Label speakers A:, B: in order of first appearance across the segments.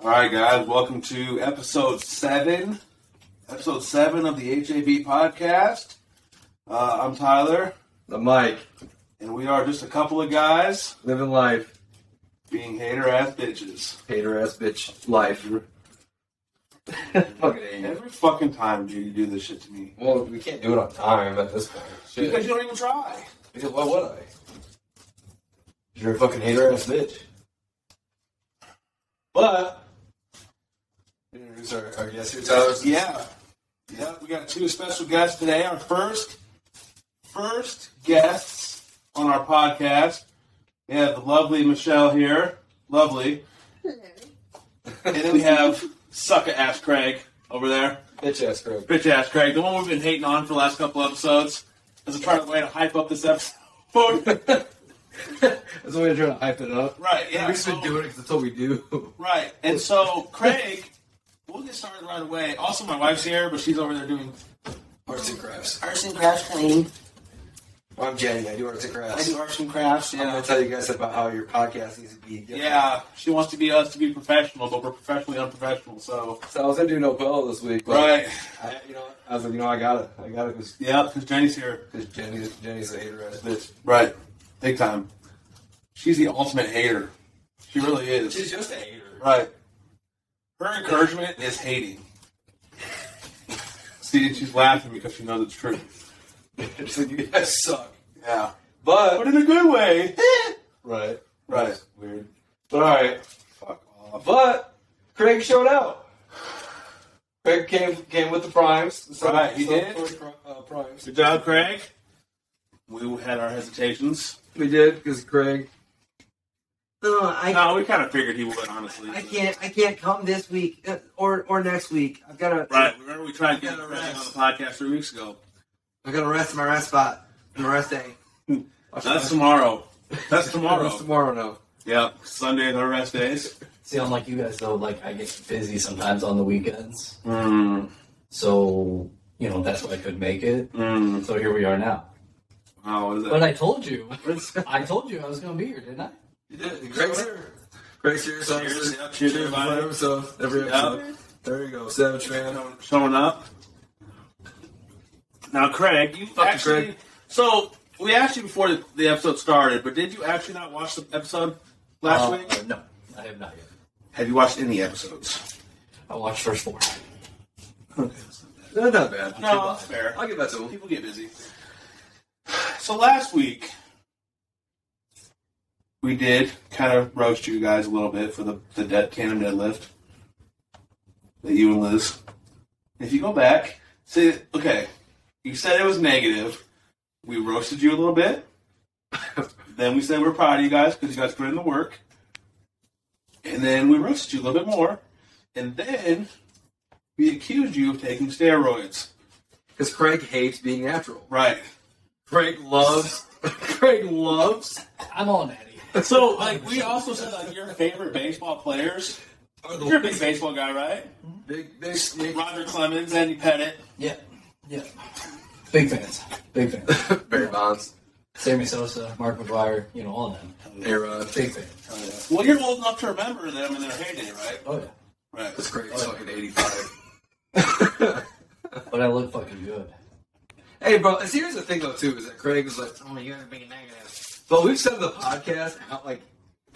A: All right, guys, welcome to episode seven, episode seven of the HAB podcast. Uh, I'm Tyler,
B: The mic,
A: and we are just a couple of guys
B: living life,
A: being hater ass bitches
B: hater ass bitch life. Fucking hate you.
A: every fucking time. Do you do this shit to me?
B: Well, we can't do it on time at this point. Shit.
A: Because you don't even try.
B: Because why would I? You're a fucking hater ass bitch. But introduce our, our guest here, Tyler.
A: Yeah, yeah. We got two special guests today. Our first, first guests on our podcast. We have the lovely Michelle here, lovely, and then we have sucker ass Craig over there.
B: Bitch ass girl.
A: Bitch ass Craig, the one we've been hating on for the last couple episodes. As a trying to way to hype up this episode.
B: That's the way I'm trying to hype it up.
A: right, yeah. oh.
B: We've been
A: so-
B: doing it because that's what we do.
A: Right. And so Craig, we'll get started right away. Also my wife's here, but she's over there doing
B: Arts and crafts.
A: arts and crafts cleaning.
B: Well, I'm Jenny. I do arts and
A: I
B: crafts.
A: do arts and crafts,
B: I'm
A: yeah.
B: gonna tell you guys about how your podcast needs to be. different.
A: Yeah. She wants to be us to be professional, but we're professionally unprofessional, so
B: So I was gonna do no pillow this week, but
A: Right.
B: I, you know, I was like, you know, I got it, I got it, because
A: Yeah, because Jenny's here.
B: Jenny, Jenny's a hater ass bitch.
A: Right. Big time. She's the ultimate hater. She really is.
B: She's just a hater.
A: Right. Her encouragement is hating. See, she's laughing because she knows it's true.
B: She's like, you guys suck.
A: Yeah. But
B: But
A: in a good way.
B: right,
A: Right.
B: weird. But all right,
A: Fuck off.
B: but Craig showed out. Craig came came with the primes. So,
A: Right, he
B: so
A: did.
B: for pri- uh, primes.
A: Good job, Craig. We had our hesitations.
B: We did because Craig.
C: No, I,
A: No, we kind of figured he would, honestly.
C: I can't I can't come this week uh, or or next week. I've got to
A: Right. Remember we tried getting
C: Yeah,
A: Craig on the
C: rest.
A: podcast three weeks ago.
C: I've got to rest my rest spot. My rest day.
A: That's tomorrow. That's
B: It's
A: tomorrow.
B: tomorrow now.
A: yep. Sundays are rest days.
D: See, unlike you guys though, like I get busy sometimes on the weekends,
A: Mm,
D: so you know that's why I could make it.
A: mm.
D: So here we are now.
A: Wow, what is that?
D: But I told you, I told you I was gonna be here, didn't I?
B: You did. Greg's here. Greg's here. So
A: Cheers, yeah,
B: cheers,
A: cheers,
B: for
A: everybody.
B: himself every
A: Yeah.
B: episode. There you go, Savage Man.
A: showing up. Now, Craig, you
B: you,
A: actually.
B: Craig.
A: So we asked you before the, the episode started, but did you actually not watch the episode last
D: Uh,
A: week?
D: No, I have not yet.
A: Have you watched any episodes?
D: I watched first four.
B: Not that bad.
A: No, that's fair.
B: I'll give that to him.
A: People get busy. So last week we did kind of roast you guys a little bit for the the dead tandem deadlift that you and Liz. If you go back, see, okay, you said it was negative. We roasted you a little bit. then we said we're proud of you guys because you guys put in the work. And then we roasted you a little bit more. And then we accused you of taking steroids.
B: Because Craig hates being natural.
A: Right.
B: Craig loves. Craig loves
D: I'm all natty.
A: So, like, we also said, like, your favorite baseball players.
B: are
A: You're a
B: the
A: big baseball guy, right?
B: big, big, big,
A: Roger Clemens, Andy Pettit.
D: Yeah, yeah. Big fans, big fans.
B: Barry Bonds,
D: Sammy Sosa, Mark McGuire, you know all of them.
B: Aaron.
D: Big fans.
A: Well, you're old enough to remember them in their heyday, right?
D: Oh yeah.
A: Right.
B: That's Craig's fucking eighty-five.
D: But I look fucking good.
B: hey, bro. See, here's the thing though, too, is that Craig was like,
C: Oh, you guys are being negative.
B: but we've said the podcast out like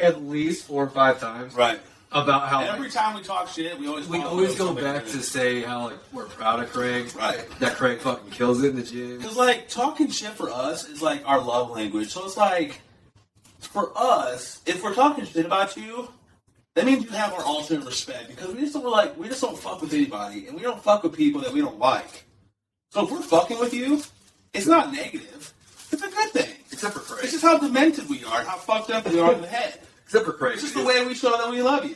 B: at least four or five times
A: Right.
B: about how
A: And
B: like,
A: every time we talk shit, we always
B: we
A: follow
B: always
A: up
B: go
A: with
B: back
A: something.
B: to say how like we're proud of Craig,
A: Right.
B: that Craig fucking kills it in the gym.
A: Because, like, talking shit for us is, like, our love language. So it's like, for us, if we're talking shit about you, that means you have our ultimate respect. Because we just don't, like, we just don't fuck with anybody. And we don't fuck with people that we don't like. So if we're fucking with you, it's not negative. It's a good thing.
B: Except for Craig.
A: It's just how demented we are, how fucked up we are in the head.
B: Except for Craig.
A: It's just the way we show that we love you.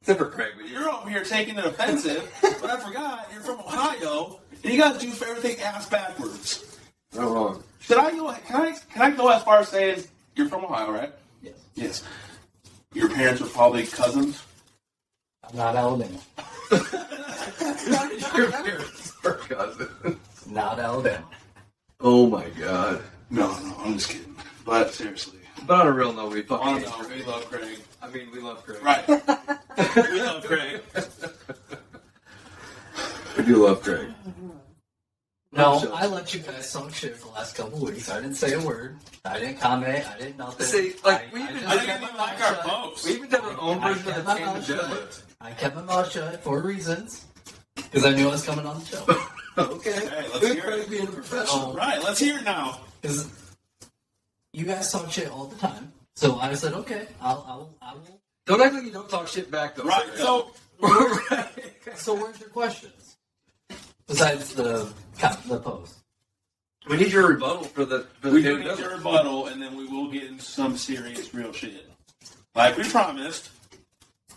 B: Except for Craig. but you're-
A: You're over here taking it offensive, but I forgot you're from Ohio, and you gotta do everything ass backwards.
B: Not wrong.
A: Should I go? Can I? Can I go as far as saying you're from Ohio, right?
D: Yes.
A: Yes. Your parents are probably cousins.
D: I'm not Alabama.
B: Your parents are cousins.
D: Not Alabama.
B: Oh my god.
A: No, no, I'm just kidding. But seriously,
B: But on a real note, we fucking.
A: on
B: hate
A: no,
B: Craig.
A: we love Craig.
B: I mean, we love Craig.
A: Right. We love Craig.
B: I do love Craig.
D: No,
B: Sure.
D: I let you guys talk shit for the last couple weeks. I didn't say a word. I didn't comment. I didn't nothing.
B: See, like, we
D: I,
B: even-
D: just
A: I didn't
D: kept
A: even
D: my
A: like
D: mouth
A: our
D: shut.
A: post.
B: We even did our own
D: I
B: version of
D: kept
B: the
D: my
B: tandem
D: mouth
B: deadlift.
D: shut. I kept my mouth shut for reasons because I knew I was coming on the show.
B: Okay.
A: Hey, let's
B: Good
A: hear
B: Craig
A: it.
B: being a professional.
D: Um,
A: Right, let's hear it now.
D: Because you guys talk shit all the time. So I said, okay, I'll, I'll, I will.
B: Don't act like you don't talk shit back, though.
A: Right, so
D: So where's your questions? Besides the co- the post.
B: we need your rebuttal for the for
A: we
B: the
A: do
B: tandem
A: need
B: deadlift.
A: your rebuttal, and then we will get into some serious real shit. Like we promised.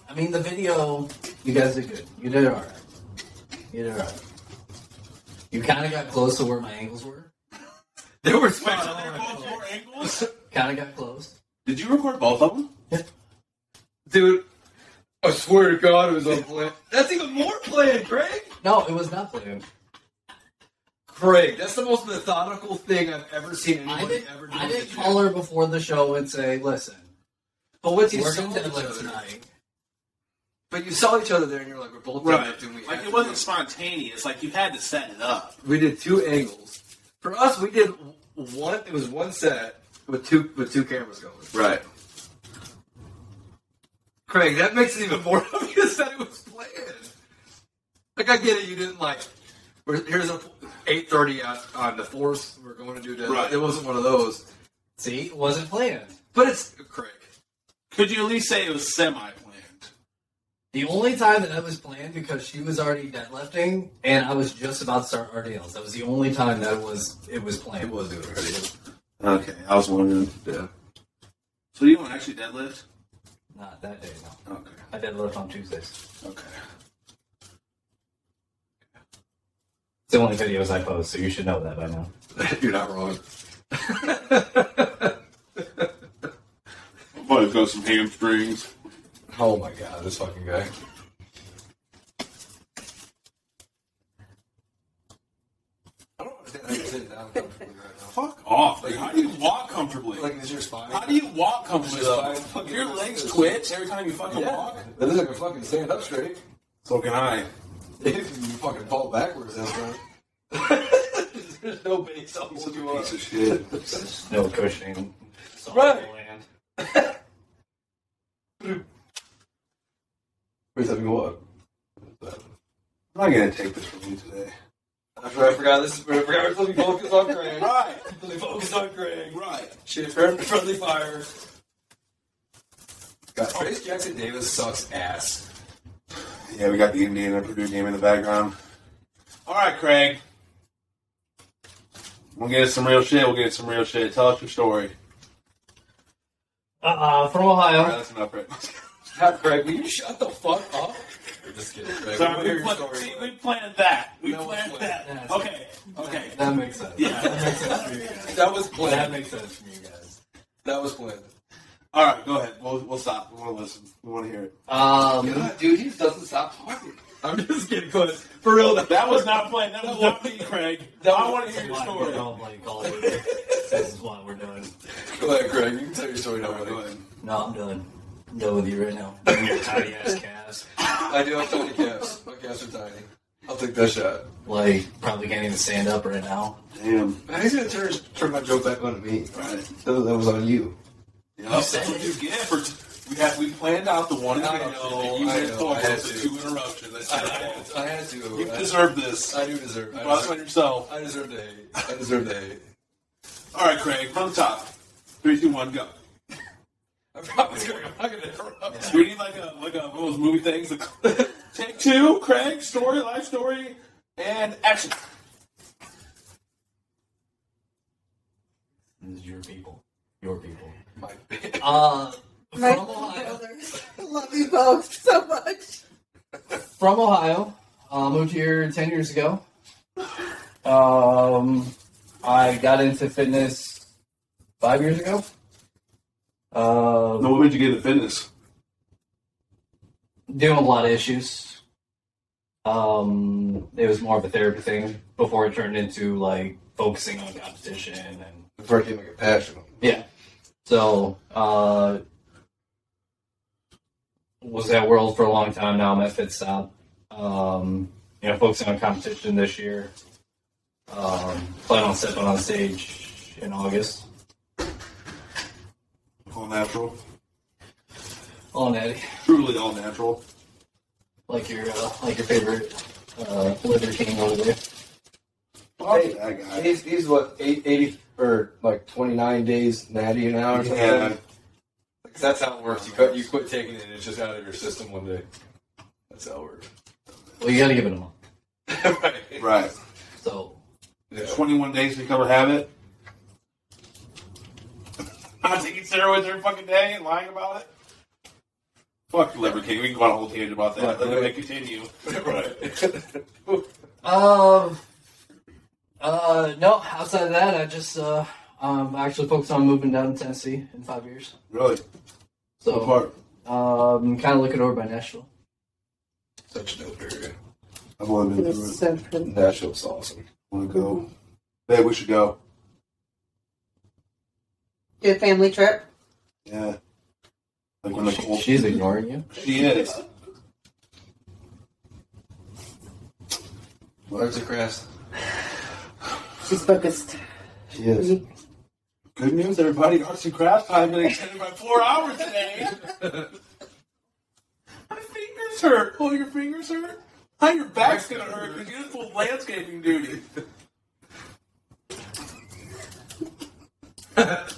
D: I mean, the video, you guys did good. You did all right. You did all right. You kind of got close to where my angles were.
B: They were
A: Wait,
B: spot
A: so they're
B: on.
A: both four angles?
D: Kind of got close.
A: Did you record both of them?
B: Dude, I swear to God, it was on plan. That's even more planned, Craig.
D: No, it was not planned.
B: Craig, that's the most methodical thing I've ever seen
D: I
B: anybody
D: didn't,
B: ever do.
D: I didn't call her before the show and say, listen,
B: But once you
D: we're
B: saw
D: going
B: each
D: to deadlift
B: other,
D: tonight.
B: but you saw each other there, and you're like, we're both deadlifting. We
A: Like
B: have
A: it
B: to
A: wasn't spontaneous. Like you had to set it up.
B: do it. We did two angles. For us, we did w- one. It was one set with two with two cameras going.
A: Right.
B: Craig, that makes it even more obvious that it was planned. Like I get it, you didn't like. we're- Here's a 8:30 on, on the fourth. We're going to do that.
A: Right.
B: It wasn't one of those.
D: See, it wasn't planned.
B: But it's Craig.
A: Could you at least say it was semi-planned?
D: The only time that I was planned because she was already deadlifting and I was just about to start RDLs. That was the only time that was it was planned.
B: was doing it.
A: Okay, I was wondering.
B: Yeah.
A: So you don't actually deadlift?
D: Not that day, no.
A: Okay.
D: I deadlift on Tuesdays.
A: Okay.
D: It's the only videos I post, so you should know that by now.
B: You're not wrong.
A: My buddy's got some hamstrings.
B: Oh my god, this fucking guy. I don't understand how you sit down comfortably right now.
A: Fuck off. Like, how do you walk comfortably?
B: Like, is your spine?
A: how do you walk comfortably though?
B: Just fucking-
A: Your legs twitch every time you fucking walk.
B: That is like a fucking stand up straight.
A: So can I.
B: If you fucking fall backwards that time. There's no base. I'll hold you up.
A: Piece of shit.
D: No cushioning.
B: Right. Wait, let me go up.
A: I'm not gonna take this from you today.
B: After I forgot this, I forgot we're supposed to focus on Craig.
A: Right.
B: Really focus on Craig.
A: Right.
B: Shit, friend, friendly fire. God, Trace Jackson Davis sucks ass.
A: Yeah, we got the Indiana Purdue game in the background. All right, Craig. We'll get some real shit. We'll get some real shit. Tell us your story.
D: Uh uh, from
A: All right,
D: Ohio.
A: that's enough, Craig.
B: God, Craig, will you shut the fuck up? I'm just kidding, Craig. We'll hear
A: Sorry, we,
B: your
A: pla-
B: story.
A: see, we planned that. We
B: No,
A: planned
B: it's
A: that.
D: planned. Yeah,
A: okay. Okay.
D: That makes sense.
A: Yeah.
B: That was
D: That
B: planned.
D: makes sense for you guys.
B: That was planned.
A: All right, go ahead. We'll, we'll stop. We want to listen. We want to hear it.
D: Um,
B: God, dude, he just doesn't stop talking. I'm just kidding, Clint. For real, though.
A: That was not planned. That was not me, Craig.
B: That
A: I
B: was-
A: want to hear your
D: why
A: story.
D: we
A: All
D: don't play Call of Duty. This is why we're done.
B: Go ahead, Craig. You can tell your story now,
A: right, go
B: buddy.
A: ahead.
D: No, I'm done. I'm done with you right now. Bring your tiny ass calves.
B: I do have tiny calves. My calves are tiny. I'll take that shot.
D: Like, probably can't even stand up right now.
A: Damn.
B: Man, he's gonna turn, turn my joke back on to me.
A: Right.
B: That was, that was on you.
A: Yep, that's what you get for. We had we planned out the one
B: I
A: interruption.
B: know,
A: and you
B: I
A: went
B: know,
A: forward
B: I had
A: with
B: to.
A: two interruptions. That's
B: I,
A: your
B: had-
A: fault.
B: I had to.
A: You
B: I-
A: deserve this.
B: I do deserve. I
A: Bust on
B: deserve,
A: yourself.
B: I deserve the hate. I deserve the hate.
A: All right, Craig, from the top. Three, two, one, go.
B: I promise, Craig, I'm not gonna interrupt.
A: We need like a like a one of those movie things. Take two, Craig. Story, life story, and action.
D: This is your people. Your people.
B: My
D: Uh, from
E: My
D: Ohio.
E: brothers. I love you both so much.
D: From Ohio. Uh, moved here 10 years ago. Um, I got into fitness five years ago. Uh,
A: Now, what made you get into fitness?
D: dealing with a lot of issues. Um, it was more of a therapy thing before it turned into like focusing on competition and
B: Before I came like a passion.
D: yeah. So uh, was at World for a long time now. I'm at FitStop. Um, you know, focusing on competition this year. Um, plan on stepping on stage in August.
A: All natural.
D: All natty,
A: Truly all natural.
D: uh, like your uh, like your favorite uh, Liver King over there.
A: Fuck that guy.
F: Uh, He's, he's what, eight, 80 or like 29 days natty an hour? or something?
A: Yeah.
B: That's how it works. You quit, you quit taking it, and it's just out of your system one day. That's how it works.
D: Well, you got to give it a month.
B: right.
A: Right.
D: So
A: 21 days to cover habit. Not taking steroids every fucking day and lying about it. Fuck Liver King. We can go on a whole tangent about that. Let it continue.
B: right.
D: Um. Uh, no. Outside of that, I just uh, um, actually focused on moving down to Tennessee in five years.
A: Really? What
D: So,
A: part?
D: um, kind of looking over by Nashville.
B: Such an dope area.
A: I've only been through it.
E: Central.
B: That shit's awesome.
A: I want to go. Babe, we should go.
E: Do a family trip.
A: Yeah. Like when the
D: She-
A: cold. She,
D: she's ignoring you.
A: is.
B: Birds of Crest.
E: She's focused.
A: Yes. Good news, everybody. Arts and crafts time been extended by four hours today. My fingers hurt. Oh, your fingers hurt? Now your back's gonna hurt because you did full landscaping duty.
B: There's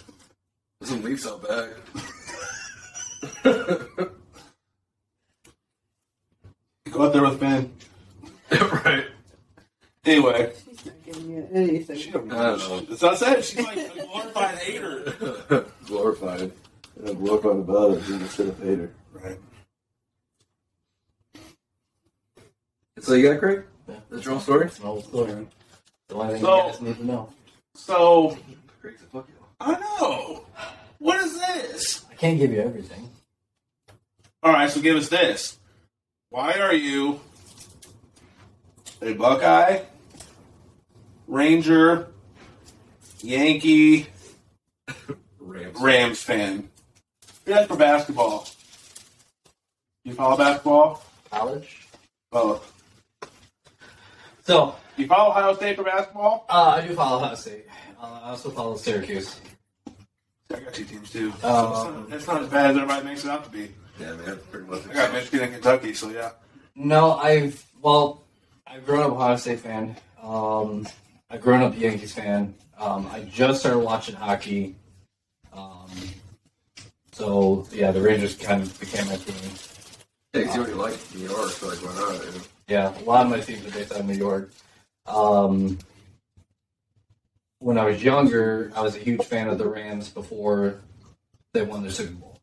B: some leaves out back.
A: Go out there with Ben.
B: right.
A: Anyway,
E: She's not giving you anything.
A: she don't
B: I don't
A: That's what I said. She's like a glorified hater.
B: Glorified.
F: Yeah, Work on about it. You should have paid her.
A: Right.
B: So you got Craig?
D: Yeah.
B: That's your own story?
D: No, the only thing
A: So-
D: you guys need to know.
A: So,
B: Craig's a fuck you.
A: I know. What is this?
D: I can't give you everything.
A: All right, so give us this. Why are you a Buckeye, Ranger, Yankee,
B: Rams.
A: Rams fan. You're not for basketball. You follow basketball?
D: College.
A: Both.
D: So
A: You follow Ohio State for basketball?
D: uh, I do follow Ohio State. Uh, I also follow Syracuse.
A: I got two teams too.
D: Um,
A: it's, not, it's not as bad as everybody makes it out to be.
B: Yeah, man. Pretty much.
A: I got Michigan and Kentucky, so yeah.
D: No, I've well, I've grown up a Ohio State fan. Um, I've grown up a Yankees fan. Um, I just started watching hockey. Um, so yeah, the Rangers kind of became my team.
B: Hey, see what you like in New York, so like, why not? you know?
D: Yeah, a lot of my teams are based out of New York. Um, when I was younger, I was a huge fan of the Rams before they won their Super Bowl,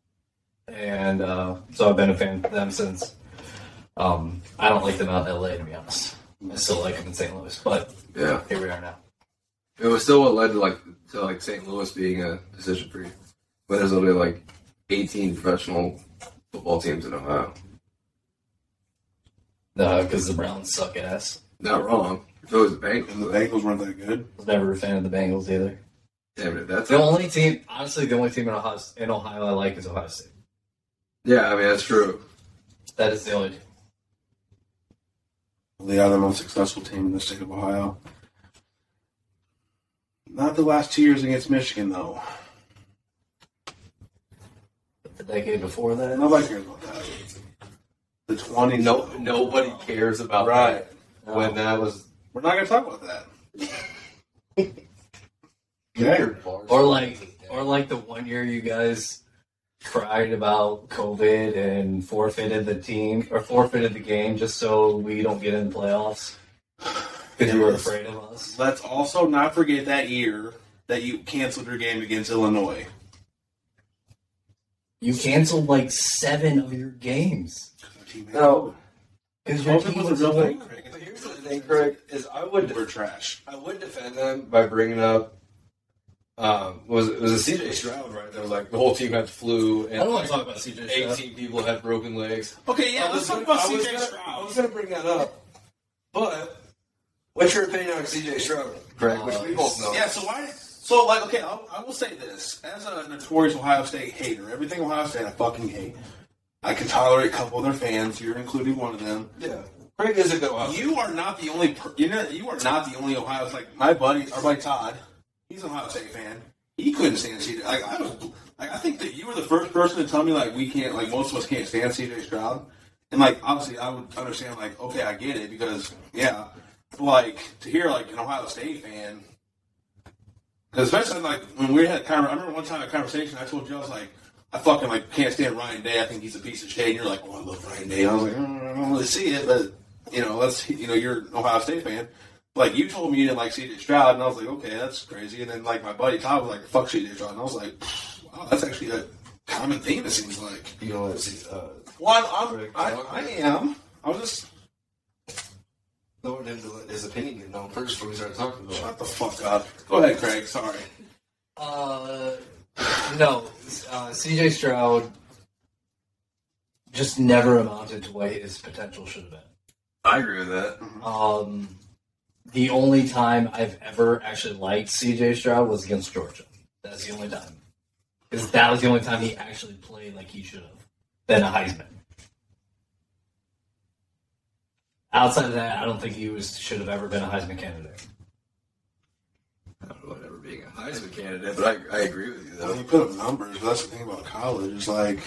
D: and uh, so I've been a fan of them since. Um, I don't like them out in LA, to be honest. I still like them in St. Louis, but
B: Yeah.
D: here we are now.
B: It was still what led to like to like St. Louis being a decision free. But there's only like 18 professional football teams in Ohio.
D: because the Browns suck ass.
B: Not wrong. If it was the Bengals,
A: And the Bengals weren't that good.
D: I was never a fan of the Bengals either.
B: damn it, that's
D: The only team, honestly, the only team in Ohio, in Ohio I like is Ohio State.
B: Yeah, I mean that's true.
D: That is the only.
A: They are the most successful team in the state of Ohio. Not the last two years against Michigan, though.
D: The decade before that,
A: Nobody cares about that. The 20s.
F: No, nobody cares about
A: Right.
F: that. When that was
A: We're not going to talk about that. okay.
D: Or like, or like the one year you guys cried about COVID and forfeited the team or forfeited the game just so we don't get in the playoffs because you were afraid of us.
A: Let's also not forget that year that you canceled your game against Illinois.
D: You canceled like seven of your games
F: no.
D: because your
A: COVID
D: team
A: was
D: was
A: a real
D: away.
A: thing. Craig.
F: But here's the thing, Craig, is I would
A: We're trash.
F: I would defend them by bringing up um, was it was a CJ Stroud right? That was like the whole team had flu
D: I
F: and
D: don't want
F: like,
D: to talk about CJ. Stroud.
F: 18 people had broken legs.
A: Okay,
F: I was gonna- I was gonna- I was going to bring that up, but what's your opinion on CJ Stroud, Craig? Which we both know.
A: Yeah, so why? So, like, okay, I'll, I will say this. As a notorious Ohio State hater, everything Ohio State I fucking hate. I can tolerate a couple of their fans. You're including one of them.
F: Yeah. Craig is a go out.
A: You are not the only. Per- you know, you are not the only Ohio. It's like my buddy, our buddy Todd. He's an Ohio State fan. He couldn't stand CJ. Like I was. Like I think that you were the first person to tell me like we can't. Like most of us can't stand CJ Stroud. And like obviously, I would understand. Like okay, I get it because yeah. But, like to hear like an Ohio State fan. 'cause especially like when we had, kind of, I remember one time a conversation. I told you I was like, I fucking like can't stand Ryan Day. I think he's a piece of shit. And you're like, well, I love Ryan Day. I was like, mm, I don't really see it, but you know, let's you know, you're an Ohio State fan. Like you told me you didn't like CJ Stroud, and I was like, okay, that's crazy. And then like my buddy Todd was like, fuck CJ Stroud, and I was like, wow, that's actually a common theme. It seems like.
F: You know, it's, uh,
A: Well, I'm, I, I am. I was just
F: no one didn't let his opinion get known first before we started talking about it.
A: shut the fuck up. Go ahead, Craig. Sorry.
D: Uh, no, uh, CJ Stroud just never amounted to what his potential should have been.
B: I agree with that.
D: Um, the only time I've ever actually liked CJ Stroud was against Georgia. That's the only time. Because that was the only time he actually played like he should have been a Heisman. Outside of that, I don't think he was should have ever been a Heisman candidate.
B: I don't know about ever being a Heisman candidate, but I, I agree with you
A: When
B: though.
A: you put up numbers, that's the thing about college. It's like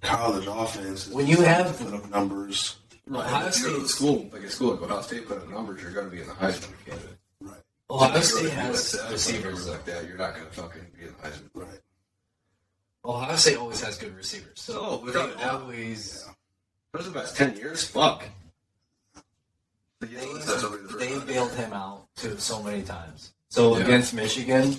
A: college offense. is
D: When you
A: just
D: have-
A: put up numbers,
D: Ohio
B: if you go to a
D: State's-
B: school like a school like Ohio State put up numbers, you're going to be in the Heisman candidate. If
D: Ohio
B: you go
D: State
B: to
D: has
B: USF,
D: receivers though.
B: like that. You're not going to fucking be in the Heisman.
A: right?
D: Ohio State always has good receivers. So
B: Oh, without a
D: they
B: doubt.
D: always
B: That was about ten years. Fuck.
D: they, they bailed him out too so many times. So
B: Yeah.
D: against Michigan,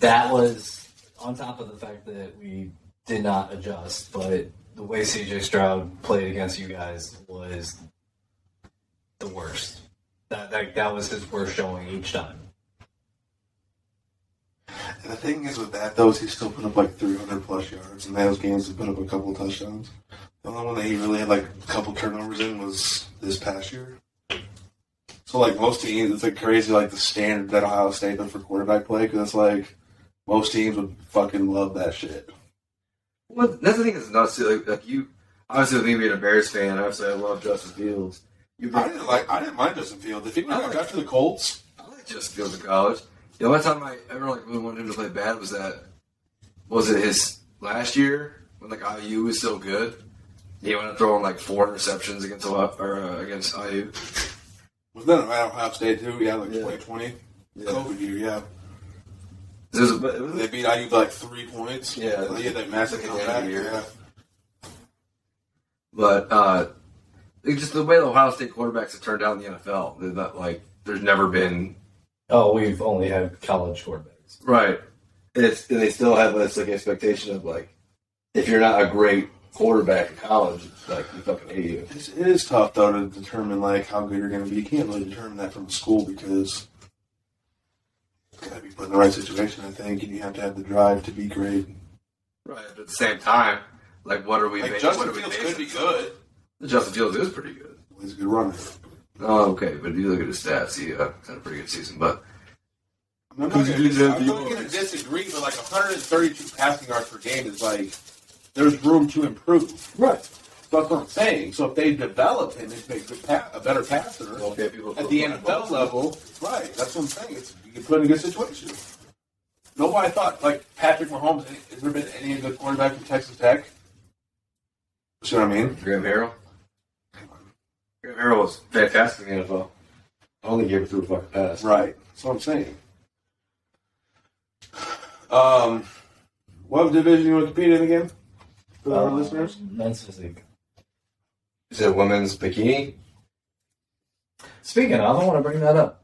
D: that was on top of the fact that we did not adjust, but the way CJ Stroud played against you guys was the worst. That that, that was his worst showing each time.
A: And the thing is with that though is he still put up like 300 plus yards, and those games he put up a couple touchdowns. The only one that he really had like a couple turnovers in was this past year. So like most teams, it's like crazy like the standard that Ohio State does for quarterback play because it's like most teams would fucking love that shit.
B: Well, that's the thing that's nuts. Too. Like, like you, obviously, with me being a Bears fan, obviously, I love Justin Fields. You
A: I didn't like I didn't mind Justin Fields if he would have got to the Colts.
B: I like Justin Fields in college. The only time I ever like really wanted him to play bad was that was it his last year when like IU was still good. He went up throwing like four interceptions against a lot, or uh, against IU.
A: Was that around Ohio State too? Yeah, like
B: Yeah.
A: 2020
B: Yeah.
A: COVID year. Yeah,
B: This was- but it was-
A: they beat IU by like three points.
B: Yeah.
A: they had that massive
B: Second
A: comeback.
B: year.
A: Yeah.
B: But uh, it's just the way the Ohio State quarterbacks have turned out in the NFL, they're not like there's never been
D: Oh, we've only had college quarterbacks.
B: right. And it's and they still have this like expectation of like if you're not a great quarterback in college, it's like we fucking hate you.
A: It's, it is tough though to determine like how good you're going to be. You can't really determine that from school because you got to be put in the right situation, I think, and you have to have the drive to be great.
B: Right. But at the same time, like what are we?
A: Like
B: ba-
A: Justin
B: what are we
A: Fields
B: basing-
A: could be good.
B: Justin Fields is pretty good.
A: He's a good runner.
B: Oh, okay. But if you look at his stats, he uh, had a pretty good season. But
A: I'm not
B: Could
A: gonna-
B: you do that
A: I'm
B: if you
A: not
B: want?
A: going to disagree, but like 132 passing yards per game is like there's room to improve.
D: Right.
A: So that's what I'm saying. So if they develop him into a, good pa- a better passer
B: okay, people
A: at the NFL level, right? That's what I'm saying. It's, you get put in a good situation. Nobody thought like Patrick Mahomes. any- Has there been any good quarterback from Texas Tech? See what I mean?
B: Graham Harrell. Graham Harrell was fantastic in the NFL. I only gave it through a fucking pass.
A: Right. That's what I'm saying. Um, what division you want to compete in again? For
B: Uh,
A: our listeners,
D: men's physique.
B: Is it women's bikini?
D: Speaking of, I want to bring that up.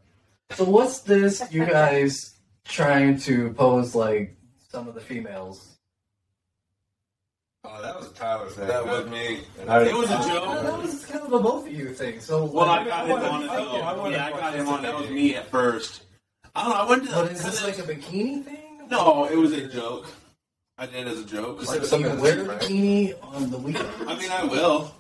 D: So what's this? You guys trying to pose like some of the females?
B: Oh, that was Tyler thing.
A: me.
B: I,
A: It Oh, was a
D: Uh,
A: joke.
D: that was kind of a both of you thing. So
A: Well, I
D: like,
A: got him
D: wanna
A: on it
D: fight
A: though.
D: you.
A: yeah, I
D: wanna
A: got him on. it. That was
D: participate.
A: me at first. I don't know. I went to.
D: But is this like a bikini thing?
A: no, it was a joke. I did it as a joke.
D: Like, you can wear a bikini on the weekend.
A: I mean, I will.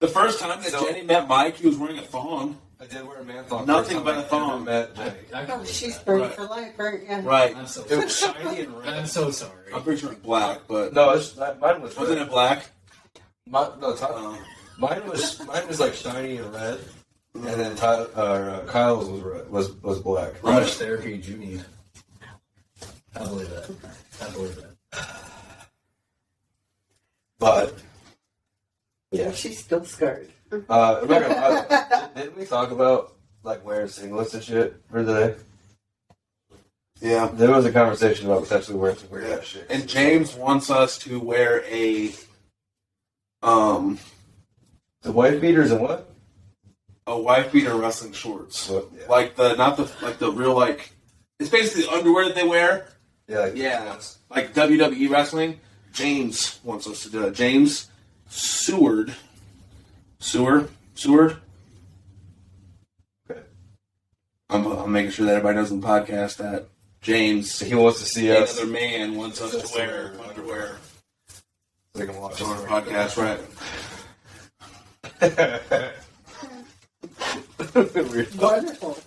A: The first time that Jenny met Mike, he was wearing a thong.
B: I did wear a man thong.
A: Nothing
B: first time
A: but
B: I
A: a thong.
B: ever Met Jay.
E: Oh, she's burned
B: Right.
E: for life, right? Yeah.
A: Right.
D: I'm so
B: It
D: sorry.
B: was shiny and red.
D: I'm so sorry.
A: I'm pretty sure it's black, but
B: No, it's, not- mine was
A: wasn't
B: red.
A: it black?
B: My, no, Ty,
A: Um,
B: mine was mine was like shiny and red, and then Ty, uh, uh, Kyle's was red, was was black.
D: How much therapy do you need? I believe that. I believe that.
B: But
E: Yeah, she's still scarred.
B: uh, I'm not gonna lie, did- didn't we talk about like wearing singlets and shit for today?
A: yeah.
B: There was a conversation about potentially wearing some weird ass shit.
A: And James wants us to wear a um
B: the white beaters and what?
A: a wife beater wrestling shorts.
B: What? Yeah,
A: Like the not the like the real like it's basically the underwear that they wear.
B: yeah, like,
A: Yeah. Like WWE wrestling. James wants us to do it. James Seward. Seward? Seward?
B: Okay.
A: I'm, I'm making sure that everybody knows in the podcast that James,
B: He wants to see us.
A: another man, wants us to wear underwear
B: They can watch
A: on our
B: us.
A: podcast, right?
E: Oh.
B: Weird.
E: Wonderful.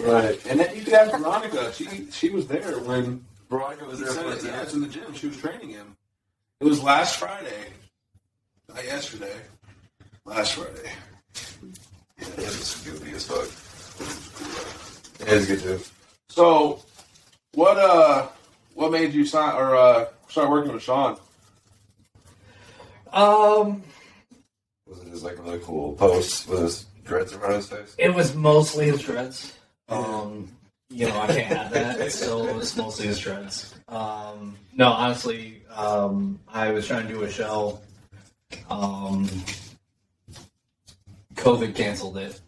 B: Right.
A: And then you could have Veronica. She she was there when
B: Veronica was
A: he
B: there
A: said
B: for
A: it. Yeah, it's
B: that.
A: in the gym. She was training him. It was last Friday, not yesterday. Last Friday.
B: It was goofy as fuck. It was good too.
A: So, what uh, what made you sign or uh start working with Sean?
D: Um,
B: Was it just like really cool posts with his dreads around his face?
D: it was mostly his dreads. Um, you know, I can't have that. So it was mostly his dreads. Um, no, honestly, um, I was trying to do a show. Um, COVID canceled it,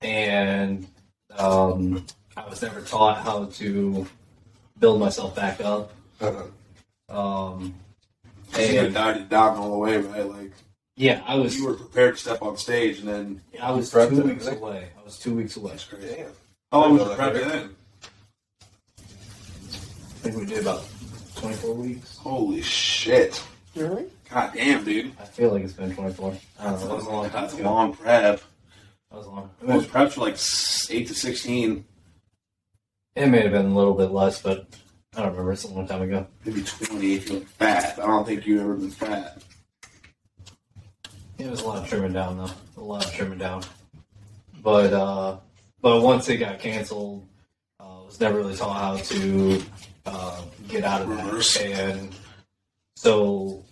D: and um, I was never taught how to build myself back up. Um,
A: Uh-huh. You
D: and
A: died it down all the way, right? Like
D: yeah, I was
A: you were prepared to step on stage, and then
D: I was
B: Prepped
D: two
B: it,
D: weeks
B: right?
D: away. I was two weeks away.
B: Damn.
A: how long was
B: I
A: the
B: know that
A: prep
B: guy.
A: then?
D: I think we did about 24 weeks.
A: Holy shit!
E: Really?
A: God damn, dude.
D: I feel like it's been 24. I don't know. That was a long time
A: That's a
D: ago.
A: long prep.
D: That was long. It,
A: Most preps were like s- eight to sixteen,
D: it may have been a little bit less, but I don't remember. It's a long time ago.
A: maybe twenty if you're fat. I don't think you've ever been fat.
D: It was a lot of trimming down, though. A lot of trimming down. But uh, but once it got canceled, uh, I was never really taught how to uh, get out of
A: Reverse.
D: that. And so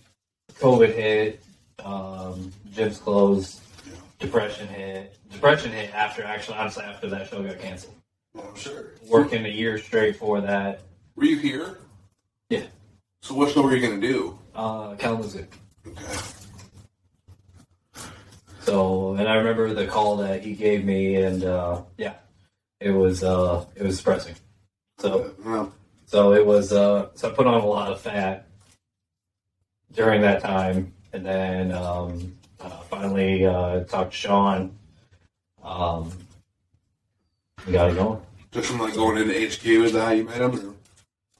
D: COVID hit, um, gyms closed, depression hit. Depression hit after, actually, honestly, after that show got canceled.
B: I'm sure.
D: Working a year straight for that.
A: Were you here?
D: Yeah.
A: So what show were you gonna do?
D: Uh, Kalamazoo.
A: Okay.
D: So, and I remember the call that he gave me, and uh, yeah, it was uh, it was depressing. So,
A: Yeah.
D: so it was uh, so I put on a lot of fat during that time, and then um, uh, finally uh, talked to Sean. Um, we got it going.
A: Just from like going into HQ, is that how you met him?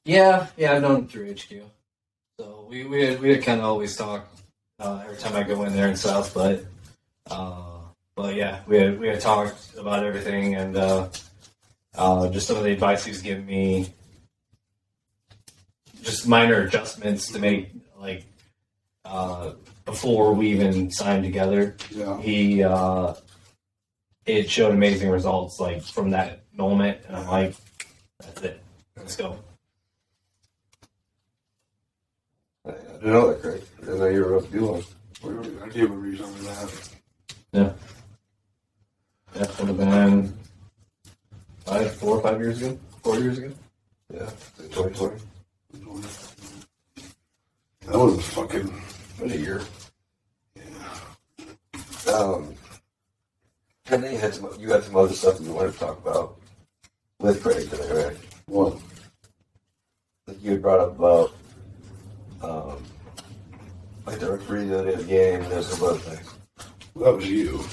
D: Yeah, yeah, I've known him through HQ. So we we had, we had kind of always talk uh, every time I go in there and stuff, but uh, but yeah, we had we had talked about everything and uh, uh, just some of the advice he was giving me, just minor adjustments to make like uh, before we even signed together
A: Yeah.
D: he uh it showed amazing results like from that moment and i'm like that's it let's go
B: I didn't know that, Craig. I didn't know you were about to do one.
A: I do remember you telling me that.
D: yeah that would have been five four or five years ago four years ago
B: Yeah. 2020.
A: That was a fucking.
B: What a year. Um, and then you had some, you had some other stuff that you wanted to talk about with Craig today, right?
A: What?
B: Like you had brought up about, um, like the referee the other day of the game, and there's some other things.
A: That was you.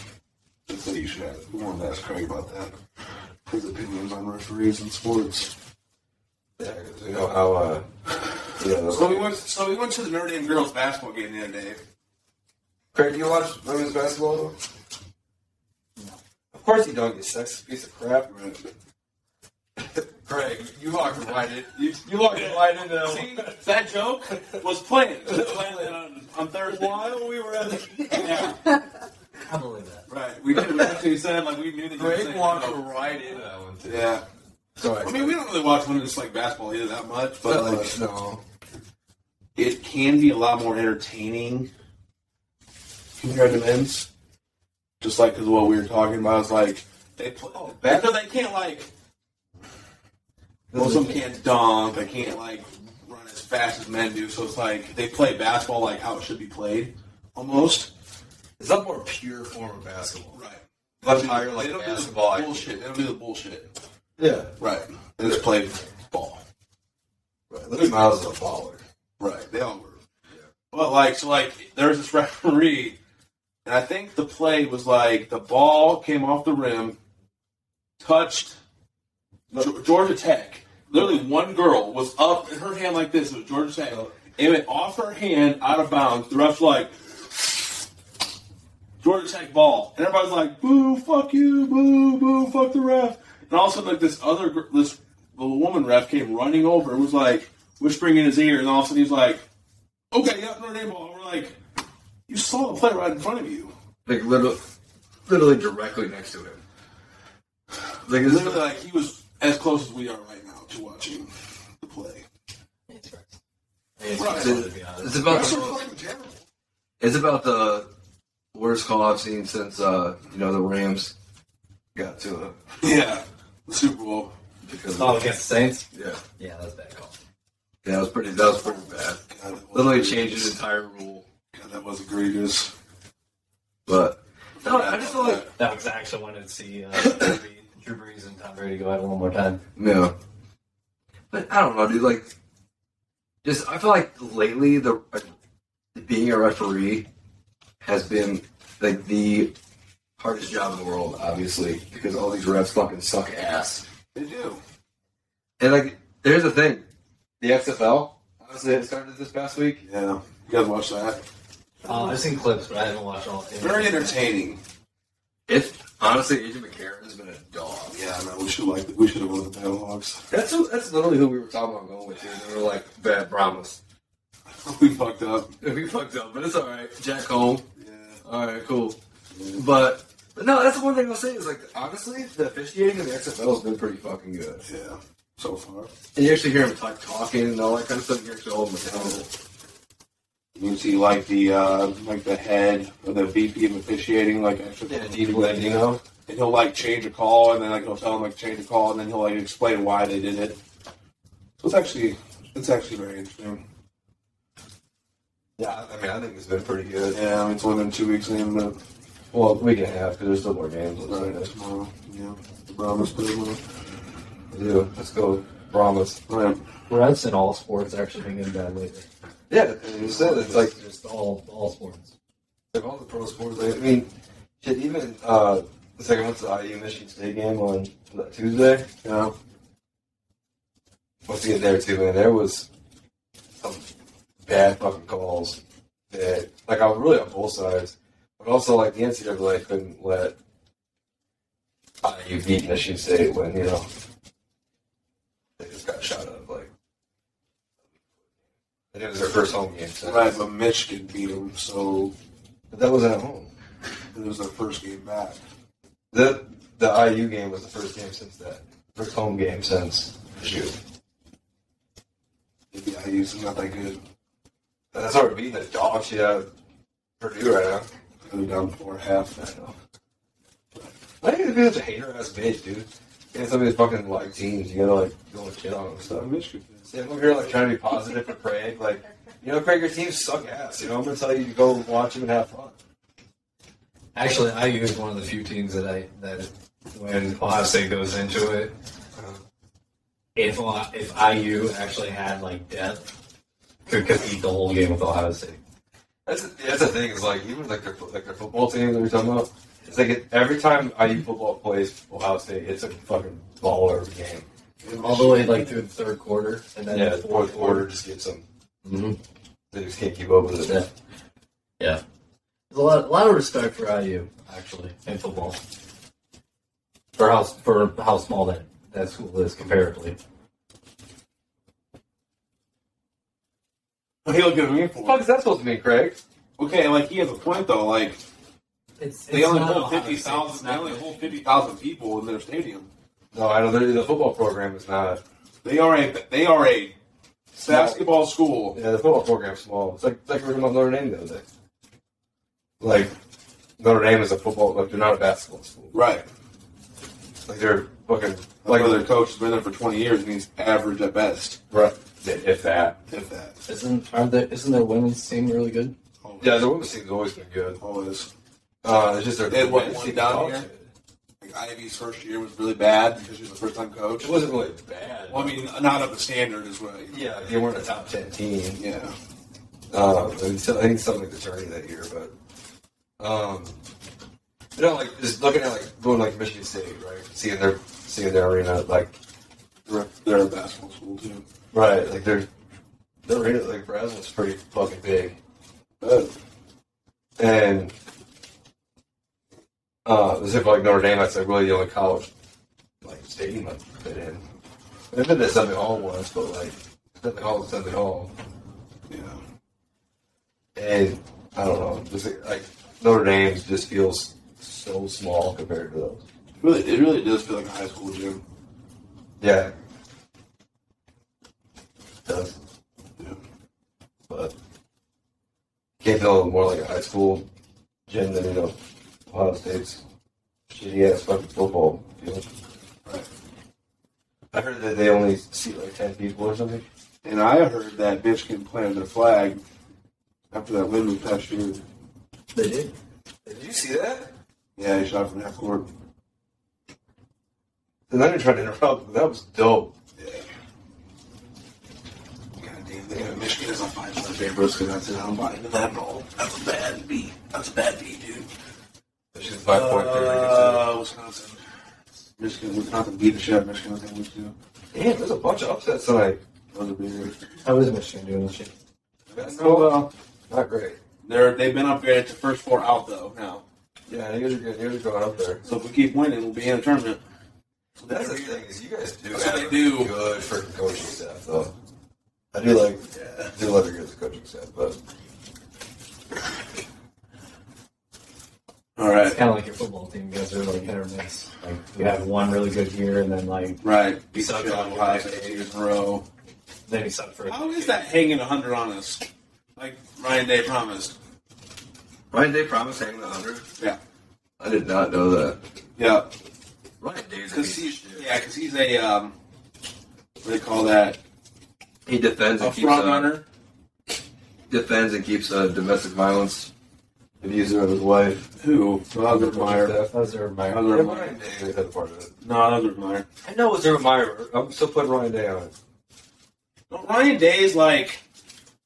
A: I said you should ask. We wanted to ask Craig about that. His opinions on referees and sports.
B: Yeah, 'cause you know how, uh, you know,
A: So we went. So we went to the Nerdy and Girls basketball game the other day.
B: Craig, do you watch women's basketball?
F: Of course you don't get sexist piece of crap.
B: Greg, you walked right in.
A: You, you walked right into that See, that joke was planned, planned on, on Thursday.
F: While we were at the
A: Yeah,
D: I believe that.
A: right. We could have actually said, like, we knew that you were
B: Greg
A: saying
B: walked
A: that.
B: right into
A: uh,
B: that one too.
A: Yeah.
B: Sorry.
A: I mean, we don't really watch women just like basketball either that much, but
B: Not
A: like,
B: much, no.
A: it can be a lot more entertaining compared to men's. Just like 'cause what we were talking about is like they play oh, because they can't like. Most of them can't dunk. They can't like run as fast as men do. So it's like they play basketball like how it should be played, almost.
B: It's a more pure form of basketball.
A: Right.
B: Much higher, like,
A: they don't
B: basketball
A: do the
B: IQ.
A: bullshit. They don't do the bullshit.
B: Yeah.
A: Right. They just play ball.
B: Right. Look at Miles as a follower.
A: Right, they all were. But like, so like, there's this referee, and I think the play was like the ball came off the rim, touched Ge- Georgia Tech. Literally, one girl was up in her hand like this. It was Georgia Tech. It went off her hand, out of bounds. The ref's like, Georgia Tech ball, and everybody's like, "Boo! Fuck you! Boo! Boo! Fuck the ref!" And all of a sudden, like this other gr- this the woman ref came running over and was like whispering in his ear, and all of a sudden he's like, "Okay, yeah, Notre Dame ball." And we're like, "You saw the play right in front of you."
B: Like literally, literally directly next to him. Like
A: It's
B: it's
A: literally like he was as close as we are right now to watching the play.
D: It's crazy. It's
A: Right.
D: crazy, to be honest.
B: it's about
A: Refs
B: the
A: are
B: most-
A: fucking terrible.
B: it's about the worst call I've seen since uh you know the Rams got to it
A: Yeah, the Super Bowl.
B: because
D: Oh, against the Saints?
B: yeah
D: Yeah, that's a bad call.
B: yeah that was pretty that was pretty bad.
A: God, that was,
B: Literally changed the entire rule,
A: God, that was egregious.
B: but no, I just feel like
D: That was actually wanted to see uh, Drew Brees- Drew Brees and Tom Brady go at it one more time.
B: Yeah. But I don't know, dude. Like, just I feel like lately the like, being a referee has been like the hardest job in the world, obviously, because all these refs fucking suck ass.
A: They do.
B: And like, there's the thing: the XFL obviously it started this past week.
A: Yeah, you guys watch that.
D: Uh, I've seen clips, but I haven't watched all.
A: Very entertaining.
B: It's honestly Agent McCarron has been a dog.
A: Yeah, man, we should like we should have won the Battle Hawks.
B: That's who, that's literally who we were talking about going with. Dude. They were like, bad promise.
A: we fucked up.
B: We fucked up, but it's all right. Jack Home.
A: Yeah.
B: All right, cool. But, but no, that's the one thing I'll say is like honestly, the officiating in the XFL has been pretty fucking good.
A: Yeah. So far.
B: And you actually hear him like talking and all that kind of stuff. You actually hold him accountable.
A: You can see like the uh, like the head or the VP of officiating, like actually,
B: know.
A: and he'll like change a call, and then like he'll tell him like change a call, and then he'll like explain why they did it. So it's actually it's actually very interesting.
B: Yeah, I mean, I think it's been pretty good.
A: Yeah, I mean, it's only been two weeks in, but
B: Well, we can have because there's still more games. Let's
A: right
B: right.
A: tomorrow, yeah, the Brahmas play tomorrow.
B: Yeah, let's go. Promise.
A: Right.
D: refs in all sports actually been good bad lately.
B: Yeah, you said it's like
D: just all all sports.
B: Like all the pro sports, like, I mean, shit, even uh, the second went to the IU Michigan State game on what, Tuesday. You know, once again there too, man, there was some bad fucking calls that, like, I was really on both sides, but also like the NCAA couldn't let IU beat Michigan State when you know they just got shot up. Like, and it was their first home game, so
A: right, but Michigan beat them, so
B: but that wasn't at home.
A: it was their first game back.
B: The the IU game was the first game since that first home game since shoot.
A: Maybe IU's not that good.
B: And That's already beating the dog shit out of Purdue right now.
A: They're down four half.
B: I know. I think it'd be such a hater ass bitch, dude. And some of these fucking like teams, you gotta like go and shit on them and stuff.
A: So Michigan.
B: See, I'm over here like trying to be positive for Craig, like you know, Craig, your teams suck ass. You know, I'm gonna tell you to go watch them and have fun.
D: Actually, IU is one of the few teams that I that when Ohio State goes into it, if Ohio- if IU actually had like depth, could compete the whole game with Ohio State.
B: That's the, that's the thing is like even like their like their football team that we're talking about. It's like it, every time IU football plays Ohio State, it's a fucking baller game.
D: All the way like through the third quarter and then
B: Yeah,
D: the
B: the fourth quarter just gets them.
D: hmm
B: They just can't keep up with
D: Yeah.
B: it.
D: Yeah. There's a lot, a lot of respect for IU actually in football. for how for how small that that school is comparatively.
A: He looked at me
D: What the fuck
A: for
D: is that supposed to mean, Craig?
A: Okay, like he has a point though. Like
G: It's,
A: they
G: it's
A: only
G: not
A: hold
G: Ohio State.
A: fifty
G: It's
A: thousand. They
G: not
A: only
G: good.
A: hold fifty thousand people in their stadium.
B: No, I know the, the football program is not.
A: They are a they are a basketball school.
B: Yeah, the football program's small. It's like it's like we we're talking about Notre Dame the other day. Like Notre Dame is a football. Like they're not a basketball school.
A: Right.
B: Like they're fucking
A: Like
B: like
A: their coach has been there for twenty years and he's average at best,
B: right, if that.
A: if that.
G: Isn't aren't there, isn't their women's team really good?
A: Always.
B: Yeah, the women's team's always been good.
A: Always.
B: Uh, it's just their
A: They had, what,
B: men's
A: one
B: team
A: down
B: is
A: here? Like Ivy's first year was really bad because she was the first time coach.
B: It wasn't really bad.
A: Well, I mean, not up to standard is what.
B: yeah, they weren't a top ten team.
A: Yeah.
B: Um, and so I think something like the tourney that year, but um, you know, like just looking at like going like Michigan State, right? Seeing their seeing their arena, like
A: They're, they're a basketball school too.
B: right, like their their arena, like Brazzle's pretty fucking big,
A: But
B: and uh, as if like Notre Dame, that's like really the only college like stadium I fit in. I've been to Sunday Hall once, but like Sunday Hall is Sunday Hall.
A: yeah,
B: and I don't know, just like, like Notre Dame just feels so small compared to those.
A: it really, it really does feel like a high school gym.
B: Yeah, It does
A: Yeah.
B: but can't feel more like a high school gym than you know Ohio State's shitty ass fucking football field. I heard that they only seat like ten people or something.
A: And I heard that Michigan planted their flag after that win this past year.
G: They did.
B: Did you see that?
A: Yeah, he shot from half court.
B: And then I tried to interrupt. But that was dope.
A: God damn, they got Michigan as a five star favorite because I said I'm buying into that at all. That's a bad beat. That's a bad beat, dude.
B: It's just five point three.
A: Uh, Wisconsin. Michigan, Wisconsin beat the shit out of Michigan. I think we do.
B: Damn, there's a bunch of upsets tonight.
A: Those are bigger.
G: How is Michigan doing this year?
A: Oh well,
B: Not great.
A: they're they've been upgraded to first four out though now.
B: Yeah, you guys are good. You guys are going up there.
A: So if we keep winning, we'll be in the tournament. So
B: That's the
A: every-
B: thing is, you guys do
A: That's what
B: have
A: they do.
B: good for coaching staff, though. I do like, I do love your guys' coaching staff, but
A: All right.
G: It's kind of like your football team. You guys are like hit or miss. Like you have one really good year, and then like
A: Right.
G: We suck
A: Shit,
G: on
A: Ohio
G: Ohio
A: State
G: State.
A: years in a row.
G: then you suck for.
A: How is that hanging 100 on us? Like Ryan Day promised.
B: Ryan Day promised hanging the hundred.
A: Yeah.
B: I did not know that.
A: Yeah.
B: Ryan Day's
A: Because
B: a piece of
A: he's,
B: shit.
A: yeah, 'cause he's a, um, what do they call that?
B: He defends
A: A
B: and keeps
A: front
B: uh,
A: runner?
B: defends and keeps a domestic violence abuser of his wife.
A: Who? Roger
B: Coaching
A: Meyer.
B: staff.
G: Those are my.
B: Yeah,
A: Roger Meyer.
B: Ryan Day is a part of it.
A: No, Roger Meyer.
B: I know it was a Meyer. I'm still putting Ryan Day on it.
A: No, Ryan Day is like,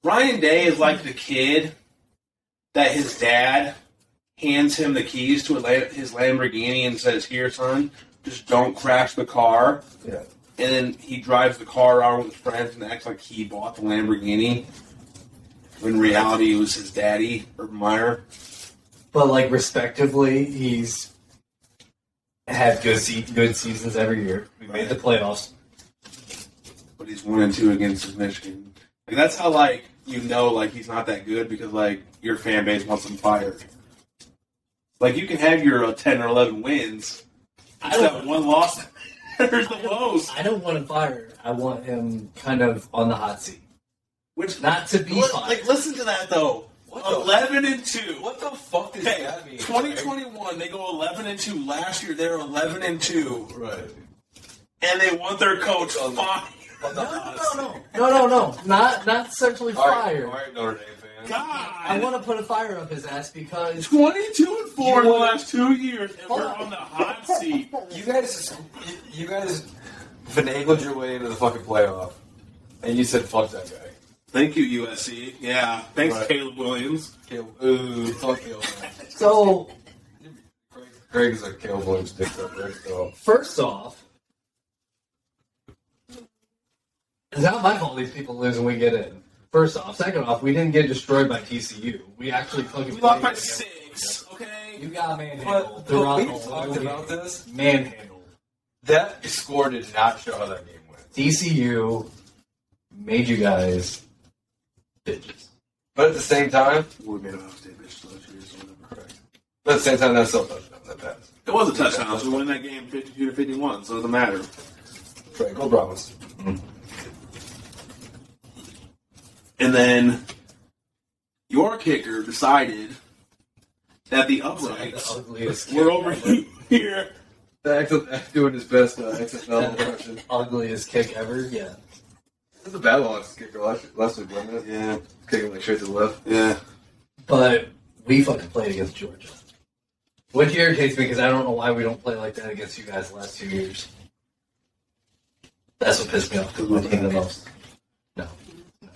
A: Ryan Day is like the kid that his dad hands him the keys to a la- his Lamborghini and says, here, son, just don't crash the car.
B: Yeah.
A: and then he drives the car around with his friends and acts like he bought the Lamborghini. When in reality, it was his daddy, Urban Meyer.
G: But like respectively, he's had good se- good seasons every year. We made the playoffs.
A: But he's one and two against his Michigan. Like that's how like you know like he's not that good because like your fan base wants him fired. Like you can have your uh, ten or eleven wins. I that one loss. There's the most.
G: I don't want him fired. I want him kind of on the hot seat,
A: Which
G: not to be
A: li-
G: fired.
A: like listen to that though.
B: What the-
A: Eleven and two.
B: What the fuck does
A: Okay,
B: that mean?
A: 2021, they go 11 and two. Last year, they were 11 and two,
B: Right.
A: and they want their coach fired.
G: no, no, no, no, not not sexually
B: All right,
G: fired.
B: all right, Notre Dame fans.
G: I
A: God,
G: want to put a fire up his ass because
A: 22 and four in the
G: You want-
A: last two years, and we're
G: Fuck.
A: on the hot seat.
B: You guys, you guys finagled your way into the fucking playoff, and you said fuck that guy.
A: Thank you, USC. Yeah, thanks,
B: Right.
A: Caleb Williams.
B: Caleb, ooh, fuck Caleb.
G: so
B: Craig, Craig is like Caleb Williams dick sucker. So
G: first off, it's not my fault these people lose and we get in. First off, second off, we didn't get destroyed by TCU. We actually fucking
A: We lost by
G: played them.
A: six. Okay,
G: You got
B: but,
G: manhandled
B: but
G: throughout
B: we
G: the whole
B: talked
G: game.
B: about this.
G: Manhandled.
D: that
F: score did not show how that game went.
D: DCU made you guys bitches.
F: But at the same time,
A: We made Ohio State bitches last year, so whatever.
F: but at the same time, that's still a touchdown. That pass.
A: It was a touchdown, so we won that game 52 to 51, so it doesn't matter.
F: Frank, no promise.
A: And then your kicker decided that the uprights
D: ugliest
A: were over here.
B: Back to back doing his best uh, XFL impression.
D: ugliest kick ever. Yeah.
B: That's a bad one. Kicker last, last week, wasn't it?
A: Yeah,
B: Kicking like straight to the left.
A: yeah.
D: But we fucking played against Georgia. Which irritates me because I don't know why we don't play like that against you guys the last two years. That's what pissed me off because my team the most.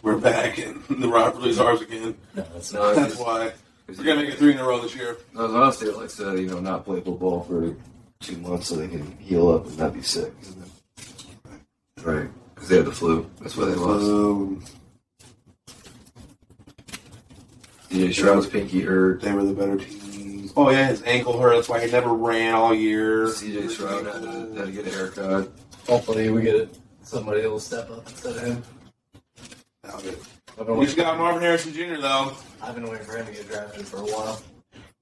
A: We're back, and the rivalry's ours again.
D: No, that's
B: No,
D: not.
B: it's
A: That's
B: just,
A: why.
B: it's
A: We're going to make it three in a row this year.
B: No, it's honestly, it likes to you know not play football for two months so they can heal up and not be sick. Right, because they had the flu. That's why they lost.
A: Um,
B: Yeah, Shroud's pinky hurt.
A: they were the better team. Oh, yeah, his ankle hurt. That's why he never ran all year.
B: CJ Shroud had to, had to get a haircut.
D: Hopefully, we get it. Somebody will step up instead of him.
A: Doubt it.
D: I've been,
A: We just
D: waiting,
A: got Marvin Harrison Jr., though.
D: I've been waiting for him to get drafted for a while.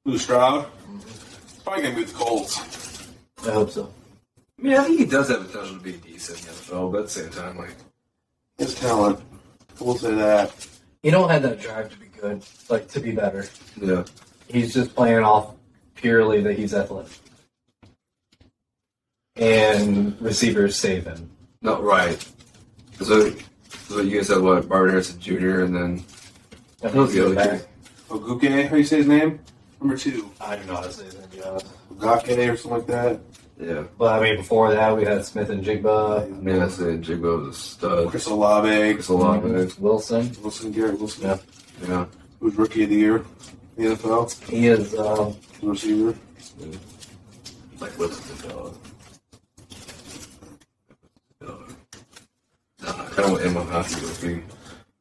A: Who, Stroud? Probably going to be with the Colts.
D: I hope so.
B: I mean, I think he does have potential to be decent in the NFL, but at the same time, like
A: His talent. We'll say that.
D: He don't have that drive to be good, like to be better.
B: yeah,
D: He's just playing off purely that he's athletic, and receivers save him.
B: not right. So, so you guys had what Marvin Harrison Jr. and then
D: That
B: was the other
D: back.
B: kid.
A: Oguke, how do you say his name? Number two.
D: I don't know how to say that, to be honest.
A: Ogake or something like that.
B: yeah,
D: But I mean, before that, we had Smith and
A: Uh,
D: Jigba,
B: I mean, I said Jigbo was a stud.
A: Chris Olave.
B: It's a lot, man.
D: Wilson.
A: Wilson Garrett Wilson.
D: Yeah.
B: Yeah,
A: Who's rookie of the year in the NFL.
D: He is um,
A: Receiver.
B: like what's the dog? Dog. I don't know, I kind of want Emma Hockey would be,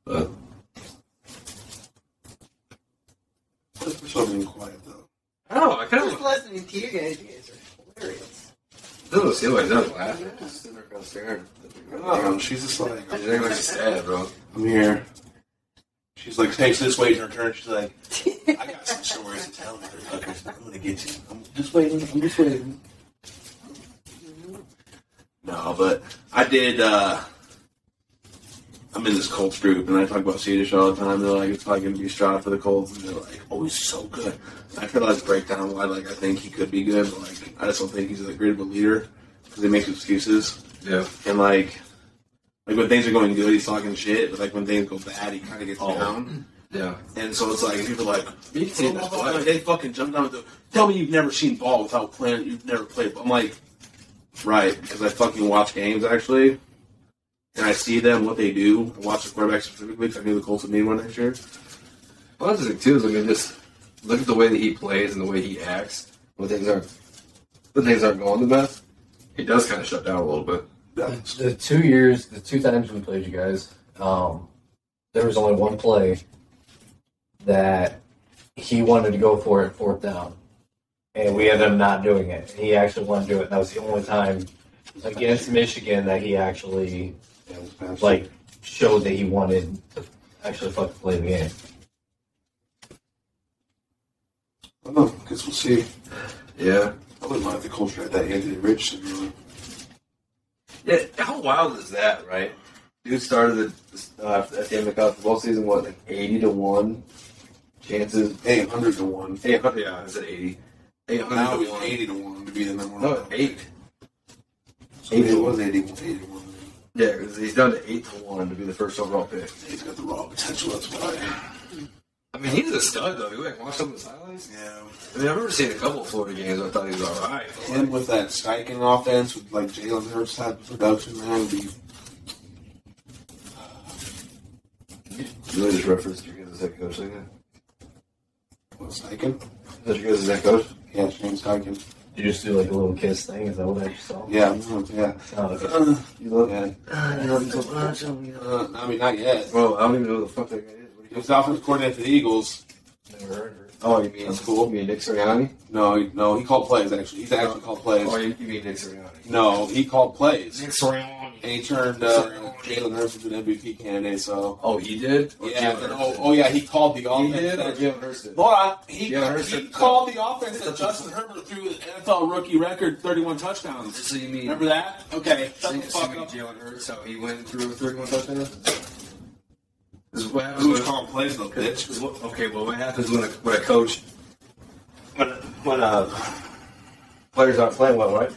B: but
A: That's for something quiet though.
B: I don't know. I kind
E: I'm
B: of
E: just listening to you guys. You guys are hilarious.
B: doesn't seem like that laughing. Just sitting there kind of staring.
A: Um, she's just like,
B: She's acting like she's sad, bro.
A: I'm here. She's like, takes this way in her turn. She's like, I got some stories to tell motherfuckers. I'm gonna get you. I'm just waiting. I'm just waiting. No, but I did. uh I'm in this Colts group, and I talk about Swedish all the time. They're like, it's probably gonna be Stroud for the Colts, and they're like, oh, he's so good. And I try to like break down why like I think he could be good, but like I just don't think he's that great of a leader because he makes excuses.
B: Yeah.
A: And like, like when things are going good, he's talking shit. But like when things go bad, he kind of gets down.
B: Yeah.
A: And so it's like and people are like,
B: You can see that.
A: "Oh, they fucking jumped down. With the, tell me you've never seen ball without playing. You've never played. But I'm like, right? Because I fucking watch games actually, and I see them what they do. I watch the quarterback specifically because I knew the Colts would need one next year.
B: Well, that's the thing too. Is I mean, just look at the way that he plays and the way he acts when things aren't when things aren't going the best. He does kind of shut down a little bit.
A: That's
D: the two years, the two times we played you guys, um, there was only one play that he wanted to go for it fourth down, and we ended up not doing it. He actually wanted to do it. and That was the only time against Michigan that he actually like showed that he wanted to actually fucking play the game.
A: I don't know. Guess we'll see.
B: Yeah.
A: I wouldn't mind if the Colts tried that Anthony Richardson. Really.
B: Yeah. How wild is that, right? Dude started the uh, at the end of the college football season what like eighty to one chances.
A: Hey, hundred to one.
B: Eight hundred. Yeah, I said eighty. Eight
A: Now
B: hundred
A: he's
B: to one.
A: eighty to one to be the number one.
B: No, eight.
A: So maybe it was 81, 81.
B: Yeah, 'cause he's down to eight to one to be the first overall pick.
A: He's got the raw potential. That's why.
B: I mean, he's a stud though. You like watched some of his highlights.
A: Yeah.
B: I mean, I remember seeing a couple of Florida games. Where I thought he was all right. but, like,
A: Him with that striking offense with like Jalen Hurts type of production, man, would be
B: You really just referenced your guys' head coach like that?
A: what, Steichen?
B: Is that your guys' head coach?
A: Yeah, James Steichen.
D: Did you just do like a little kiss thing? Is that what I saw?
A: Yeah, mm, yeah.
D: Oh, okay.
A: Uh,
B: You love
A: yeah.
B: you love him so much. oh my God.
A: Uh, I mean, not yet.
B: Bro, I don't even know who the fuck that guy is. What do
A: He was the offensive coordinator for the Eagles.
D: Never heard of it.
B: Oh, you mean
A: That's cool.
B: You mean Nick Sirianni?
A: No, he- no, he called plays actually. He's actually called
B: Oh,
A: plays.
B: you, you mean Nick Sirianni?
A: No, he called plays,
B: Nick Sirianni.
A: and he turned uh, Jalen Hurts into an MVP candidate. So
B: Oh, he did. Or
A: yeah,
B: Jalen
A: oh,
B: Hurts
A: oh yeah, he called the
B: did? He did, Oh, or
A: offense.
B: Jalen Hurts did.
A: Hold on, he,
B: Jalen Hurts
A: he
B: did.
A: called the offense that Justin Herbert threw an NFL rookie record, thirty-one touchdowns.
B: So you mean
A: Remember that? Okay, shut the
B: Think
A: fuck
B: assuming
A: up.
B: Jalen Hurts, how he went through 31 touchdowns? This is what happens
A: Who's
B: when,
A: calling plays though, bitch?
B: this is what- okay, well, what happens when a, when a coach, when, when uh, players aren't playing well, right?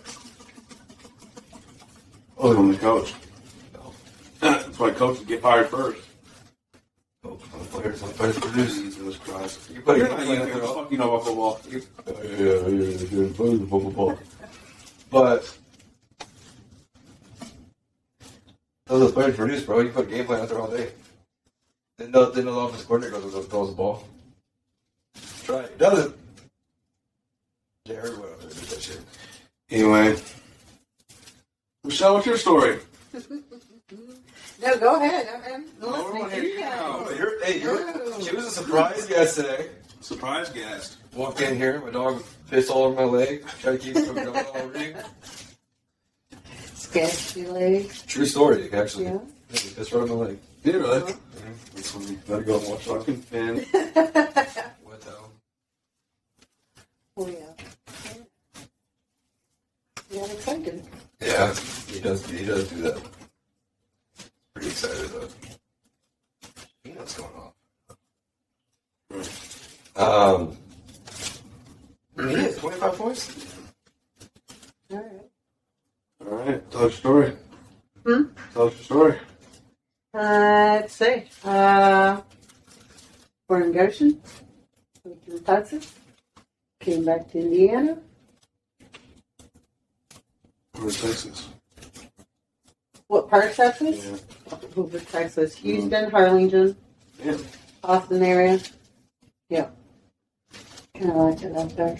A: Oh, from the coach. That's why coaches get fired first.
B: Oh, when players, when players produce.
A: Jesus Christ.
B: You
A: But
B: put
A: you're
B: it
A: not even the fuck you know about football.
B: But those are players produce, bro. You put a game plan out there all day. Then no, then no offensive coordinator goes and throws the ball. Try it. Doesn't. Yeah, everyone out there does that shit. Anyway,
A: Michelle, what's your story?
E: No, go ahead. I'm, I'm listening
A: wanna
E: to
A: hear
E: you
A: you
E: guys.
B: oh, you're, hey,
E: Oh.
B: you're, she was a surprise guest today.
A: Surprise guest.
B: Walked in here, my dog pissed all over my leg. Try to keep it from going all over you.
E: Sketchy legs.
B: True story, actually.
E: Yeah.
B: Yeah, he pissed right on my leg.
A: Did you really?
B: That's when we better go and watch our
A: Fucking fan.
B: What the hell?
E: Oh, yeah. Yeah, excited.
B: Yeah, he does. He does do that. Pretty excited though. He knows what's going on. Um, yeah, twenty-five points.
E: All right.
A: Alright, tell your story.
E: Hmm?
A: Tell us your story.
E: Uh, let's see. Uh, born in Goshen, went to Texas, came back to Indiana.
A: We're in Texas.
E: What part of Texas?
A: Yeah.
E: Hoover, Texas, Houston, Harlingen,
A: Yeah.
E: Austin area. Yeah. Kind of like it out there.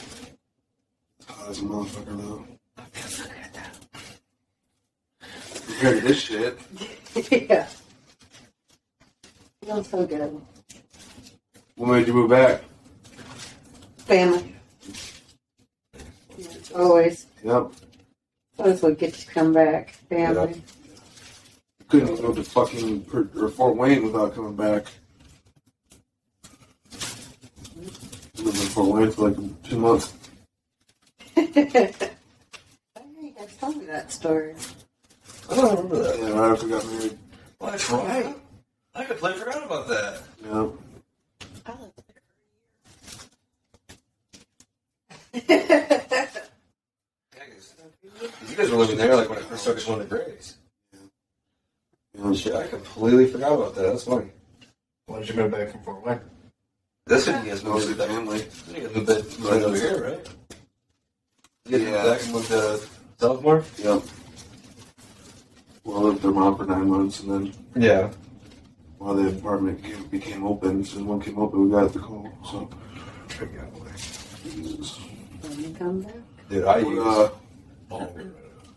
A: Hot as a motherfucker though. Compared to this shit.
E: yeah. Feels so good.
A: What made you move back?
E: Family. Yeah, always.
A: Yep.
E: Always would get to come back. Family.
A: Couldn't go to fucking Per- or Fort Wayne without coming back. Lived in Fort Wayne for like two months.
E: I think I've told you that story.
B: I don't remember that.
A: Yeah, right after we got married.
B: Well, that's right. I completely forgot about that.
A: Yeah.
B: Yeah, 'cause You guys were living there like when I first started going to Grace.
A: Yeah.
B: Shit, I completely forgot about that. That's funny.
G: Why did you go back from Fort Wayne?
B: That's when you guys moved
A: Mostly
B: to that.
A: family.
B: You guys moved that- moved over here, right? You guys
A: Yeah.
B: moved back and moved to Southmore.
A: Yep. Well, I lived with their mom for nine months, and then
B: Yeah.
A: while the apartment came, became open, so one came open, we got the call. So, Jesus.
E: When you come back.
B: Dude, I
A: But,
B: used.
A: uh,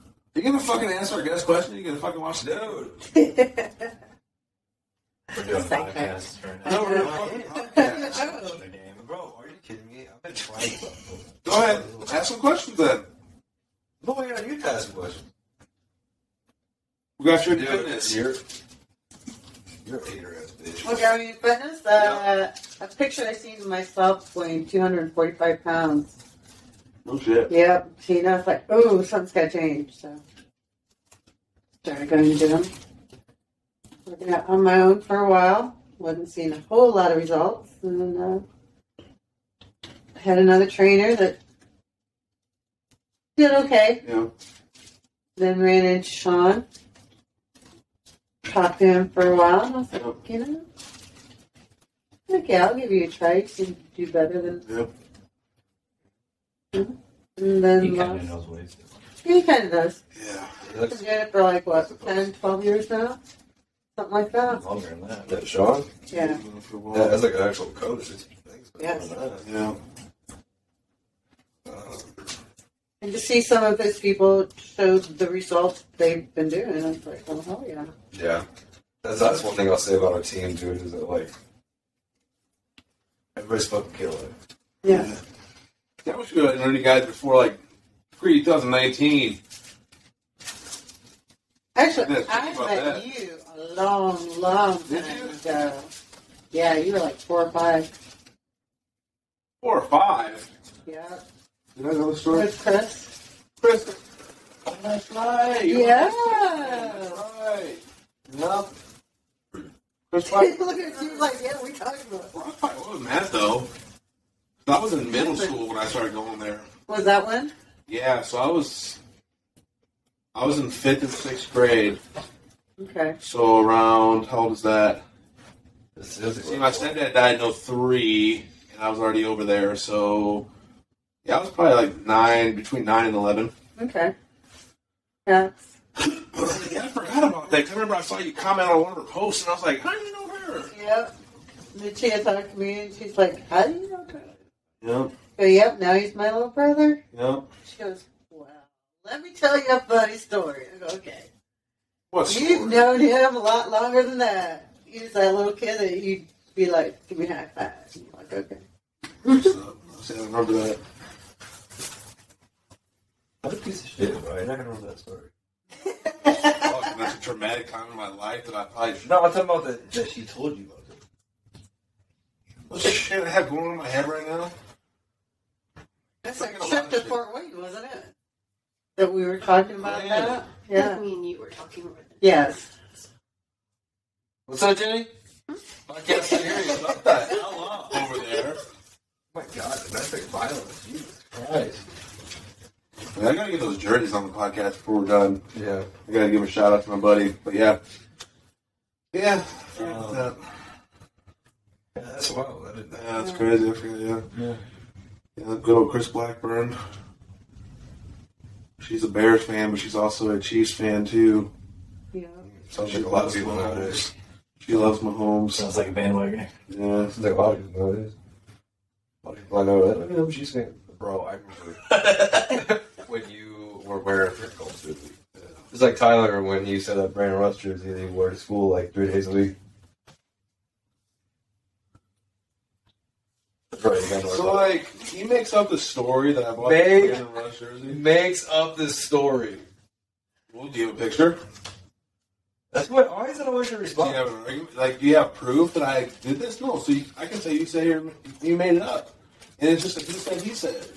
A: you gonna fucking answer our guest question? You gonna fucking watch the dude?
G: We're doing
E: It's like that.
G: podcasts right now.
B: No, we're a fucking podcast. Bro, are you kidding me? I've been trying.
A: Go ahead, ask some questions then.
B: No, wait, are you guys question?
A: We got your fitness.
B: You're, you're a hater ass bitch.
E: Well, Gary Fitness, uh, a picture I seen of myself weighing 245 pounds.
A: No Oh, shit.
E: Yep. See, now it's like, oh, something's got to change. So started going to gym. Working out on my own for a while. Wasn't seeing a whole lot of results. And then uh, had another trainer that did okay.
A: Yeah.
E: Then ran into Sean. Talked to him for a while. And I was like, you know, okay, I'll give you a try. You can do better than.
A: Yep.
E: And then
G: He kind of
E: lost-
G: knows what he's doing.
E: he kind of does.
A: Yeah.
B: He looks
E: I've been doing it for like what 10, 12 years now, something like that.
G: Longer than that.
B: that Sean?
E: Yeah,
A: For a while.
B: Yeah, that's like an actual coach. It's- thanks, but
E: Yes.
B: I'm not.
A: Yeah.
B: Uh,
E: and to see some of his people show the results they've been doing, I'm like, oh hell yeah.
B: Yeah. That's, that's one thing I'll say about our team, dude, is that, like, everybody's fucking killing it.
E: Yeah.
A: That was good. And you guys before like pre 2019.
E: Actually,
A: Yeah,
E: I
A: think about
E: met
A: that.
E: you a long, long
A: Did
E: time
A: you?
E: ago. Yeah, you were like four or five.
A: Four or five.
E: Yeah.
A: Did I know the story?
E: With Chris.
A: Chris. Oh, that's right. You were-
E: Yeah.
A: That's right. Yep. Chris Pine.
E: Look at you like, yeah, we talked about it.
A: Well, I probably wasn't that though. I was in middle school when I started going there.
E: Was that one?
A: Yeah, so I was I was in fifth and sixth grade.
E: Okay.
A: So around how old is that?
B: This is
A: See, my stepdad died in 03, and I was already over there. So yeah, I was probably like nine, between nine and eleven.
E: Okay. Yeah.
A: I was like, yeah, I forgot about that. 'cause I remember I saw you comment on one of her posts, and I was like, how do you know her?
E: Yep. And she had talked to me, and she's like, "How do you know?" Chris?"
A: Yep,
E: I Go, Oh, yep. Now he's my little brother.
A: yep.
E: She goes, "Wow." Let me tell you a funny story. I go, okay.
A: What
E: You've
A: story?
E: known him a lot longer than that. He was that little kid that you'd be like, give me a high five. And you're like, okay.
A: See, I remember that.
B: What a piece of shit, bro. You're not gonna remember that story.
A: Fuck, and Oh, that's a traumatic time in my life that I probably should.
B: No, I'm talking about that that she told you about.
A: What the shit I have going on in my head right now?
E: That's
A: Fucking
E: our
A: a lot
E: trip
A: of
E: to
A: shit.
E: Fort Wayne, wasn't it? That we were talking about
A: Yeah.
E: that? Yeah.
H: Me and you were talking about it.
E: Yes.
F: What's up, Jenny?
A: Podcast series. What the hell up over there?
B: Oh my god, domestic violence. Jesus Christ.
A: Man, I gotta get those jerseys on the podcast before we're done.
B: Yeah.
A: I gotta give a shout out to my buddy. But yeah. Yeah. That-
B: That's wild. I didn't
A: yeah, that's crazy. I forgot, yeah.
B: Yeah.
A: Yeah, good old Chris Blackburn. She's a Bears fan, but she's also a Chiefs fan too.
E: Yeah.
A: Sounds
B: She
A: like a lot of
B: loves
A: people
B: Mahomes.
A: nowadays. She loves Mahomes.
G: Sounds like a bandwagon.
A: Yeah.
B: Like, a lot of people know this. A lot of people I know that. I know she's saying, bro, I remember when you were wearing a football jersey. It's like Tyler when you said that Brandon Russ jersey that he wore to school like three days a week. Right, you gotta know
A: So
B: what I'm
A: like he makes up the story that I bought the
B: Babe.
A: Brandon Rush
B: talking-
A: jersey.
B: makes up this story.
A: We'll give a picture.
B: That's what why is that always your
A: Do you
B: response?
A: have an argument? Like, do you have proof that I did this? No. So you, I can say you say you you made it up, and it's just a he said he said.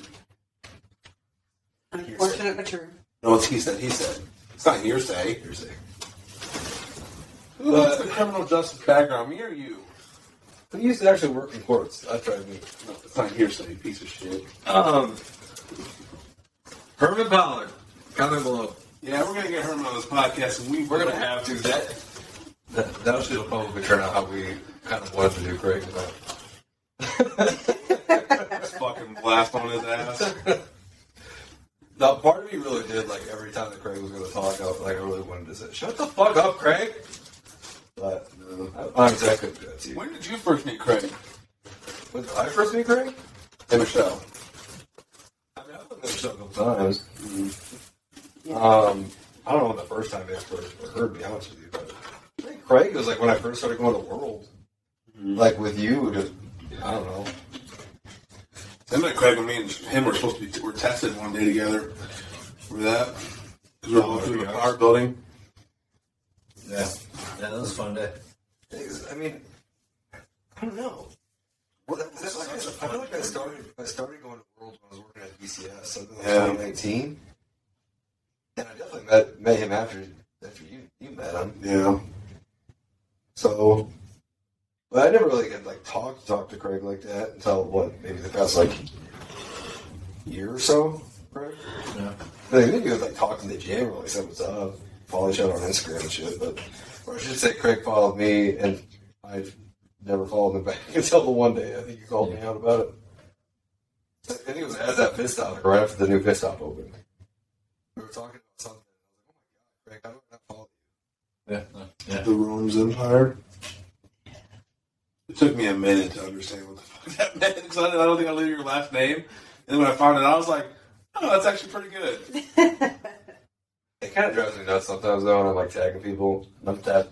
E: Unfortunate but true.
A: No, it's he said he said. It's not hearsay.
B: Hearsay.
A: What's the criminal justice background? Me or you?
B: Who used to actually work in courts? That's what I mean.
A: No, it's not hearsay. Piece of shit.
B: Um Herman Pollard. Comment below.
A: Yeah, we're gonna get Herman on this podcast, and we
B: We're gonna have to that that that shit'll probably turn out how we kind of wanted to do Craig about.
A: this fucking blast on his ass.
B: Now part of me really did like every time that Craig was gonna talk up, like I really wanted to say, Shut the fuck up, Craig But no, honestly I couldn't do that to you.
A: When did you first meet Craig?
B: When did I first meet Craig?
A: Hey, Michelle.
B: I mean I've been there several times. Um I don't know when the first time is for, for her to be honest with you, but I think Craig was like when I first started going to World. Like with you, just I don't know.
A: Him and Craig and me and him were supposed to be we're tested one day together. Remember that? Because we're all through the power building.
G: Yeah. Yeah, that was a fun day.
B: I mean, I don't know. Well, that, that's like I, I feel like I started. I started going to World when I was working at BCS, so that was
A: Yeah.
B: 2019. And I definitely met met him after after you you met him.
A: Yeah.
B: So, but I never really got like talked talked to Craig like that until what maybe the past like year or so. Craig.
G: Yeah.
B: Like, I think we would like talk to the gym or like say what's up, follow each other on Instagram and shit. But or I should say Craig followed me and I never followed him back until the one day I think you called me out about it. I think it was as that fist stop, right after the new fist stop opened. We were talking about something. I was like, oh my god, Craig, how do I not follow
G: Yeah. Yeah.
A: The Rome's Empire. It took me a minute to understand what the fuck that meant because I, I don't think I knew your last name. And when I found it, I was like, "Oh, that's actually pretty good."
B: It kind of drives me nuts sometimes though, and I'm like tagging people. And I'm tap,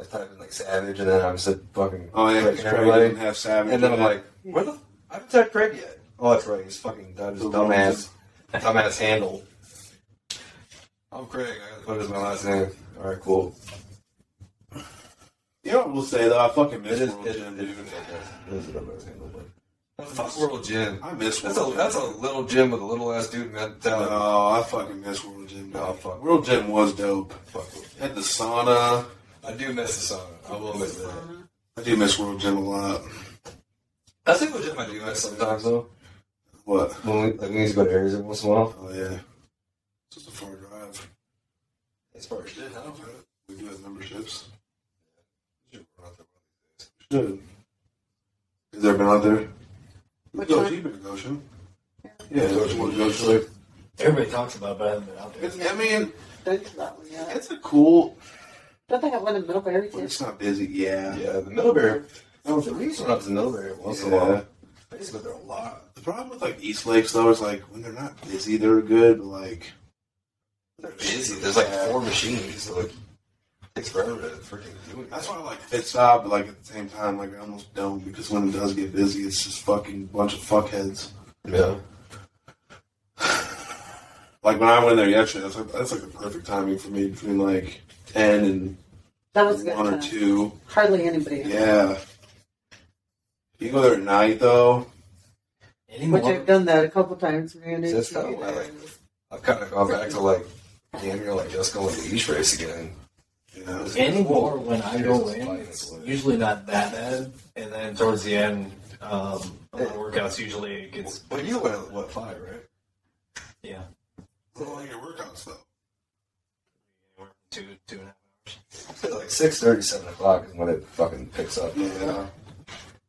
B: I type in like savage, and then I'm just fucking
A: Oh yeah,
B: clicking
A: because Craig
B: everybody.
A: didn't have Savage.
B: And then I'm
A: in it.
B: like, where the I haven't said Craig yet. Oh, that's right. He's fucking his dumbass, dumbass handle. I'm Craig. I gotta put it as my last name. All right, cool.
A: You know what we'll say though? I fucking
B: It
A: miss
B: is.
A: World
B: It, it,
A: Gym,
B: it,
A: dude.
B: it is a dumbass handle, but fuck World Gym.
A: I miss World
B: That's a
A: Gym.
B: that's a little gym with a little ass dude in that town.
A: No, I fucking miss World Gym. No,
B: Oh, fuck.
A: World Gym was dope.
B: Fuck.
A: Had the sauna.
B: I do miss the sauna. I will miss
E: Uh,
A: I
B: that.
A: do miss World Gym a lot.
B: That's the legit I do miss sometimes though.
A: What?
B: When we, like, we used to go to Arizona once in a while.
A: Oh yeah. It's just a far drive.
B: As far as shit,
A: Yeah, we do have memberships. Should. Has there been out there? We
E: Which
A: go
E: one?
A: deep into Goshen. Yeah, Goshen, World Goshen.
D: Everybody talks about it, but I haven't been out there.
A: It's, I mean,
E: Don't do that one yet.
A: it's a cool.
E: Don't they have one in Middlebury
A: But
E: too?
A: it's not busy. Yeah.
B: Yeah, the Middlebury. I was we used to run up to the Middlebury once in a
A: Yeah.
B: while. I used to go there a lot.
A: The problem with like East Lakes though is like when they're not busy, they're good. But like
B: They're busy. There's like four machines. So like, it takes forever to freaking do it.
A: that's why I like Fitz out, but like at the same time, like I almost don't because when it does get busy, it's just fucking bunch of fuckheads.
B: Yeah.
A: Like when I went there yesterday, that's like that's like the perfect timing for me between like ten and
E: That was a good
A: one or
E: time.
A: two.
E: Hardly anybody.
A: Yeah. If you go there at night though,
E: Which I've done that a couple times. Ran into
B: That's kinda why I like- I've kind of gone back to like, damn, you're like just going to the East race again.
A: yeah,
D: Anymore, when I go in, it's
B: Jesus.
D: usually not that bad. And then towards the end, um, of the workouts usually it gets.
B: But you went at what five, right?
D: Yeah.
A: Well, like your workouts though.
D: Two, two and a half.
B: Like six thirty, seven o'clock is when it fucking picks up.
A: Yeah.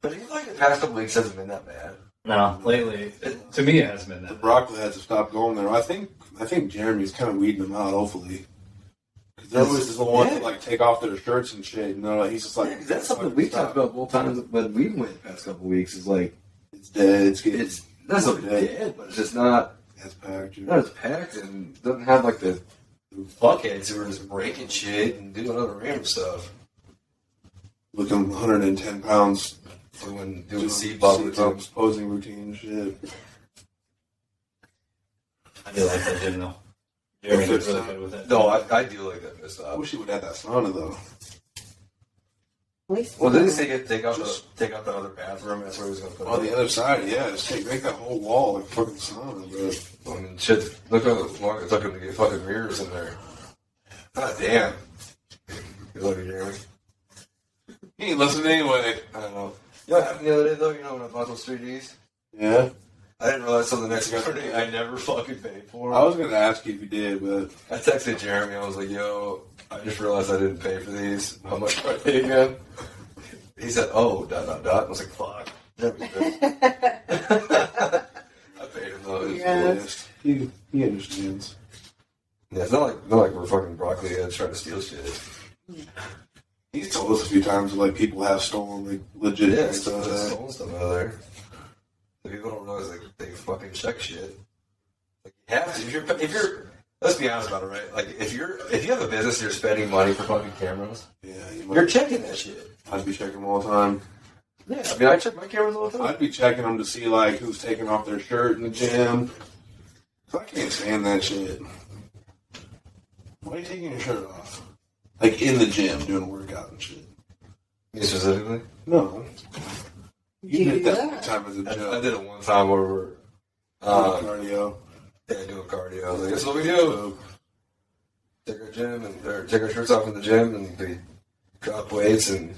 B: But he's like the past couple weeks hasn't been that bad.
D: No, lately, it, to me, it hasn't been
A: The
D: that.
A: broccoli had to stop going there. I think I think Jeremy's kind of weeding them out. Hopefully, because they're always the ones that like take off their shirts and shit. And they're like, he's just like,
I: That's something we've talked about both times when we went the past couple weeks. Is like
A: It's dead. It's getting
I: it's that's not dead, but it's just not
A: it's packed. dude.
I: not as packed and doesn't have like the
B: Fuckheads who are just breaking shit and doing other random stuff.
A: Looking 110 pounds
B: Doing doing
A: doing
B: seat bubble
A: sit-ups, posing routine and shit.
D: I do like that gym though. Jeremy did really good with it.
B: No, I, I do like that missed
A: I
B: up.
A: wish he would add that sauna though.
B: Well, then they could take out the take out the other bathroom. That's where he was gonna put
A: On
B: it.
A: the other side, yeah, just take, make that whole wall like fucking sauna, bro.
B: I mean, shit. Look how long it took him to get fucking mirrors in there. God damn. Good luck, Jeremy.
A: He ain't listening anyway.
B: I don't know. You know what happened the other day though? You know when I bought those 3Ds?
A: Yeah,
B: I didn't realize till the next morning I never fucking paid for
A: I
B: them.
A: was gonna ask you if you did, but
B: I texted Jeremy. I was like, "Yo, I just realized I didn't pay for these. How much do I pay again?" He said, "Oh, dot dot dot." I was like, "Fuck." I paid him though.
E: Yeah.
B: Yeah.
A: he he understands.
B: yeah, it's not like not like we're fucking broccoli heads trying to steal shit.
A: He's told us a few times like people have stolen like legit
B: Yeah,
A: things.
B: so
A: uh,
B: stolen stuff out of there. The people don't realize like they fucking check shit. Like you have to if you're if you're let's be honest about it, right? Like if you're if you have a business, you're spending money for fucking cameras.
A: yeah, you
B: You're
A: might,
B: checking that shit.
A: I'd be checking them all the time.
B: Yeah, I mean, I check my cameras all the time.
A: I'd be checking them to see like who's taking off their shirt in the gym. I can't stand that shit. Why are you taking your shirt off? Like in the gym doing a workout and shit.
B: Me specifically?
A: No, you
E: Do
A: did that one
E: that.
A: time as a
B: I, I
A: joke.
B: did it one time where we're
D: Um,
A: Uh,
B: uh,
A: cardio.
B: yeah, doing cardio. I was like, that's what we do. Take our gym and or take our shirts off in the gym and we drop weights and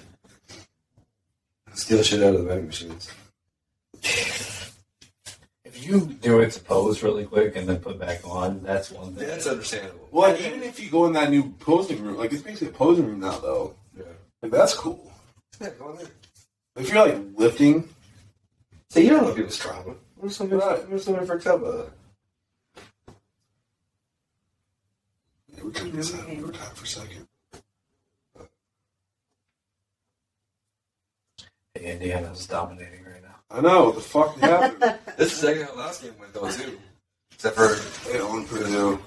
B: steal shit out of the vending machines.
D: If you do it to pose really quick and then put back on, that's one thing.
B: That's understandable.
A: Well, like, even if you go in that new posing room, like it's basically a posing room now, though.
B: Yeah.
A: Like that's cool.
B: Yeah, go in there.
A: If you're like lifting,
B: See, you don't know people's trauma. What if somebody, what if somebody freaks out about that?
A: yeah, we could this out of overtime for a second.
D: Indiana's dominating right now.
A: I know what the fuck happened.
B: This is exactly how last game went, though, too. Except for,
A: they own Purdue.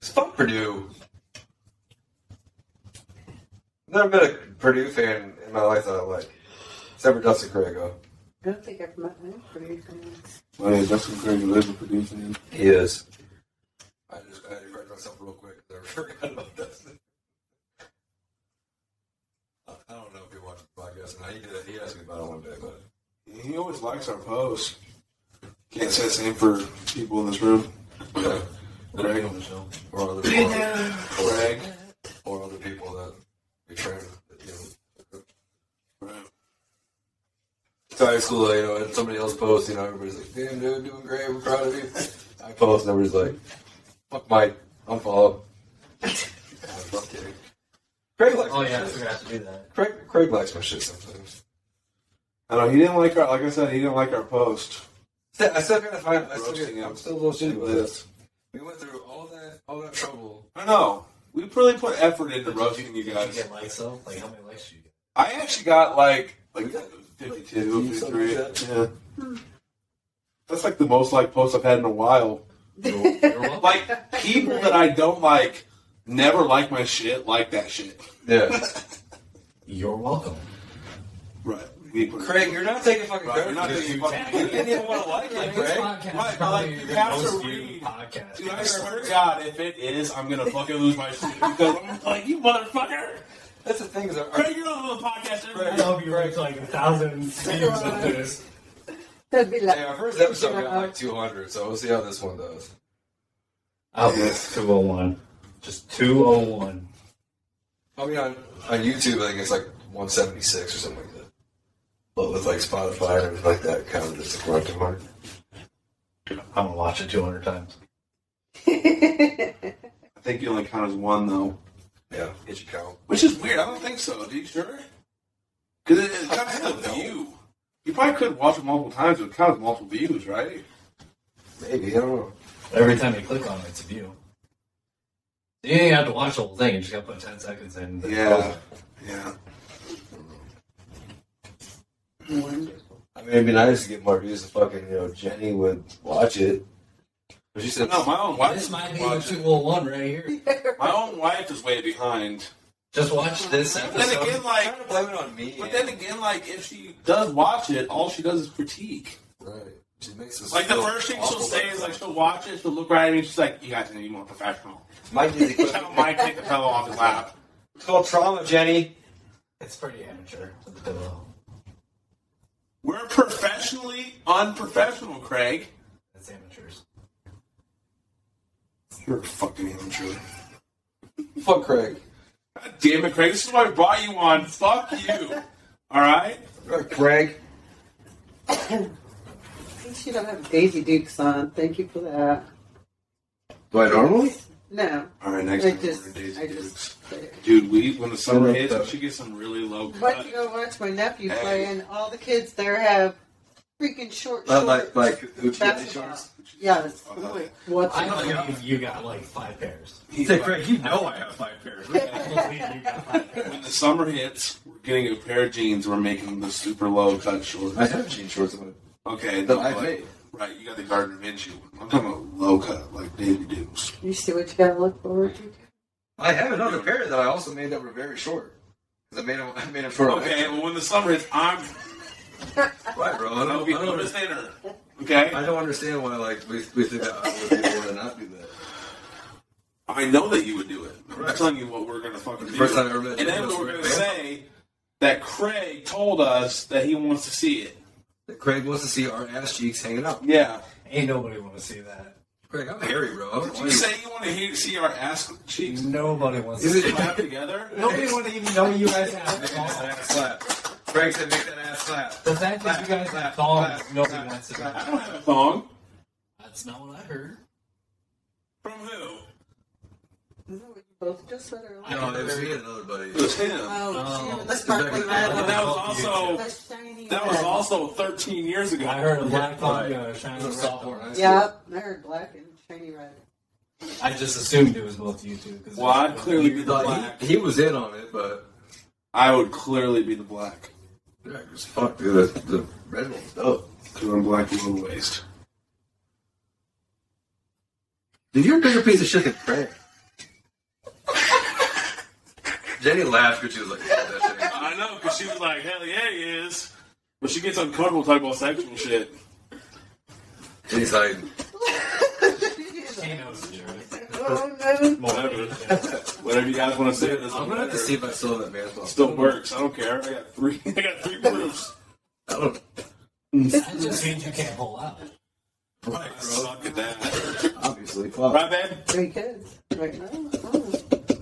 B: it's fuck Purdue. I've never been a Purdue fan in my life that I like. Except for Dustin Craigo.
E: I don't think I've met him for anything.
A: Wait, that's some crazy labor producing.
B: He is. I just I had to correct myself real quick 'cause I forgot about Dustin. I I don't know if you watched the podcast or not. He, did, he asked me about it one day, but
A: He always likes our posts. Can't say the same for people in this room.
B: yeah. Greg or other people, Greg or other people that we train. That, you know,
A: Right.
B: it's high school, you know, and somebody else posts, you know, everybody's like, "Damn, dude, doing great. We're proud of you." I post, and everybody's like, "Fuck Mike, I'm follow." I'm not kidding. Greg likes
D: Oh
B: my
D: yeah, I
B: shit.
D: forgot to do that.
B: Craig, Craig likes my shit sometimes.
A: I know he didn't like our. Like I said, he didn't like our post.
B: Still- I still gotta find. I still
A: Roasting
B: get, I'm
A: him.
B: still a little shitty with
A: Liz.
B: this. We went through all that, all that trouble.
A: I know. We really put effort into roasting you
D: Did you
A: guys.
D: get likes though? Like how many likes did you get?
A: I actually got like like
B: We got
A: 52,
B: 50,
A: 53.
B: something like that.
A: Yeah. That's like the most like post I've had in a while.
D: You're welcome.
A: Like people that I don't like never like my shit. Like that shit.
B: Yeah,
D: You're welcome.
A: Right. We put
B: Craig, you're not taking fucking
A: Right,
B: credit.
A: you're not
B: for this.
A: taking
B: You
A: fucking-
B: didn't even want to like it,
D: This
B: Craig.
D: podcast
A: Mike,
D: is probably
A: like,
D: the
A: you have to
D: most
A: read.
D: viewed podcast.
A: Dude, I swear to God, if it is, I'm gonna fucking lose my shit because I'm like, you motherfucker!
B: That's the thing. Is our,
A: Craig, you're on the podcast every
D: I hope you reach like a thousand views of this.
E: That'd be like
B: hey, our first episode got like 200, so we'll see how this one does.
D: Oh, it's 201. Just 201.
B: I mean, Oh, on, on YouTube, I think it's like 176 or something like that. But with like Spotify and everything like that, it kind of just like around 200.
D: I'm gonna watch it 200 times.
A: I think you only count as one though,
B: Yeah, it should count.
A: which is weird. I don't think so. Do you sure? Because it, it kind of has a view. You probably could watch it multiple times. It counts as multiple views, right?
B: Maybe I don't know.
D: Every time you click on it, it's a view. You ain't have to watch the whole thing. You just gotta put 10 seconds in.
A: Yeah, yeah.
E: wonderful.
B: I mean, it'd be nice to get more views. If fucking, you know, Jenny would watch it. But she said,
A: No, my own
D: This
A: wife.
D: might
A: My,
D: be the 201 right here.
A: own wife is way behind.
D: Just watch this
A: But then
D: episode.
A: again, like,
B: kind of blame it on me.
A: but then again, like, if she does watch it, all she does is critique.
B: right. She makes us
A: Like the
B: feel
A: first thing she'll
B: awful
A: say
B: about
A: is like
B: ourselves.
A: she'll watch it, she'll look right at me, she's like, "You guys need to be more professional."
B: Mike did the
A: Tell Mike take the pillow off his lap.
B: It's called trauma, Jenny.
D: It's pretty amateur. with the pillow.
A: We're professionally unprofessional, Craig.
D: That's amateurs.
A: You're a fucking amateur.
B: Fuck Craig.
A: God damn it, Craig. This is why I brought you on. Fuck you. All right.
B: Fuck Craig.
E: At least you don't have Daisy Dukes on. Thank you for that.
J: Do I normally?
E: No,
A: All right. Next
E: I
A: time we're
E: just,
A: doing Daisy
E: I
A: Dukes.
E: just.
A: Dude, we when the summer
J: Look
A: hits,
J: up.
A: we should get some really low
E: Why do
A: cut.
E: you go watch my nephew
A: Hey.
E: play? And all the kids there have freaking short
A: Uh,
E: shorts.
J: Not like like Uchiha
E: Basketball.
J: shorts.
E: Yes.
A: Okay.
E: What's
D: I
E: I,
D: believe you got like five pairs.
J: Craig, you know I have five pairs.
D: I believe you got five pairs.
A: When the summer hits, we're getting a pair of jeans. We're making the super low cut shorts.
J: I have jean shorts. I'm
A: Okay,
J: That
A: no,
J: I
A: but-
J: made.
A: Right, you got the Gardner Minshew. I'm talking about low cut, like Daisy Dukes.
E: you see what you gotta look forward to?
J: I have another pair that I also made that were very short. 'Cause I made them. I made them short.
A: Okay, well when the summer hits, I'm
J: right, bro. I
A: I'll
J: don't,
A: be
J: I don't understand.
A: thinner. Okay,
J: I don't understand why like we, we think that other people would not do that.
A: I know that you would do it. I'm
J: Right.
A: telling you what we're gonna fucking do.
J: First time I ever met
A: and then
J: Joe
A: we're gonna
J: Wilson.
A: say that Craig told us that he wants to see it.
J: Craig wants to see our ass cheeks hanging out.
A: Yeah.
D: Ain't nobody want to see that.
J: Craig, I'm hairy, bro. I don't
A: Did
J: want
A: you
J: you-
A: say you want to hear, see our ass cheeks
D: Nobody wants
J: Is
D: to.
J: it
A: clap together?
D: Nobody want to even know you guys have
J: Make that
D: thongs.
J: ass slap? Craig said, "Make that ass slap."
D: The fact that you guys have thongs, nobody wants to
A: I
D: know.
A: don't have a thong.
D: That's not what I heard.
A: From who?
E: Is that what you both just said earlier?
D: I-
J: No, it was me and another buddy.
A: It was him.
E: Oh,
D: Oh.
E: shit, the sparkling
J: Exactly.
A: But that
E: red
A: was
D: Oh, you
A: also
E: one. The shiny
A: that was
E: red.
A: also 13 years ago.
D: I heard a black thong
J: Right.
D: uh, shining
J: It was a
D: red
J: sophomore in
D: thong.
J: high school.
E: Yep, I heard black and shiny red.
D: I just assumed it was both you two. 'cause
A: Well, I
D: it's-
A: clearly did the
J: Like,
A: black.
J: he, he was in on it, but
A: I would clearly be the black.
J: yeah, it was fuck, dude. The, the red one's dope.
A: Because I'm black and low waist.
J: Dude, you're a bigger piece of shit than Craig. Jenny laughed because she was like, "Yeah, that shit ain't-
A: I know, because she was like, hell yeah, he is. But she gets uncomfortable talking about sexual shit.
B: He's hiding.
D: He knows the truth.
E: Oh, no.
A: Whatever. Whatever you guys want to say. It doesn't
B: I'm gonna have to
A: matter.
B: see if I still have that man's
A: It still works. I don't care. I got three. I got three proofs.
B: I don't
D: That just means you can't pull out.
A: Right,
B: Oh,
A: Suck at that.
B: obviously. Fuck.
A: Right, babe.
E: Three kids. Right now.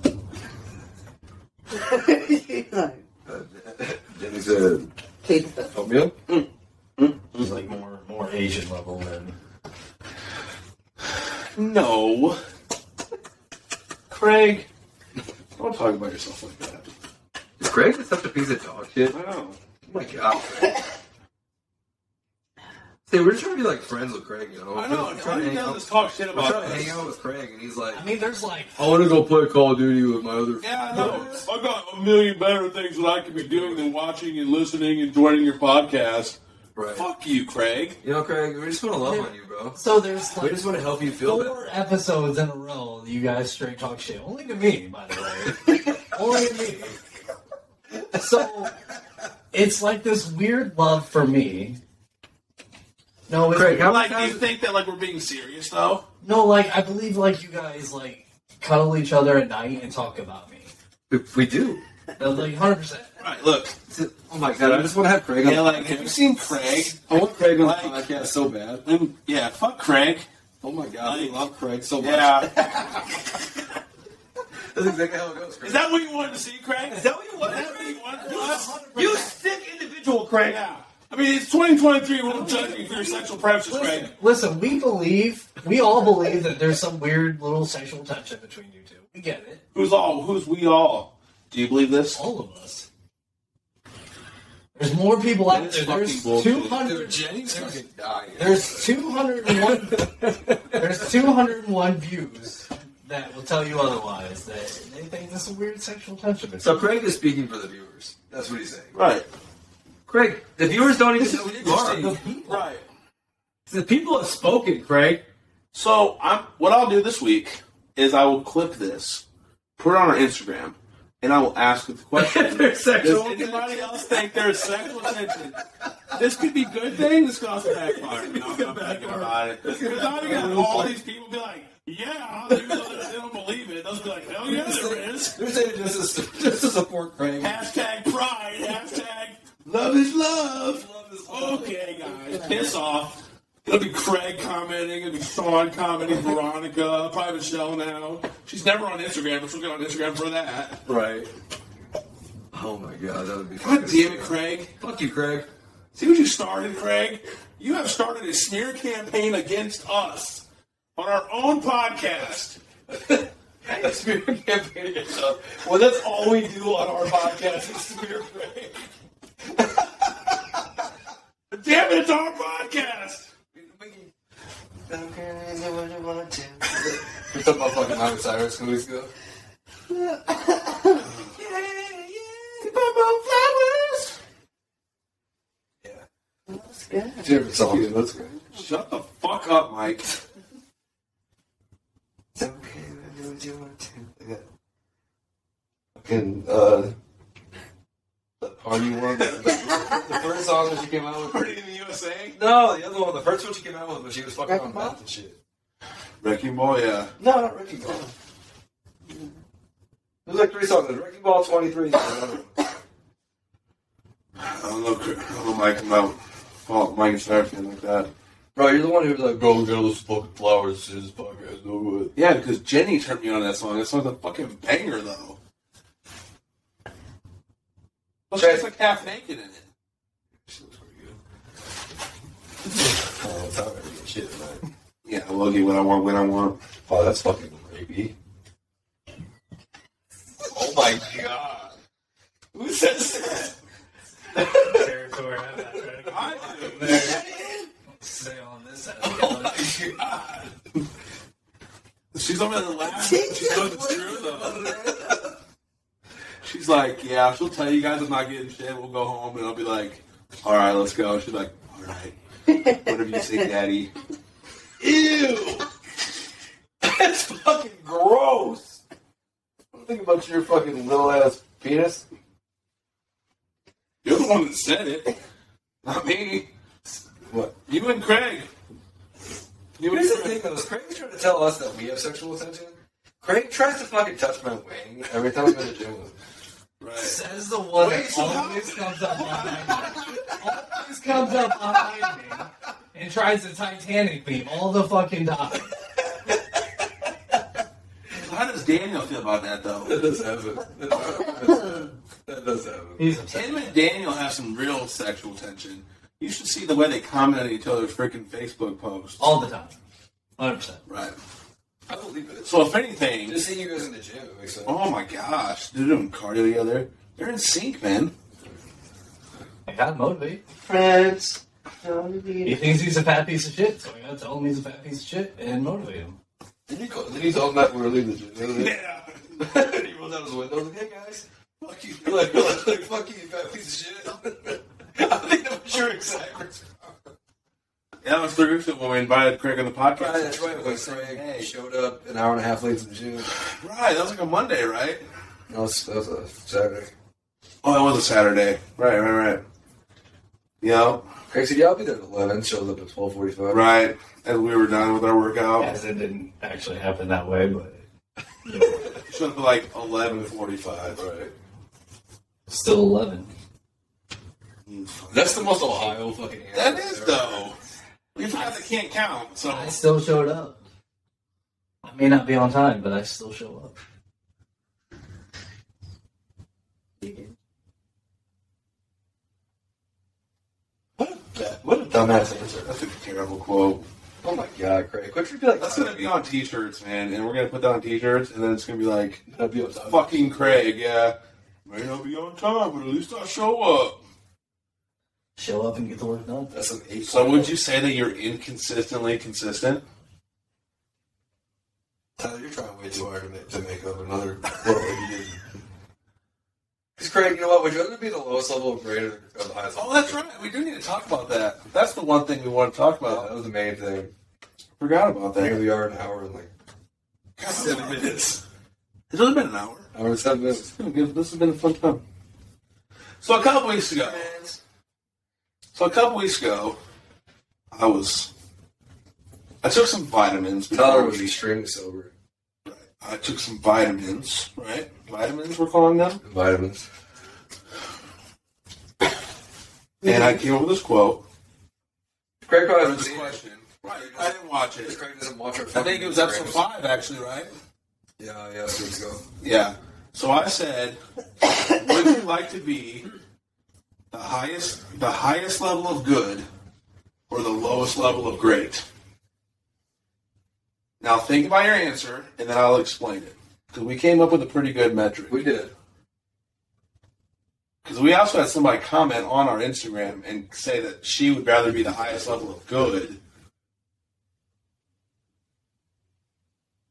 E: Oh. She's like,
B: Jenny said
E: "Keep it."
B: oatmeal.
D: It's like more more Asian level than
A: No. Craig. Don't talk about yourself like that.
B: Is Craig just such a piece of dog shit?
A: I know.
B: Oh my god. See, we're just trying to be like friends with Craig, you know?
A: I know.
B: We're
A: How
B: trying
A: do
B: to
A: you
B: hang
A: know
B: out-
A: this talk shit
B: we're
A: about
B: trying to
A: us?
B: hang out with Craig, and he's like,
D: I mean there's like
B: I want to go play Call of Duty with my other.
A: Yeah, I know. I've got a million better things that I could be doing than watching and listening and joining your podcast.
B: Right.
A: Fuck you, Craig.
B: You know, Craig, we just want to love on you, bro.
D: so there's
B: We
D: like
B: just want to help you feel better.
D: four episodes in a row you guys straight talk shit. Only to me, by the way. Only to me. So it's like this weird love for me. No, it's
B: Craig, how many
A: Like, do you
B: times?
A: think that like we're being serious though?
D: no, like I believe like you guys like cuddle each other at night and talk about me.
B: If we do.
D: That's like hundred percent.
A: Right. Look.
B: Oh my god, I just want to have Craig on
A: Yeah.
B: the
A: Like, have you
B: podcast.
A: seen Craig?
B: I want Craig on the
A: Like-
B: podcast so bad.
A: Um, yeah. Fuck Craig.
B: Oh my god, I
A: Like-
B: love Craig so much.
A: Yeah.
B: That's exactly how it goes, Craig.
A: Is that what you wanted to see, Craig? Is that what you wanted? Is that what you wanted from us? You sick individual, Craig. I mean, it's 2023. We're not judging you for your sexual preferences, Craig.
D: Listen, listen, we believe, we all believe that there's some weird little sexual tension between you two. We get it.
A: Who's all? Who's we all? Do you believe this?
D: All of us. There's more people out
A: That
D: there.
A: is
D: There's
A: fucking bullshit.
D: 200.
B: Jenny's fucking dying.
D: There's 201. there's 201 views that will tell you otherwise that they think this is a weird sexual tension.
B: So Craig is speaking for the viewers. That's what he's saying.
A: Right.
B: Craig, the viewers don't even know who you
D: The
B: are.
D: people.
A: Right.
B: The people have spoken, Craig.
A: So I'm what I'll do this week is I will clip this, put it on our Instagram, and I will ask the question.
B: They're
A: Does
B: sexual.
A: anybody else think there's sexual tension? This could be good thing. This could also backfire. No, I'm not thinking about it. Because I got all these people be like, "Yeah," even though they don't believe it. They'll be like, "Hell yeah, there is."
B: They're saying just as just as support Craig.
A: Hashtag pride. Hashtag love is love. Okay, guys, piss off. It'll be Craig commenting. It'll be Sean commenting. Veronica, probably Michelle now. She's never on Instagram, but she'll get on Instagram for that.
B: Right. Oh my god, that would be
A: God
B: fucking
A: damn it,
B: sick.
A: Craig.
B: Fuck you, Craig.
A: See what you started, Craig? You have started a smear campaign against us on our own podcast. A smear campaign against us. Well, that's all we do on our podcast is smear Craig. Damn it, it's our podcast.
K: We talked about fucking Miley Cyrus a couple weeks ago.
E: That's good.
K: Different song. That's good.
A: Shut the fuck up, Mike.
K: Fucking, uh, the party one. The, the first song that she came out with.
A: Pretty in the USA.
K: No, the other one, the first one she came out with when she was fucking on
E: Wrecking Ball?
K: meth and shit.
A: Wrecking Ball, yeah.
K: No, not Wrecking Ball. It was like three songs. It was Wrecking Ball 23. and another one.
A: I don't know, Cr- I don't know, Mike. I'm not fault Mike and Sarah fan like that.
K: Bro, you're the one who was like, bro, we got all those fucking flowers to this podcast. No way.
A: Yeah, because Jenny turned me on to that song. That song's a fucking banger, though. Well, she's like half naked in it.
K: She looks pretty good. oh, it's not really good shit, man.
A: Yeah, I will get what I want when I want.
K: Wow, that's fucking rapey. Oh my god. Who says that?
D: Territory. I'm not trying to say on this side. of the other.
A: She's over there laughing. She's so true, though. She's like, yeah, she'll tell you guys I'm not getting shit. We'll go home, and I'll be like, all right, let's go. She's like, all right. Whatever you say, Daddy.
K: Ew! That's fucking gross! Think about your fucking little ass penis.
A: You're the one that said it. Not me.
B: What?
A: You and Craig. You and
B: Here's the
A: Craig.
B: thing, though. Is Craig trying to tell us that we have sexual attention? Craig tries to fucking touch my wing every time I'm in the gym with him.
A: Right.
D: Says the one
B: Wait,
D: that
B: so how-
D: always comes up behind me. Always comes up behind me and tries to Titanic me all the fucking time.
A: How does Daniel feel about that though?
B: That does happen. That does happen. That does happen.
D: He's upset.
A: Him and Daniel have some real sexual tension. You should see the way they comment on each other's freaking Facebook posts.
D: All the time. 100%.
A: Right.
B: I believe it.
A: So if anything,
B: Just seeing you guys in the gym it makes sense.
A: oh my gosh, they're doing cardio together. They're in sync, man.
D: I gotta motivate.
E: Friends.
D: He
E: He
D: thinks he's a fat piece of shit, so I gotta tell him he's a fat piece of shit and motivate him.
B: Then you go, then he's all that we were leaving the gym.
A: Yeah.
B: he rolls out his window. He's like, hey guys, fuck you. You're like, you're like, like, fuck you, you fat piece of shit. I think that was your exact response.
A: That was the reason when we invited Craig on the podcast.
B: Right, that's right. When Craig
A: Hey.
B: showed up an hour and a half late to the gym.
A: Right, that was like a Monday, right?
B: That was, that was a Saturday.
A: Oh, that was a Saturday. Right, right, right. Yep.
B: Craig said, yeah, I'll be there at 11. Shows up at 1245.
A: Right. As we were done with our workout.
D: As it didn't actually happen that way, but
A: Showed up at like eleven forty five. Right.
D: still 11.
B: That's the most Ohio fucking answer.
A: That is though. We forgot they can't count, so
D: I still showed up. I may not be on time, but I still show up.
B: What a, ba- what a dumbass answer.
A: that's a terrible quote.
B: Oh my god, Craig. Quit you be like,
A: That's gonna be on t shirts, man, and we're gonna put that on t shirts and then it's gonna be like
B: I'll be on top.
A: fucking Craig, yeah. May not be on time, but at least I show up.
D: Show up and get the work done.
B: That's some eight.
A: So would you say that you're inconsistently consistent?
B: Tyler, you're trying way too hard to make, to make up another world you didn't. Because, Craig, you know what? Would you rather be the lowest level of grade or or the highest level?
A: Oh that's right, we do need to talk about that. That's the one thing we want to talk
B: Well,
A: about.
B: Uh, that was the main thing.
A: Forgot about
B: Here
A: that.
B: we are an hour and like
A: Seven minutes. It's only been an hour.
B: hour and seven minutes.
A: It's been good. This has been a fun time. So a couple weeks ago, so a couple weeks ago, I was, I took some vitamins.
B: Tyler
A: before
B: was
A: we-
B: extremely sober.
A: I took some vitamins, right? Vitamins, we're calling them.
B: Vitamins.
A: And I came up with this quote.
B: Craig probably hasn't seen it.
A: question. Right. I didn't watch
B: Because
A: it.
B: Craig doesn't watch our
A: I think it was episode five, actually, right?
B: Yeah, yeah, so let's go.
A: Yeah. So I said, "Would you like to be the highest, the highest level of good, or the lowest level of great?" Now think about your answer, and then I'll explain it. Because we came up with a pretty good metric.
B: We did.
A: Because we also had somebody comment on our Instagram and say that she would rather be the highest level of good.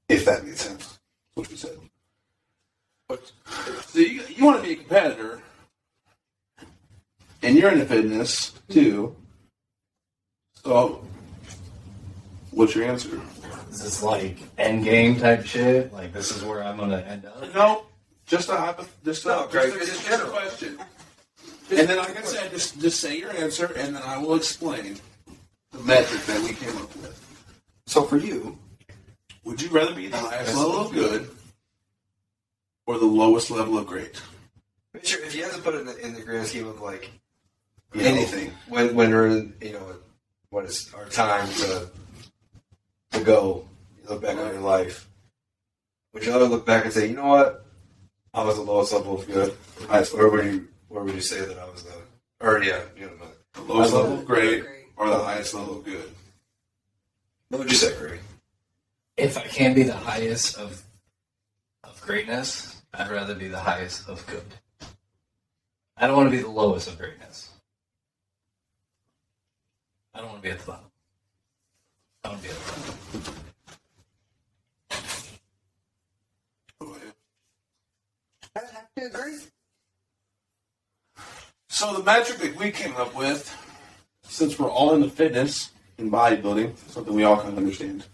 A: If that made sense, what we said.
B: But
A: So you, you want to be a competitor, and you're into fitness too. So, what's your answer?
D: Is this like end game type shit? Like this is where I'm gonna end up?
A: No, just a hypo- just a,
B: No, Craig,
A: just a,
B: it's
A: just a
B: general.
A: question. And then, like I said, just just say your answer, and then I will explain the metric that we came up with.
B: So for you,
A: Would you rather be the highest level of good or the lowest level of great?
B: make sure if you have to put it in the, in the grand scheme of like
A: You know,
B: anything when when we're in, you know what is our time to to go you look back on your life would you rather look back and say you know what I was the lowest level of good I, or would you or would you say that I was the or yeah you know what
A: The lowest level of great or the highest level of good?
B: What would you say Craig
D: If I can be the highest of of greatness, I'd rather be the highest of good. I don't want to be the lowest of greatness. I don't want to be at the bottom. I want to be at the bottom.
E: I have to agree.
A: So the metric that we came up with, since we're all into fitness and bodybuilding, something we all kind of understand,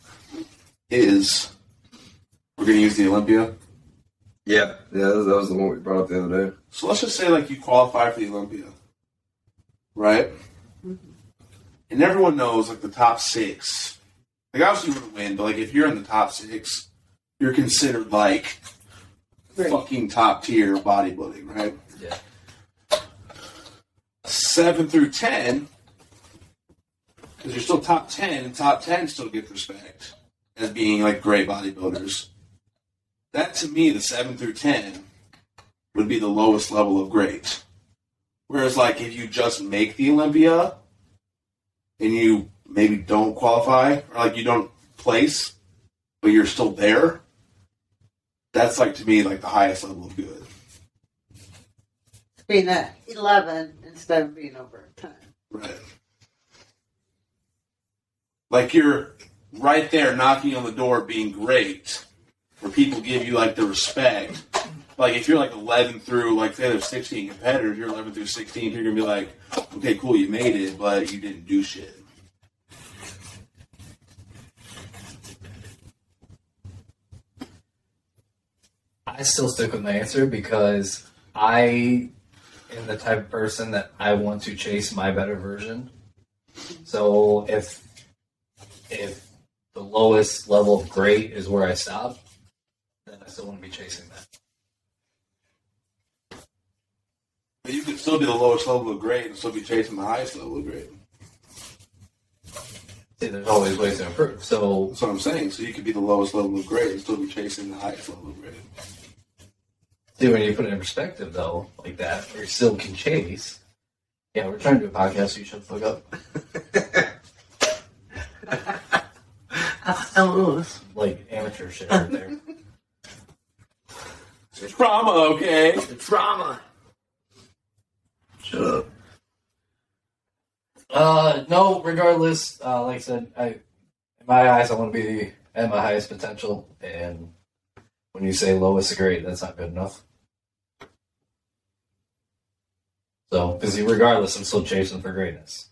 A: is we're going to use the Olympia.
B: yeah yeah that was, that was the one we brought up the other day
A: So let's just say like you qualify for the Olympia, right? and everyone knows like the top six. Like obviously you're gonna win, but like if you're in the top six, you're considered like
E: Right.
A: fucking top tier bodybuilding, right?
D: Yeah.
A: Seven through ten, because you're still top ten, and top ten still get respect as being like great bodybuilders. That to me, the seven through ten would be the lowest level of great. Whereas, like, if you just make the Olympia and you maybe don't qualify, or like you don't place, but you're still there, that's like to me like the highest level of good.
E: Being at 11 instead of being over time.
A: Right. Like you're right there knocking on the door being great, where people give you like the respect. Like if you're like 11 through like say there's 16 competitors, you're 11 through 16, you're gonna be like, okay, cool, you made it, but you didn't do shit.
D: I still stick with my answer because I am the type of person that I want to chase my better version. So if if the lowest level of great is where I stop, then I still want to be chasing that.
A: But you could still be the lowest level of grade and still be chasing the highest level of grade.
D: See, there's always ways to improve. So
A: That's what I'm saying. So you could be the lowest level of grade and still be chasing the highest level of grade.
D: See, when you put it in perspective, though, like that, where you still can chase. Yeah, we're trying to do a podcast, so you shut the fuck up.
C: Oh,
D: Like amateur shit right there.
A: Trauma, okay.
C: Drama.
B: Shut up.
D: Uh, no, regardless, uh, like I said, I, in my eyes, I want to be at my highest potential. And when you say lowest grade, that's not good enough. So, because regardless, I'm still chasing for greatness.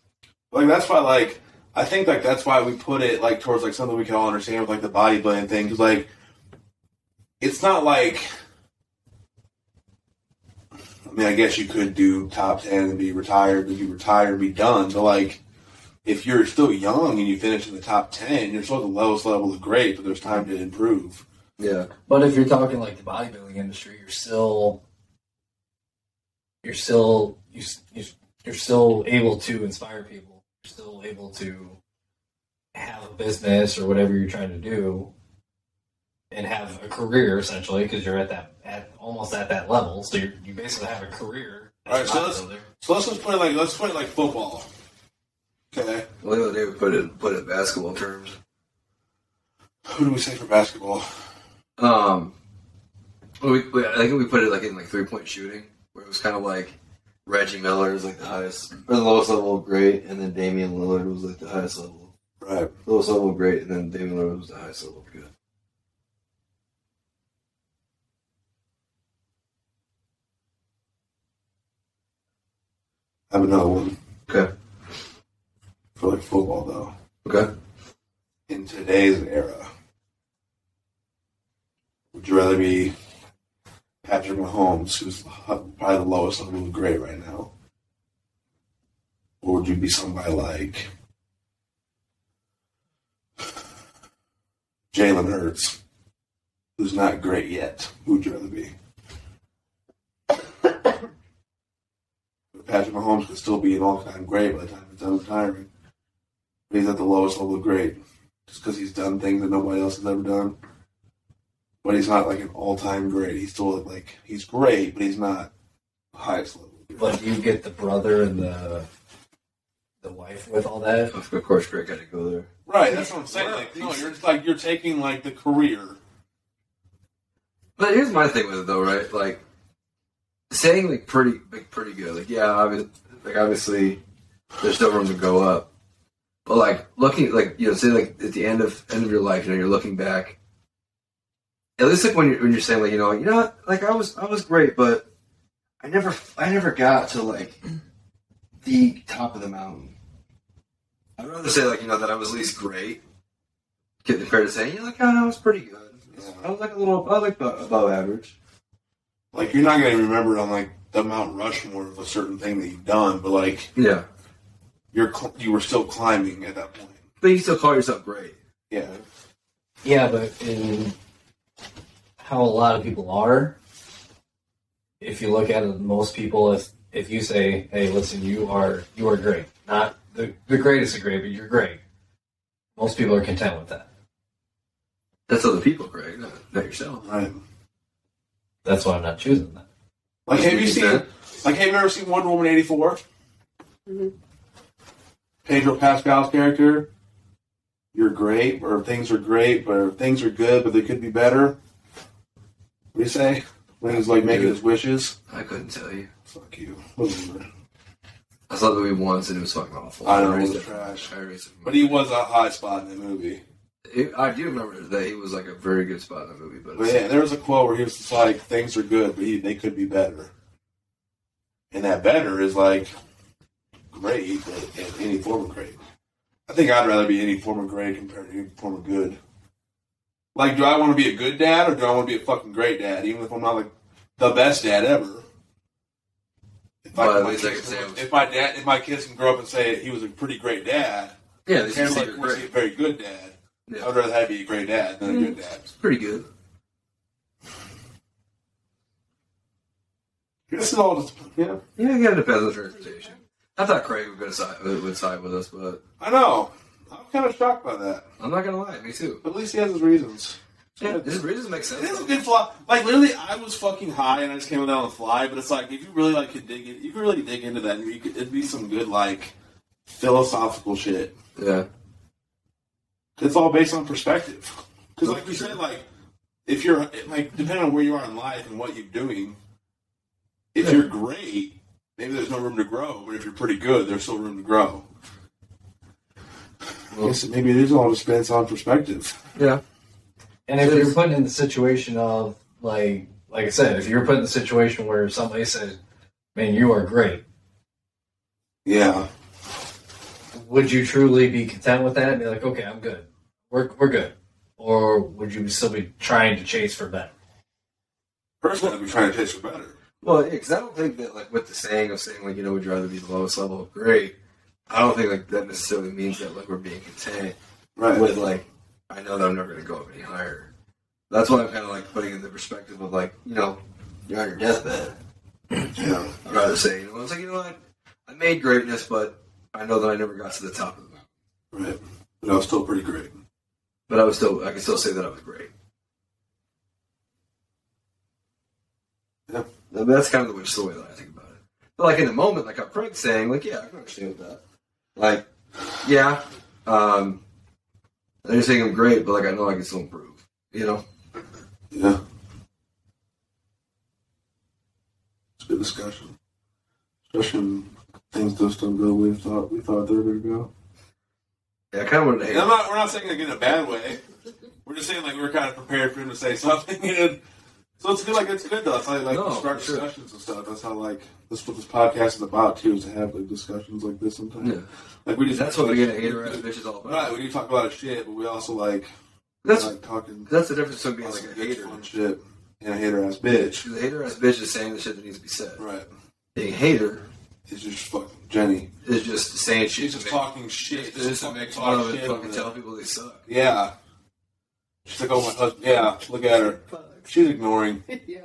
A: Like that's why, like I think, like that's why we put it like towards like something we can all understand with like the bodybuilding thing, because like it's not like. I mean, I guess you could do top ten and be retired, but you retire and be done. But like, if you're still young and you finish in the top ten, you're still at the lowest level of grade, but there's time to improve.
B: Yeah.
D: But if you're talking like the bodybuilding industry, you're still, you're still, you, s- you, s- you're still able to inspire people. You're still able to have a business or whatever you're trying to do, and have a career essentially because you're at that at almost at that level. So you're, you basically have a career.
A: All right, so let's-
D: Bodybuilder.
A: So let's just put it like let's put it like football. Okay,
B: Well, the other day we put it put it in basketball terms.
A: who do we say for basketball?
B: Um, well, we, we, I think we put it like in like three point shooting, where it was kind of like Reggie Miller is like the highest or the lowest level of great, and then Damian Lillard was like the highest level,
A: Right.
B: lowest level of great, and then Damian Lillard was the highest level of good.
A: I have another one
B: Okay.
A: for like football though.
B: Okay.
A: in today's era, would you rather be Patrick Mahomes, who's probably the lowest level of grade right now, or would you be somebody like Jalen Hurts, who's not great yet? Who would you rather be? Patrick Mahomes could still be an all-time great by the time he's done retiring. But he's at the lowest level of grade just because he's done things that nobody else has ever done. But he's not like an all-time great. He's still like he's great, but he's not the highest level.
D: But do you get the brother and the the wife with all that?
B: Of course, Greg had to go there.
A: Right, that's what I'm saying. Like, no, you're just like you're taking like the career.
B: But here's my thing with it though, right? Like saying like pretty like pretty good. Like yeah, obviously, like obviously there's still room to go up. But like looking like you know, say like at the end of end of your life, you know, you're looking back. At least like when you're when you're saying like, you know, you know what? like I was I was great, but I never I never got to like the top of the mountain. I'd rather say like, you know, that I was at least great compared to saying, you know, like oh, I was pretty good. I was like a little, I was like above, above average.
A: Like you're not gonna remember on like the Mount Rushmore of a certain thing that you've done, but like
B: Yeah.
A: You're cl- you were still climbing at that point.
B: But you still call yourself great.
A: Yeah.
G: Yeah, but in how a lot of people are, if you look at it, most people, if if you say, "Hey, listen, you are you are great," not the the greatest of great, but you're great. Most people are content with that.
B: That's other people, Greg, not, not yourself.
A: Right.
G: That's why I'm not choosing that.
A: Like have you
B: Is
A: seen?
B: that-
A: Like have you ever seen Wonder Woman eighty Mm-hmm. Pedro Pascal's character. You're great, or things are great, but or things are good, but they could be better. What do you say? When he's like making his wishes.
B: I couldn't tell you.
A: Fuck you. Whatever.
B: I saw the movie once and it was fucking awful.
A: I know, it
B: erased
A: was
B: it.
A: trash.
B: I erased it.
A: But he was a high spot in that movie.
B: It- I do remember that he was like a very good spot in the movie, but
A: But yeah, there was a quote where he was just like, "Things are good, but he, they could be better." And that better is like great, but in any form of great. I think I'd rather be any form of great compared to any form of good. Like, do I want to be a good dad or do I want to be a fucking great dad? Even if I'm not like the best dad ever. If,
B: Well, at
A: my
B: least I
A: kids
B: can say I
A: can-
B: was-
A: if my dad, if my kids can grow up and say he was a pretty great dad,
B: yeah, this
A: and
B: is
A: like, was he a
B: great.
A: very good dad?
B: Yeah.
A: I'd rather have be a great dad than a good dad.
B: It's pretty good.
A: This is all just yeah.
B: Yeah, yeah, it depends on the transportation. I thought Craig would, go to side, would would side with us, but
A: I know. I'm kind of shocked by that.
B: I'm not gonna lie, me too.
A: But at least he has his reasons.
B: Yeah, this really doesn't make
A: It
B: sense.
A: is a
B: though.
A: good fly. Like literally, I was fucking high and I just came down on the fly. But it's like if you really like could dig it, you could really dig into that. And you could, it'd be some good like philosophical shit.
B: Yeah,
A: It's all based on perspective. Because like we said, like if you're like depending on where you are in life and what you're doing, if you're great, maybe there's no room to grow. But if you're pretty good, there's still room to grow. I guess maybe it is all just based on perspective.
B: yeah.
G: And if you're put in the situation of like like I said, if you're put in the situation where somebody says, "Man, you are great,"
A: Yeah.
G: would you truly be content with that and be like, "Okay, I'm good, we're we're good," or would you still be trying to chase for better?
A: Personally, I'd be trying to taste for better.
B: Well, because I don't think that like with the saying of saying like you know would you rather be the lowest level of great, I don't think like that necessarily means that like we're being content
A: Right.
B: with like I know that I'm never gonna go up any higher. That's why I'm kind of like putting it in the perspective of like you know you're on your deathbed.
A: yeah.
B: I'd rather say you know it's like you know what I made greatness, but I know that I never got to the top of the mountain.
A: Right. But I was still pretty great.
B: But I was still I can still say that I was great.
A: Yeah.
B: But That's kind of the way, just the way that I think about it. But like in the moment, like I'm Craig saying, like, yeah, I can understand that. Like, yeah, um, they're saying I'm great, but like I know I can still improve. You know,
A: Yeah. It's a good discussion. Especially when things just don't go the way we thought we thought they were gonna go.
B: yeah, I kind of wanted to.
A: And I'm not we're not saying like in a bad way. We're just saying like we were kinda prepared for him to say something and so it's good like it's good though. It's like like
B: No,
A: we start
B: for sure.
A: discussions and stuff. That's how like that's what this podcast is about too, is to have like discussions like this sometimes.
B: Yeah.
A: Like we just
B: That's what we get hate ass bitch is all about.
A: Right, we do talk about shit, but we also like
B: That's
A: like talking
B: that's the difference between being
A: That's
B: like a
A: good
B: hater.
A: fun shit and a hater ass bitch.
B: Because a hater ass bitch is saying the shit that needs to be said.
A: Right.
B: Being a hater
A: It's just fucking Jenny.
B: is just saying shit.
A: She's
B: to
A: just
B: make-
A: talking shit.
B: Just to
A: fucking
B: make fun of it,
A: shit
B: fucking
A: with
B: tell
A: it.
B: people they suck.
A: Yeah. She's like, oh my husband. Yeah, look at her. She's ignoring.
E: yeah.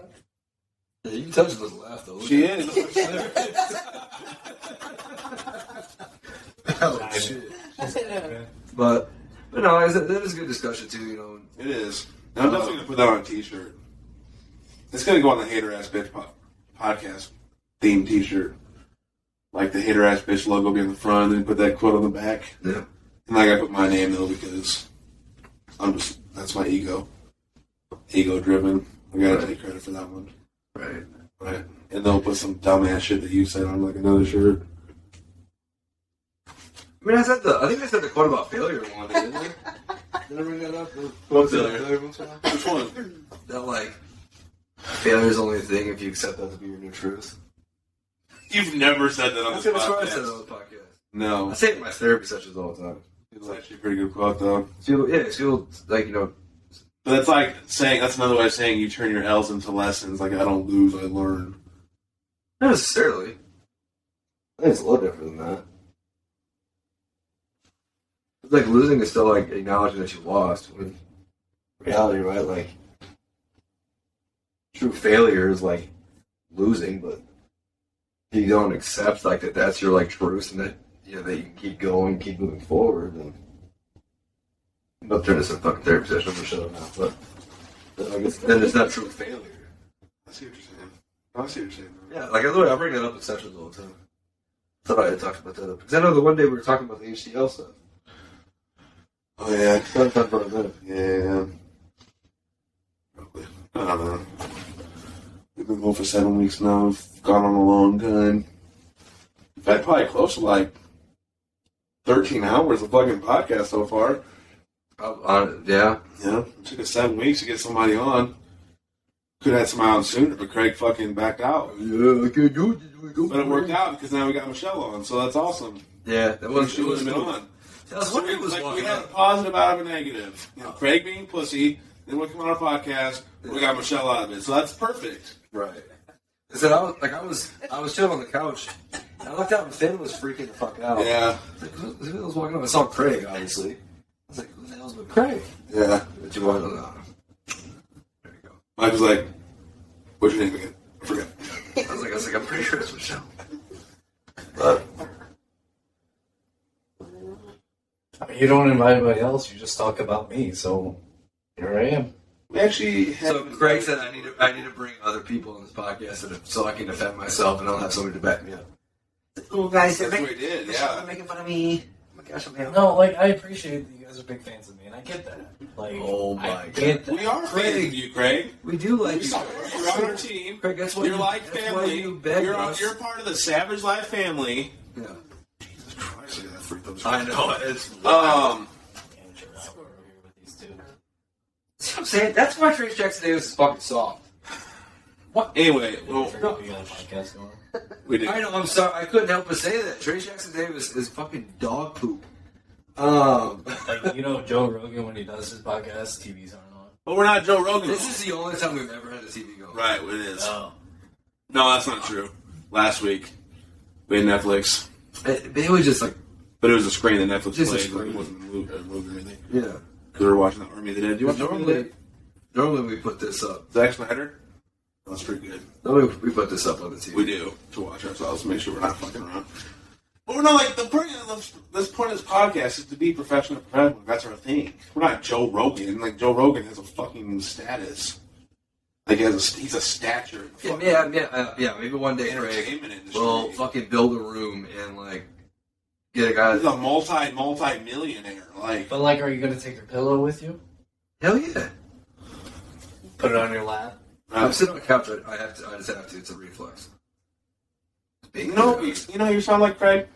B: Yeah, you can touch those laugh though.
A: She is.
B: oh, shit.
E: I
B: But but no, it's, that is a good discussion too. You know,
A: It is. And I'm definitely gonna put that on a T-shirt. It's gonna go on the hater ass bitch po- podcast theme T-shirt. Like the hater ass bitch logo be in the front, and put that quote on the back.
B: yeah.
A: And like I put my name though because I'm just that's my ego, ego driven. I gotta take credit for that one,
B: Right.
A: right? And they'll put some dumbass shit that you said on like another shirt.
B: I mean, I said the. I think I said the quote about failure one. Didn't I? Did I bring that up? The-
A: What's
B: the failure once in a while?
A: Which one?
B: That like failure is only a thing if you accept that to be your new truth.
A: You've never said that on
B: That's
A: this
B: what I
A: podcast.
B: said on the podcast.
A: No,
B: I say it in my therapy sessions all the time.
A: it's actually a pretty good quote though.
B: People, yeah, people like you know.
A: But that's like saying that's another way of saying you turn your L's into lessons. Like I don't lose, I learn.
B: Not necessarily. I think it's a little different than that. It's like losing is still like acknowledging that you lost. When reality, right? Like true failure is like losing, but if you don't accept like that that's your like truth and that you know that you can keep going, keep moving forward. And I'm not turning this into fucking therapy session. I'm gonna shut up now. But then, I guess, then it's not true failure.
A: I see what you're saying. I see what you're saying.
B: Yeah, like I literally I bring that up in sessions all the time. I thought I had talked about that because I know the one day we were talking about the HCL stuff.
A: Oh yeah,
B: That's not part of that.
A: yeah. Probably. I don't know. We've been going for seven weeks now. We've gone on a long time. In fact, probably close to like thirteen hours of fucking podcast so far.
B: Prob- Oh, on- yeah,
A: Yeah, it took us seven weeks to get somebody on. Could have had somebody on sooner, but Craig fucking backed out.
B: yeah, I can't do it.
A: But it worked out because now we got Michelle on, so that's awesome.
B: Yeah, that was.
A: She would have been on.
B: I was wondering who was
A: like,
B: walking
A: we had a
B: up.
A: positive out of a negative. You know, Craig being pussy, then we come on our podcast, we got Michelle out of it. So that's perfect.
B: Right. I said I was like I was I was chilling on the couch. And I looked out and Finn was freaking the fuck out.
A: Yeah.
B: I was like, who, who the hell's walking up? I saw Craig, obviously. I was like, who the hell's with Craig?
A: Yeah.
B: But you wanted to know. There you go.
A: Mike was like, what's your name again? I forgot.
B: I was like, I was like, I'm pretty sure it's Michelle. But
G: I mean, you don't invite anybody else. You just talk about me. So here I am.
A: We actually had
B: so Craig said I need to I need to bring other people on this podcast and so I can defend myself and I'll have somebody to back me up.
C: Cool guys,
A: That's what we did, yeah.
C: They're making fun of me. Oh my gosh, I'm being-
G: No, like I appreciate that you guys are big fans of me, and I get that. Like,
B: Oh my
G: I get that.
A: We are fans of you, Craig.
B: We do like
A: We saw you. You're on our team.
B: Craig, that's why
A: You're
B: you-
A: like
B: that's why
A: family.
B: you beg
A: You're, on,
B: us.
A: you're part of the Savage Life family.
B: Yeah.
A: Christ, I freaked those
B: I know Uh, it's
A: Um,
G: Amateur hour over here with these two.
B: That's what I'm saying. That's why Trace Jackson Davis is fucking soft.
A: anyway, well,
G: Figure out we got a podcast going.
A: we did.
B: I know. I'm sorry. I couldn't help but say that Trace Jackson Davis is fucking dog poop. Um,
G: Like you know, Joe Rogan when he does his podcast, TVs aren't on.
A: But we're not Joe Rogan.
B: this is the only time we've ever had a TV go.
A: right. It is.
G: Oh,
A: No, that's not true. Last week, we had Netflix,
B: It, it was just like
A: but it was a screen that Netflix
B: Just a
A: played.
B: screen.
A: It wasn't a movie, a movie or anything.
B: yeah.
A: Because we were watching the Army of the Dead. Do you watch Army of the
B: Normally,
A: Dead?
B: normally we put this up.
A: Zack Snyder? That's pretty good.
B: Normally we put this up on the TV.
A: We do to watch ourselves to make sure we're not fucking around. But we're not like the point of this, this point of this podcast is to be professional. Professional. That's our thing. We're not Joe Rogan. Like Joe Rogan has a fucking status. Like he has a, he's a stature. in
B: Yeah,
A: fucking
B: yeah, yeah, uh, yeah. Maybe one day, Craig,
A: entertainment industry.
B: we'll fucking build a room and like get a guy.
A: He's a multi multi millionaire. Like
G: but like, are you gonna take your pillow with you?
B: Hell yeah!
G: Put it on your lap.
B: I'm sitting on the couch. I, I have to. I just have to. It's a reflex.
A: You know, you, you know, you sound like Craig.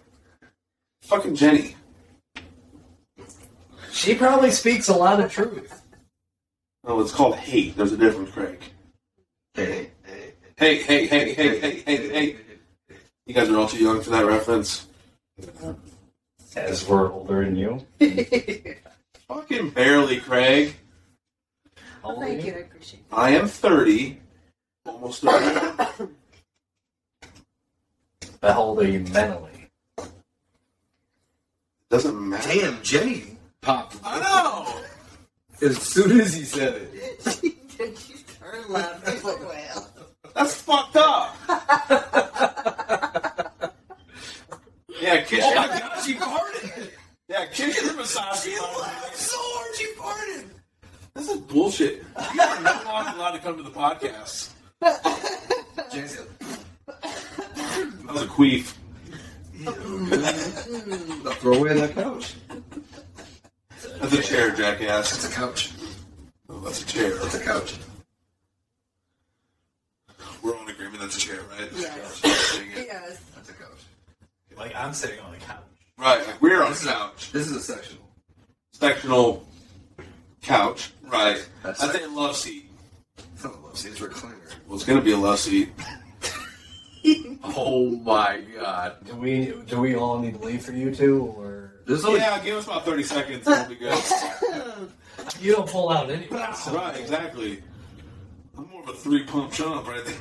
A: Fucking Jenny.
G: She probably speaks a lot of truth.
A: No, Oh, it's called hate. There's a difference, Craig.
B: Hey, hey,
A: Hey, hey, hey, hey, hey, hey, hey. You guys are all too young for that reference.
G: As we're older than you.
A: Fucking barely, Craig.
G: How old are
E: Oh, Thank you,
G: you?
E: I appreciate
A: I am 30. Almost 30.
G: But how old are you mentally?
A: Doesn't matter.
B: Damn, Jenny popped
A: I know!
B: as soon as he said it.
E: it. Did you turn left? I was like, well.
A: That's fucked up! yeah, kiss
B: Oh
A: your-
B: my gosh, she farted!
A: Yeah, kiss your massage.
B: She laughed so hard, she farted!
A: This is bullshit. You guys are not allowed to come to the podcast.
B: Jenny said,
A: That was a queef.
B: "Now throw away that couch.
A: That's a chair, jackass.
B: It's a couch.
A: Oh, that's a chair.
B: It's a couch.
A: We're all in agreement that's a chair, right?
E: Yes. Yes.
B: That's a couch.
G: Like I'm sitting on the couch.
A: Right, like we're on a
B: This is a,
A: couch.
B: this is a sectional.
A: Sectional couch. Right.
B: That's
A: I think love seat.
B: It's not a love seat, it's a recliner.
A: Well, it's going to be a love seat.
B: Oh my god.
G: Do we do we all need to leave for you two, or
B: There's only
A: Yeah, give us about 30 seconds and we'll be good.
G: you don't pull out anyway? So.
A: right, exactly. I'm more of a three pump chump right there.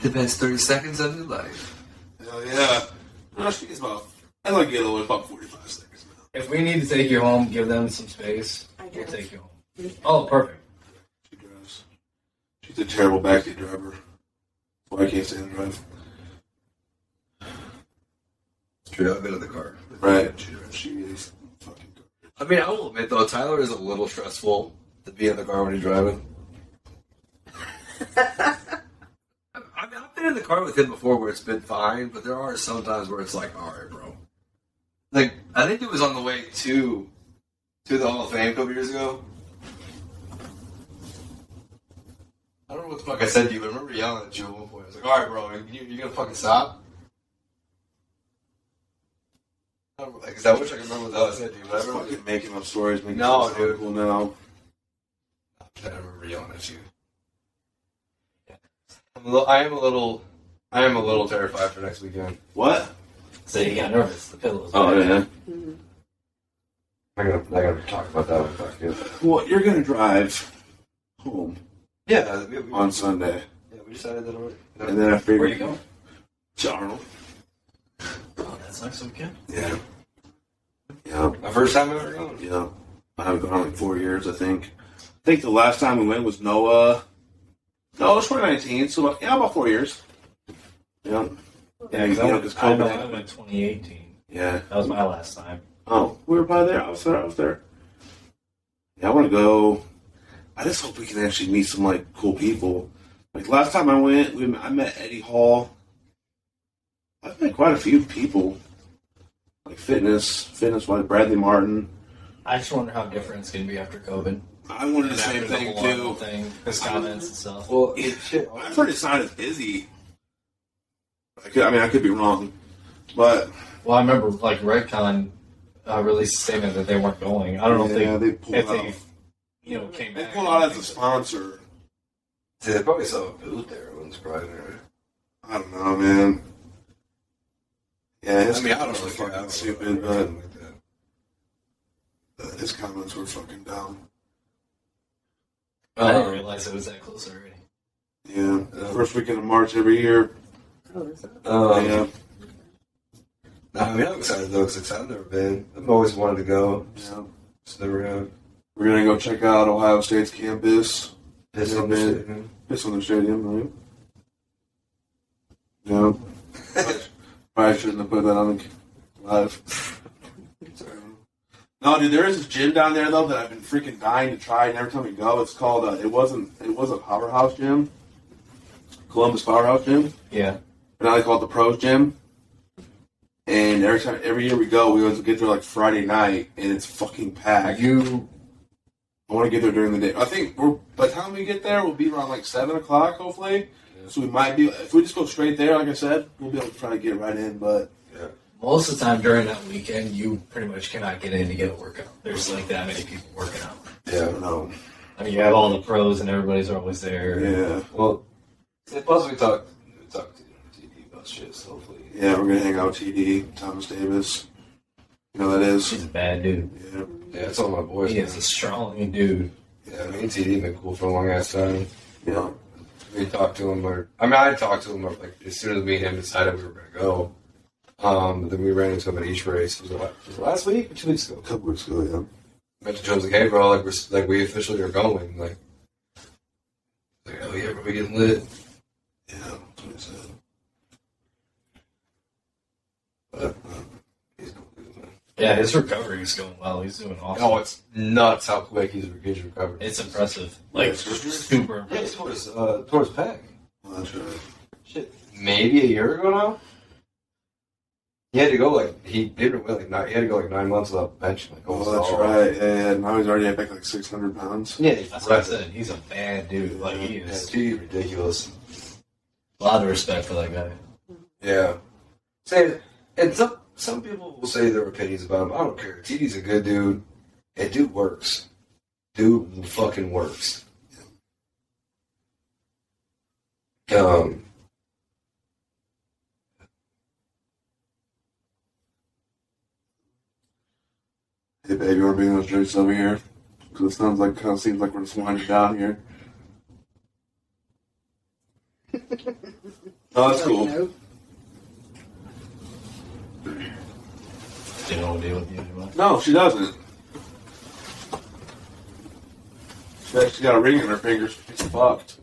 B: the best 30 seconds of your life.
A: Hell yeah. No, I think it's about, as I get older, about 45 seconds now.
D: If we need to take you home, give them some space.
E: I
D: We'll
E: guess.
D: take you home. Oh, perfect.
A: She drives. She's a terrible backseat driver. That's why I can't stand to drive.
B: True, I've been in the car.
A: Right. She, drives. she is fucking good.
B: I mean, I will admit though, Tyler is a little stressful to be in the car when he's driving. I- I mean, I've been in the car with him before where it's been fine, but there are some times where it's like, all right, bro. Like, I think it was on the way to to the Hall of Fame a couple years ago. I don't know what the fuck I said to you, but I remember yelling at you at one point. I was like, all right, bro, you, you gonna fucking stop? I don't- Like, is that what I can remember what the hell I said to you? But I
A: That's
B: remember
A: fucking making up stories. Making
B: No,
A: it sound
B: dude.
A: Cool now.
B: I remember yelling at you. I'm a little, I am a little, I am a little terrified for next weekend.
A: What?
G: So you got nervous. The pillows.
D: Oh,
A: yeah.
B: I gotta, I gotta talk about that with fuck you.
A: Well, you're gonna drive home
B: Yeah, we, we,
A: on Sunday,
B: yeah, we decided that already.
A: and then I figured.
G: Where you going?
A: To Arnold.
G: Oh, that's next weekend.
A: Yeah. Yeah.
B: My first time ever going.
A: Yeah. I haven't gone in like four years, I think. I think the last time we went was Noah. No, it was 2019, so about, yeah, about four years. Yeah. Yeah, because
G: I
A: yeah,
G: went,
A: 'cause
G: I know
A: COVID.
G: I went 2018.
A: Yeah.
G: That was my last time.
A: Oh, we were by there. I was there. I was there. Yeah, I want to go. I just hope we can actually meet some like cool people. Like last time I went, we, I met Eddie Hall. I've met quite a few people, like fitness, fitness like Bradley Martin.
G: I just wonder how different it's gonna be after COVID.
A: I wanted the same
G: After the
A: thing
G: whole Arnold
A: too.
G: Thing, his comments and stuff.
B: Well, shit.
A: I've heard it's not as busy. I, could, I mean, I could be wrong, but
D: Well, I remember like Redcon uh, released a statement that they weren't going. I don't know
A: yeah,
D: if
A: they
D: they
A: pulled
D: if
A: out.
D: they
A: They,
G: You know, came back.
A: pulled out as a sponsor.
B: See, they probably saw a booth there. It was probably there.
A: I don't know, man. Yeah, his
B: I mean, I don't
A: comments
B: really
A: were
B: care. I
A: fucking
B: don't
A: stupid,
B: really care.
A: but uh, his comments were fucking dumb.
G: I didn't
B: Um, uh,
G: realize it was that close already.
A: Yeah, first weekend of March every year.
E: Oh, is that-
B: um,
A: yeah,
B: nah, I mean, I'm excited though because I've never been. I've always wanted to go.
A: yeah.
B: Just never have.
A: We're gonna go check out Ohio State's campus.
B: Piss
A: Yeah,
B: on the
A: man.
B: shit, man.
A: It's on their stadium, right? Yeah. Probably shouldn't have put that on live. No, dude, there is this gym down there though that I've been freaking dying to try, and every time we go, it's called. Uh, it wasn't. It was a powerhouse gym, Columbus Powerhouse Gym.
D: Yeah.
A: But now they call it the Pros Gym. And every time, every year we go, we always get there like Friday night, and it's fucking packed.
D: you
A: I want to get there during the day. I think we're by the time we get there, we'll be around like seven o'clock, hopefully. So we might be if we just go straight there. Like I said, we'll be able to try to get right in. But
G: Most of the time during that weekend, you pretty much cannot get in to get a workout. There's like that many people working out.
A: I don't know.
G: I mean, you have all the pros, and everybody's always there.
A: Yeah,
B: Well, see, plus we talked, we talked to TD about shit. So hopefully,
A: yeah, we're gonna hang out with TD Thomas Davis. You know that is.
G: She's a bad dude.
A: Yeah,
B: yeah, it's all my boys.
G: He is a strong dude.
B: Yeah, me and TD been cool for a long ass time.
A: yeah.
B: We talked to him, or I mean, I talked to him, or, like as soon as me and him decided we were gonna go. Um, but then we ran into him at each race. Was it la- was it last week or two weeks ago?
A: A couple weeks ago, yeah.
B: Met to Jones like, hey, bro, like we're s- like we officially are going. Like, like oh yeah, bro, we getting lit.
A: Yeah, that's what he said.
B: But,
A: uh,
B: um, he's cool, dude, man.
G: Yeah, his recovery is going well. He's doing awesome.
B: Oh, it's nuts how quick he's, he's recovered.
G: It's impressive. Like, super
B: Yeah,
G: impressive.
B: it's towards uh, towards Peck.
A: Well, that's right.
B: Shit, maybe a year ago now. He had to go like he didn't really. Not, he had to go like nine months without bench. Like,
A: Oh,
B: almost
A: that's
B: all.
A: right. Yeah, yeah. Now he's already at back like six hundred pounds.
B: Yeah, he's
G: That's what I said. He's a bad dude. Like, he
B: Yeah,
G: is.
B: dude, ridiculous.
G: A lot of respect for that guy.
B: Yeah. Say, and some some people will say their opinions about him. I don't care. TD's a good dude, and dude works. Dude fucking works. Um.
A: Hey, baby, we're being those drinks over here because it sounds like kind of seems like we're just winding down here. oh, that's cool.
E: No.
D: They don't deal with you anymore.
A: No, she doesn't. She actually got a ring in her finger. She's fucked.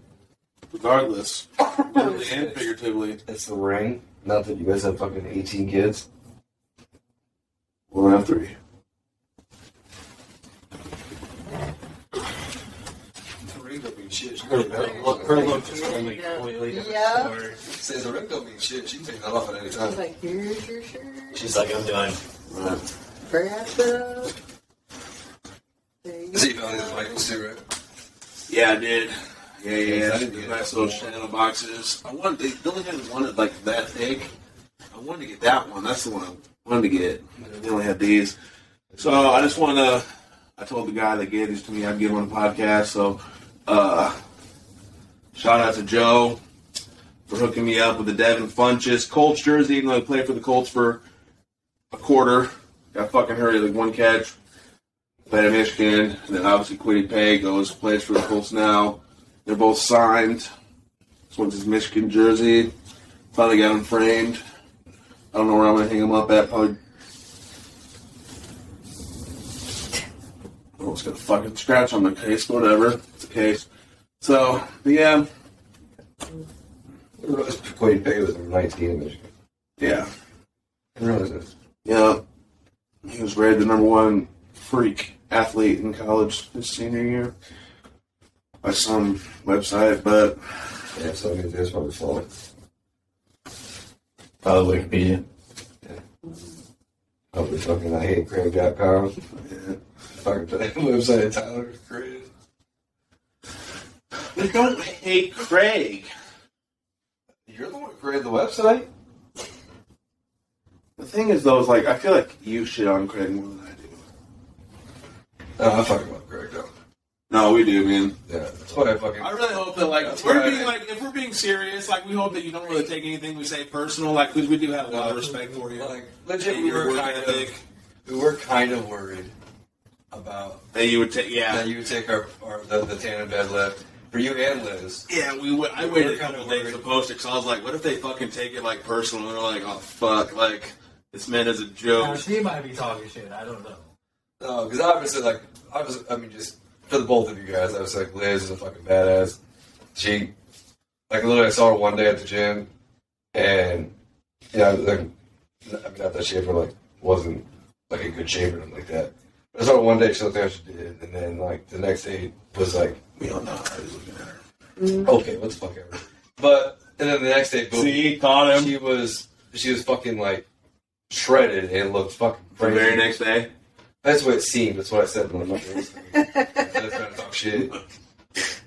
A: Regardless, literally and figuratively.
B: It's the ring. Not that you guys have fucking 18 kids.
A: We'll have three.
B: The ring don't mean shit. She can take that off. Her look is going to be completely different.
E: Yeah.
B: Says the ring don't mean shit. She can take that off at any
E: She's
B: time.
E: like, here's your shirt.
D: She's like, I'm done.
A: Right.
E: Grab it. There you
B: See, you found these
E: go.
B: Michaels too, right?
A: Yeah, I did. Yeah, yeah, yeah.
B: I didn't get
A: Nice little shadow boxes. I wanted. They, they only had one that, like that thick. I wanted to get that one. That's the one I wanted to get. They only had these. So I just want to. I told the guy that gave these to me. I'd give him on the podcast. So, uh, shout out to Joe for hooking me up with the Devin Funches Colts jersey. Even though he played for the Colts for a quarter, got fucking hurt. Like one catch, played at Michigan, and then obviously Quiddy Pay goes plays for the Colts now. They're both signed. This one's his Michigan jersey. Finally got him framed. I don't know where I'm gonna hang him up at. Probably. I was gonna fucking scratch on the case, but whatever. It's a case. So, but yeah,
B: Quade Pay was number 19 in Michigan.
A: yeah,
B: I didn't realize this.
A: yeah. He was rated the number one freak athlete in college his senior year by some website, but
B: Yeah, so I mean, there's probably flowing.
D: Probably Wikipedia.
B: Probably fucking I hate Craig.com. Fucking that website Tyler created.
A: I don't hate Craig.
B: You're the one who created the website?
A: The thing is, though, is like I feel like you shit on Craig more than I do.
B: No, I fucking love Craig, though.
A: No, we do, man.
B: Yeah, that's why I fucking.
A: I really hope that, like,
B: That's
A: if we're
B: right.
A: being like, if we're being serious, like, we hope that you don't really take anything we say personal, like, because we do have a lot of respect for you.
B: Like, legit,
A: And
B: we
A: your
B: were
A: work
B: kind
A: ethic.
B: of. We were kind of worried about
A: that you would take, yeah,
B: that you would take our, our the, the tandem deadlift for you and Liz.
A: yeah. We would. I
B: We
A: waited
B: were
A: a couple
B: kinda
A: days to post it because I was like, what if they fucking take it like personal? And they're like, oh fuck, like this man is a
D: Now,
A: joke.
D: Uh, she might be talking shit. I don't know.
B: No, because obviously, like, I was, I mean, just for the both of you guys, I was like, Liz is a fucking badass. She, like, literally, I saw her one day at the gym, and yeah, I was like, I mean, not that she ever like wasn't like in good shape or anything like that. But I saw her one day, she looked like she did, and then like the next day was like, we don't know. I was looking at her. Okay, what the fuck ever. But and then the next day, boom,
A: See, caught him
B: she was she was fucking like shredded and looked fucking
A: the
B: crazy.
A: very next day.
B: That's what it seemed. That's what I said when I met her. That's trying to talk shit.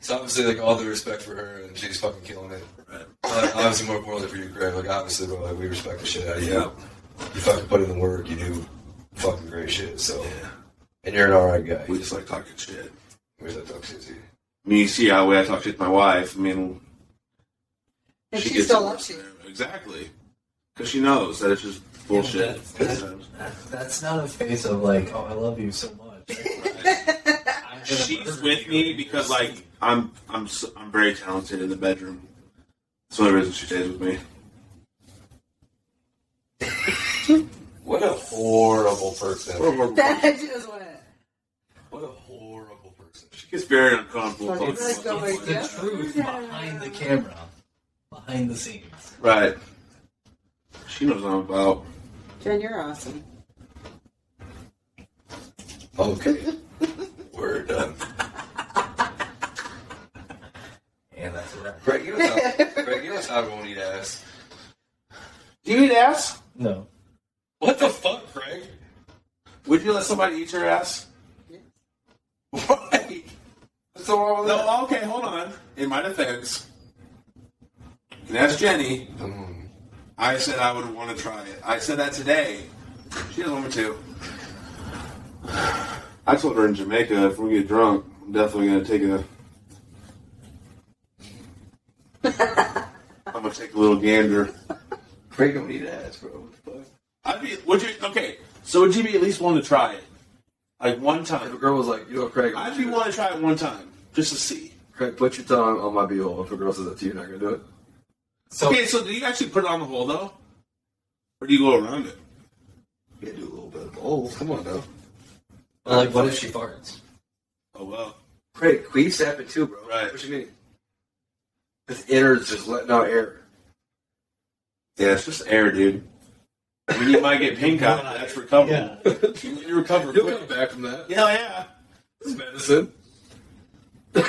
B: So obviously, like all the respect for her, and she's fucking killing it. Uh, obviously, more importantly for you, Greg. Like obviously, but like we respect the shit out of you. You fucking put in the work. You do fucking great shit. So, and you're an alright guy.
A: We just like talking shit.
B: Where's that talk shit to you?
A: I mean, you see how way I talk shit to my wife. I mean,
E: And she,
A: gets
E: still
A: it.
E: loves you.
A: Exactly. Because she knows that it's just bullshit.
D: That's not a face of like, oh, I love you so much. I'm gonna
A: She's
D: murder
A: with
D: you
A: me
D: in
A: because,
D: your
A: like,
D: sleep.
A: I'm I'm s- I'm very talented in the bedroom. That's the only reason she stays with me.
B: What a horrible person.
E: That just went.
B: What a horrible person.
A: She gets very uncomfortable.
E: Fucking
A: Right.
E: really
D: it's
E: go like
D: the
E: that.
D: truth behind the camera, behind the scenes.
A: She knows what I'm about.
E: Jen, you're awesome.
B: Okay, we're done.
D: And that's a wrap.
B: Greg, you know how, Greg, you know how I won't eat ass.
A: Do you eat ass?
D: No.
B: What the fuck, Greg?
A: Would you let somebody eat your ass?
B: Why? What's so wrong with that?
A: No. Okay, hold on. uh, In my defense, and that's Jenny. Mm. I said I would want to try it. I said that today. She doesn't want me to. I told her in Jamaica if we get drunk, I'm definitely gonna take a. I'm gonna take a little gander.
B: Greg don't eat ass, bro. What the fuck?
A: I'd be. Would you? Okay. So would you be at least willing to try it, like one
L: If a
A: time?
L: girl was like, you know, Craig,
A: I'd be willing to try it one time just to see.
L: Craig, put your tongue on my beehole. If a girl says that to you, you're not gonna do it.
D: So
A: Okay, so do you actually put it on the hole though, or do you go around it?
L: Yeah, do a little bit.
B: old. Come on now.
G: But, like, what if she farts?
A: Oh well.
B: Great, queefs happen too, bro.
A: Right.
B: What you mean? This inner is just letting out air.
A: Yeah, it's just air, dude. I mean, you might get pink eye. but That's recoverable. You recover
B: You'll
A: quick.
B: come back from that.
A: Hell yeah.
B: It's medicine.
A: Hey,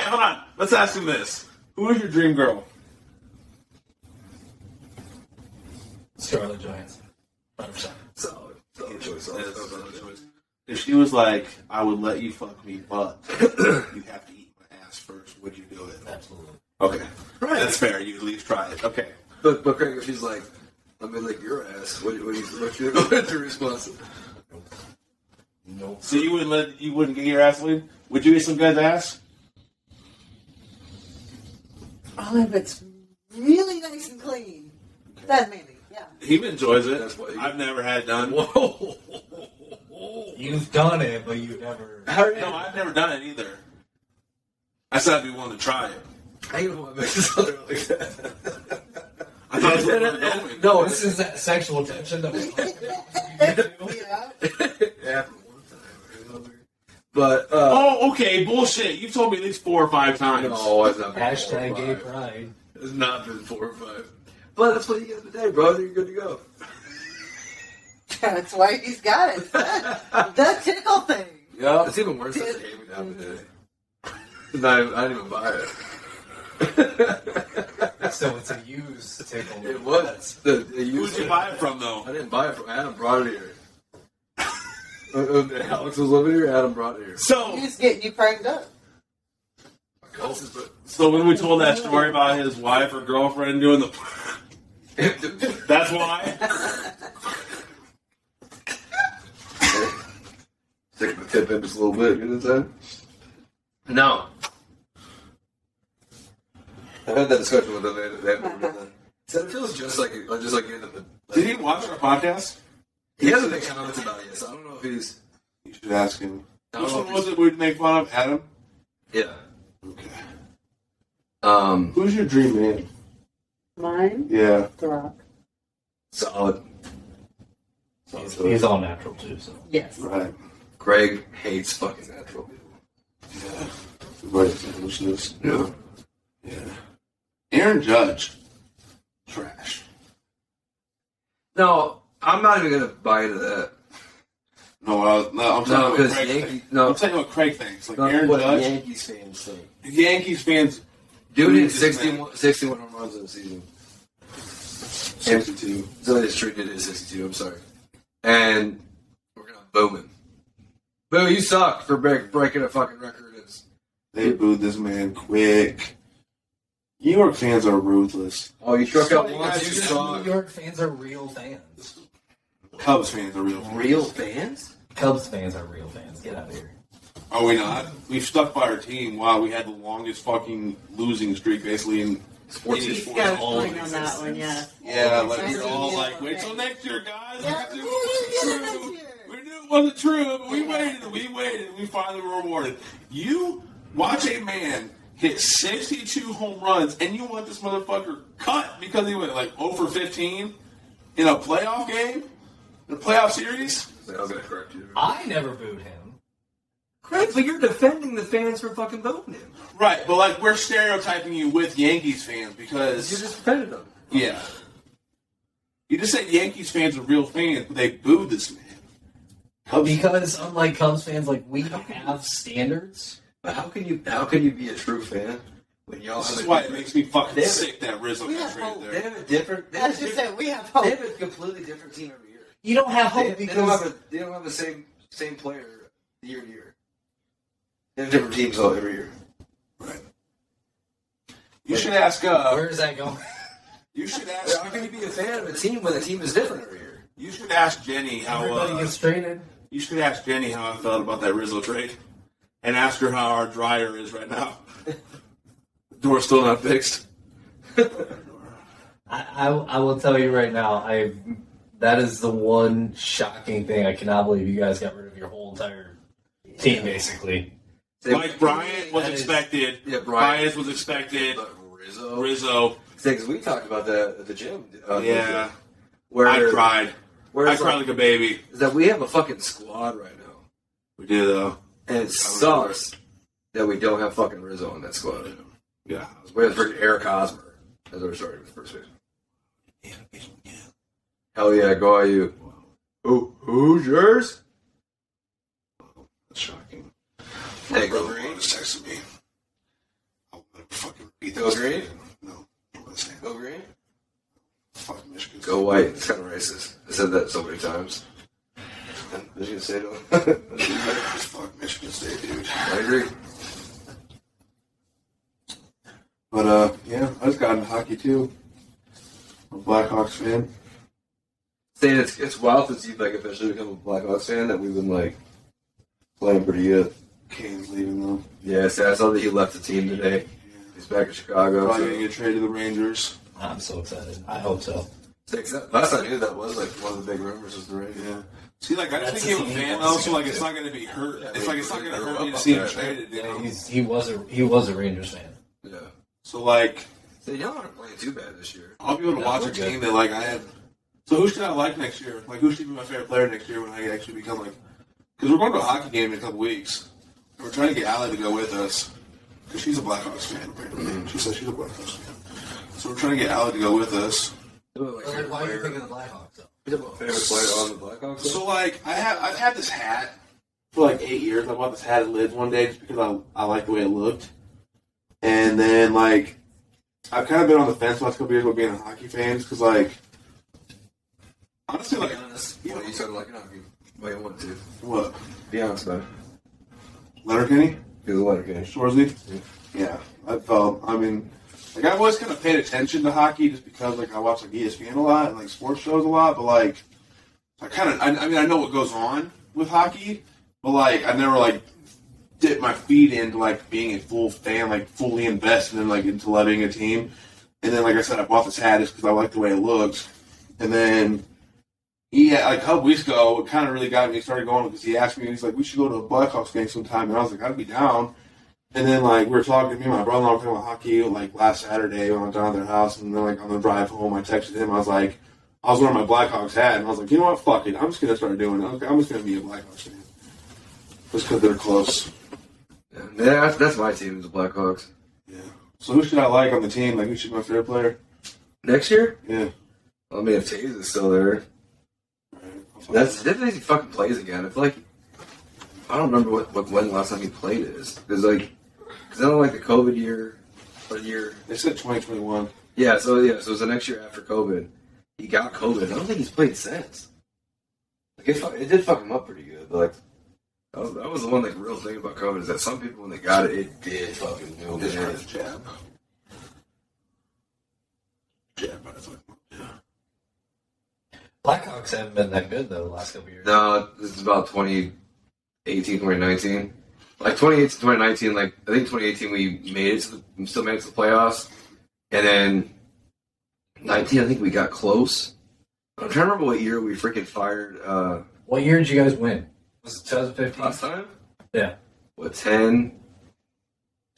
A: hold on. Let's ask him this. Who is your dream girl?
G: Scarlet Giants. 100%.
B: Solid. Solid choice. Solid
A: That's
B: choice.
A: another choice. If she was like, I would let you fuck me, but you have to eat my ass first, would you do it?
G: Absolutely.
A: Okay. Right. That's fair. You at least try it. Okay.
B: But, but Craig, if she's like, let me lick your ass, what, what, what you going to response?
G: Nope.
A: So you wouldn't let you wouldn't get your ass laid? Would you eat some guy's ass?
E: Only if it's really nice and clean. Then maybe, yeah.
A: He enjoys it.
B: That's what he-
A: I've never had done.
B: Whoa.
G: You've done it, but you never.
B: How are you?
A: No, I've never done it either. I said I'd be willing to try it.
B: I even want to make this other like that.
A: I thought that's where we were going.
G: No, Oh, this is that sexual tension that we
E: Yeah.
B: Yeah. But, uh,
A: Oh, okay, bullshit. You've told me at least four or five times.
B: no, it's not been four or
G: Hashtag gay
B: five.
G: pride.
B: It's not been four or five. But that's what you get today, bro. You're good to go.
E: That's why he's got it. the tickle thing.
B: Yeah, it's even worse than Amy down today. Not even, I didn't even buy it.
G: So it's a used tickle.
B: It was. The, the
A: Who'd you buy it from, though?
B: I didn't buy it from Adam. Brought it here. Uh, uh, Alex was living here. Adam brought it here.
A: So,
E: He's getting you primed up.
B: This is what-
A: so when we told that story about his wife or girlfriend doing the, that's why.
B: Stick my tip in just a little bit. You know what I'm saying? No. I had that discussion with them. They, they haven't done that. Said it feels just like it- just like getting them.
A: Did he watch our podcast?
B: He hasn't made comments about it yet, so I don't know if he's.
A: You should ask him.
B: I
A: Which
B: don't know if
A: one
B: he's-
A: was it we'd make fun of? Adam.
B: Yeah.
A: Okay.
B: Um.
A: Who's your dream man?
E: Mine?
A: Yeah.
E: The rock.
B: Solid.
G: He's, he's all natural too. So
E: Yes.
A: Right.
B: Greg hates fucking natural people.
A: Right. Foolishness.
B: Yeah.
A: Yeah. Aaron Judge. Trash.
B: No, I'm not even gonna buy into that.
A: No, I was, no, I'm talking
B: No,
A: about
B: because
A: Craig.
B: Yankee.
A: thinks.
B: No,
A: I'm talking about Craig things like
B: not
A: Aaron
B: what
A: Judge.
B: Yankees fans think.
A: Yankees fans.
B: Dude hit
A: Jesus,
B: 61, 61 home runs in the season.
A: Sixty-two.
B: So it's true. Did it at 62. I'm sorry. And we're gonna boom him. Boo, you suck for break, breaking a fucking record. It's,
A: They booed this man quick. New York fans are ruthless.
B: oh, you struck out
A: So,
B: once.
A: guys,
B: You
A: you
B: suck.
G: New York fans are real fans.
A: Cubs fans are real.
B: Real fans?
G: Cubs fans are real fans. Get out of here.
A: Are we not? We've stuck by our team. Wow, we had the longest fucking losing streak basically in
B: Sports
A: in
B: is
A: sports.
E: Got a point on that one, yeah.
A: Yeah, like
E: Nice
A: you're
E: to
A: all
E: meet you.
A: like, wait till next year, guys.
E: Yeah,
A: We knew
E: we'll
A: it
E: get
A: wasn't true.
E: it next year.
A: We knew it wasn't true, but we waited, we waited, we finally were rewarded. You watch a man hit 62 home runs, and you want this motherfucker cut because he went like 0 for 15 in a playoff game, in a playoff series.
B: I was gonna correct you.
G: I never booed him.
B: Craig, but you're defending the fans for fucking booing him.
A: Right, but like we're stereotyping you with Yankees fans
B: You
A: because
B: just defended them.
A: yeah, you just said Yankees fans are real fans, but they booed this man. Cubs
G: Because unlike Cubs fans, like we have standards.
B: But how can you how can you be a true fan when y'all
A: This
B: have
A: is
B: a
A: why Oh, it
B: different-
A: makes me fucking
B: They have-
A: sick that Rizzo
B: they
A: got
B: have,
A: traded
B: they
A: there.
B: have a different they
E: I
B: have,
E: was
B: a
E: just
B: different
E: saying, Oh, we have
B: they
E: hope.
B: have a completely different team every year.
G: You don't have
B: They,
G: hope
B: they
G: because
B: don't have a, they don't have the same same player year to year. They have different teams all every year.
A: You should ask. Uh,
G: where is that going?
A: you should ask.
B: How can you be a fan of a team when the team is different every year?
A: You should ask Jenny how.
G: Everybody
A: Uh,
G: gets traded.
A: you should ask Jenny how I felt about that Rizzo trade, and ask her how our dryer is right now. Door's still not fixed.
G: I, I, I will tell you right now, I that is the one shocking thing. I cannot believe you guys got rid of your whole entire team, basically.
B: They-
A: Mike Bryant was
G: That is-
A: expected.
B: Yeah, Bryant.
A: Bryant was expected.
B: but Rizzo.
A: Rizzo.
B: Because we talked about that at the gym. Uh,
A: Yeah,
B: where
A: I cried. I
B: Whereas,
A: cry
B: like,
A: like a baby.
B: is that we have a fucking squad right now.
A: We do though.
B: And it sucks that we don't have fucking Rizzo in that squad.
A: Yeah.
B: I was waiting for Eric Hosmer as our starting first baseman. Hell yeah, go are you. Who, who's yours?
A: That's shocking.
B: Hey, go
A: Brother
B: Green.
A: just texted me. I'll never fucking beat
B: Go green?
A: No. I'm gonna say,
B: Go Green.
A: Fuck Michigan.
B: Go white. It's kind of racist. I said that so many times. Michigan State. I
A: Fuck Michigan State, dude.
B: agree.
A: But uh, yeah, I just got into hockey too. I'm a Blackhawks fan.
B: Saying it's, it's wild since you've like officially become a Blackhawks fan that we've been like playing pretty good.
A: Kane's leaving though.
B: Yeah, see, I saw that he left the team today. He's back in Chicago.
A: Probably
B: so-
A: gonna get traded to the Rangers.
D: I'm so excited. I hope so.
B: Except last I knew, that was like one of the big rumors was the Rangers.
A: Yeah. See, like I just
D: That's
A: became a
D: his
A: fan
D: name.
A: though, so like it's not gonna be hurt. It's like it's not gonna hurt me to see him traded. You know?
D: He's, he was a he was a Rangers fan.
B: Yeah.
A: So like,
B: So y'all aren't playing too bad this year.
A: I'll be able to
D: No,
A: watch
D: we're
A: a
D: good.
A: team that like I had. So who should I like next year? Like who should be my favorite player next year when I actually become like? Because we're going to a hockey game in a couple weeks. And we're trying to get Allie to go with us because she's a Blackhawks fan. Apparently, she says she's a Blackhawks fan. So we're trying to get Allie to go with us.
B: Like, favorite
D: Why are you
B: player
D: thinking of the Blackhawks though?
B: favorite player on the Blackhawks?
A: So like I have I've had this hat for like eight years. I bought this hat at Lids one day just because I I like the way it looked. And then like I've kind of been on the fence the last couple years with being a hockey fan because like honestly
B: Be
A: like
B: honest. What you said, like, no, you, well, you want to.
A: what
B: Be honest, man.
A: Letterkenny
B: He's a letter game.
A: Schwarzy yeah I felt I mean like I've always kind of paid attention to hockey just because like I watch like E ESPN a lot and like sports shows a lot but like I kind of I, I mean I know what goes on with hockey but like I never like dip my feet into like being a full fan, like fully invested in like into loving a team. And then, like I said, I bought this hat just because I like the way it looks. And then, yeah, like a couple weeks ago, it kind of really got me started going because he asked me, he's like, "We should go to a Blackhawks game sometime," and I was like, "I'd be down." And then, like, we were talking to me, and my brother-in-law were talking about hockey, like last Saturday when I was down at their house, and then like on the drive home, I texted him, I was like, I was wearing my Blackhawks hat, and I was like, you know what, fuck it, I'm just gonna start doing it. I'm I'm just gonna be a Blackhawks fan just because they're close.
B: Yeah, that's, that's my team, the Blackhawks.
A: Yeah. So who should I like on the team? Like who should be my favorite player?
B: Next year?
A: Yeah.
B: I mean, if Taves is still there, that's that means he fucking plays again. If like, I don't remember what, what when last time he played is because like, because I don't like the COVID year or the year
A: they said 2021.
B: Yeah, so yeah, so it was the next year after COVID. He got COVID. I don't think he's played since. Like it, fu- it did fuck him up pretty good. Like that was, that was the one like real thing about COVID is that some people when they got it, it did fucking do them
A: This
B: in.
A: guy's jab. Jab. I thought.
D: Blackhawks haven't been that good though the last couple years.
B: No, this is about 2018, 2019. Like 2018 to 2019, like I think 2018 we made it to the, we still made it to the playoffs, and then 19 I think we got close. I'm trying to remember what year we freaking fired. uh
D: What year did you guys win? Was it 2015?
B: Last time?
D: Yeah.
B: What, 10?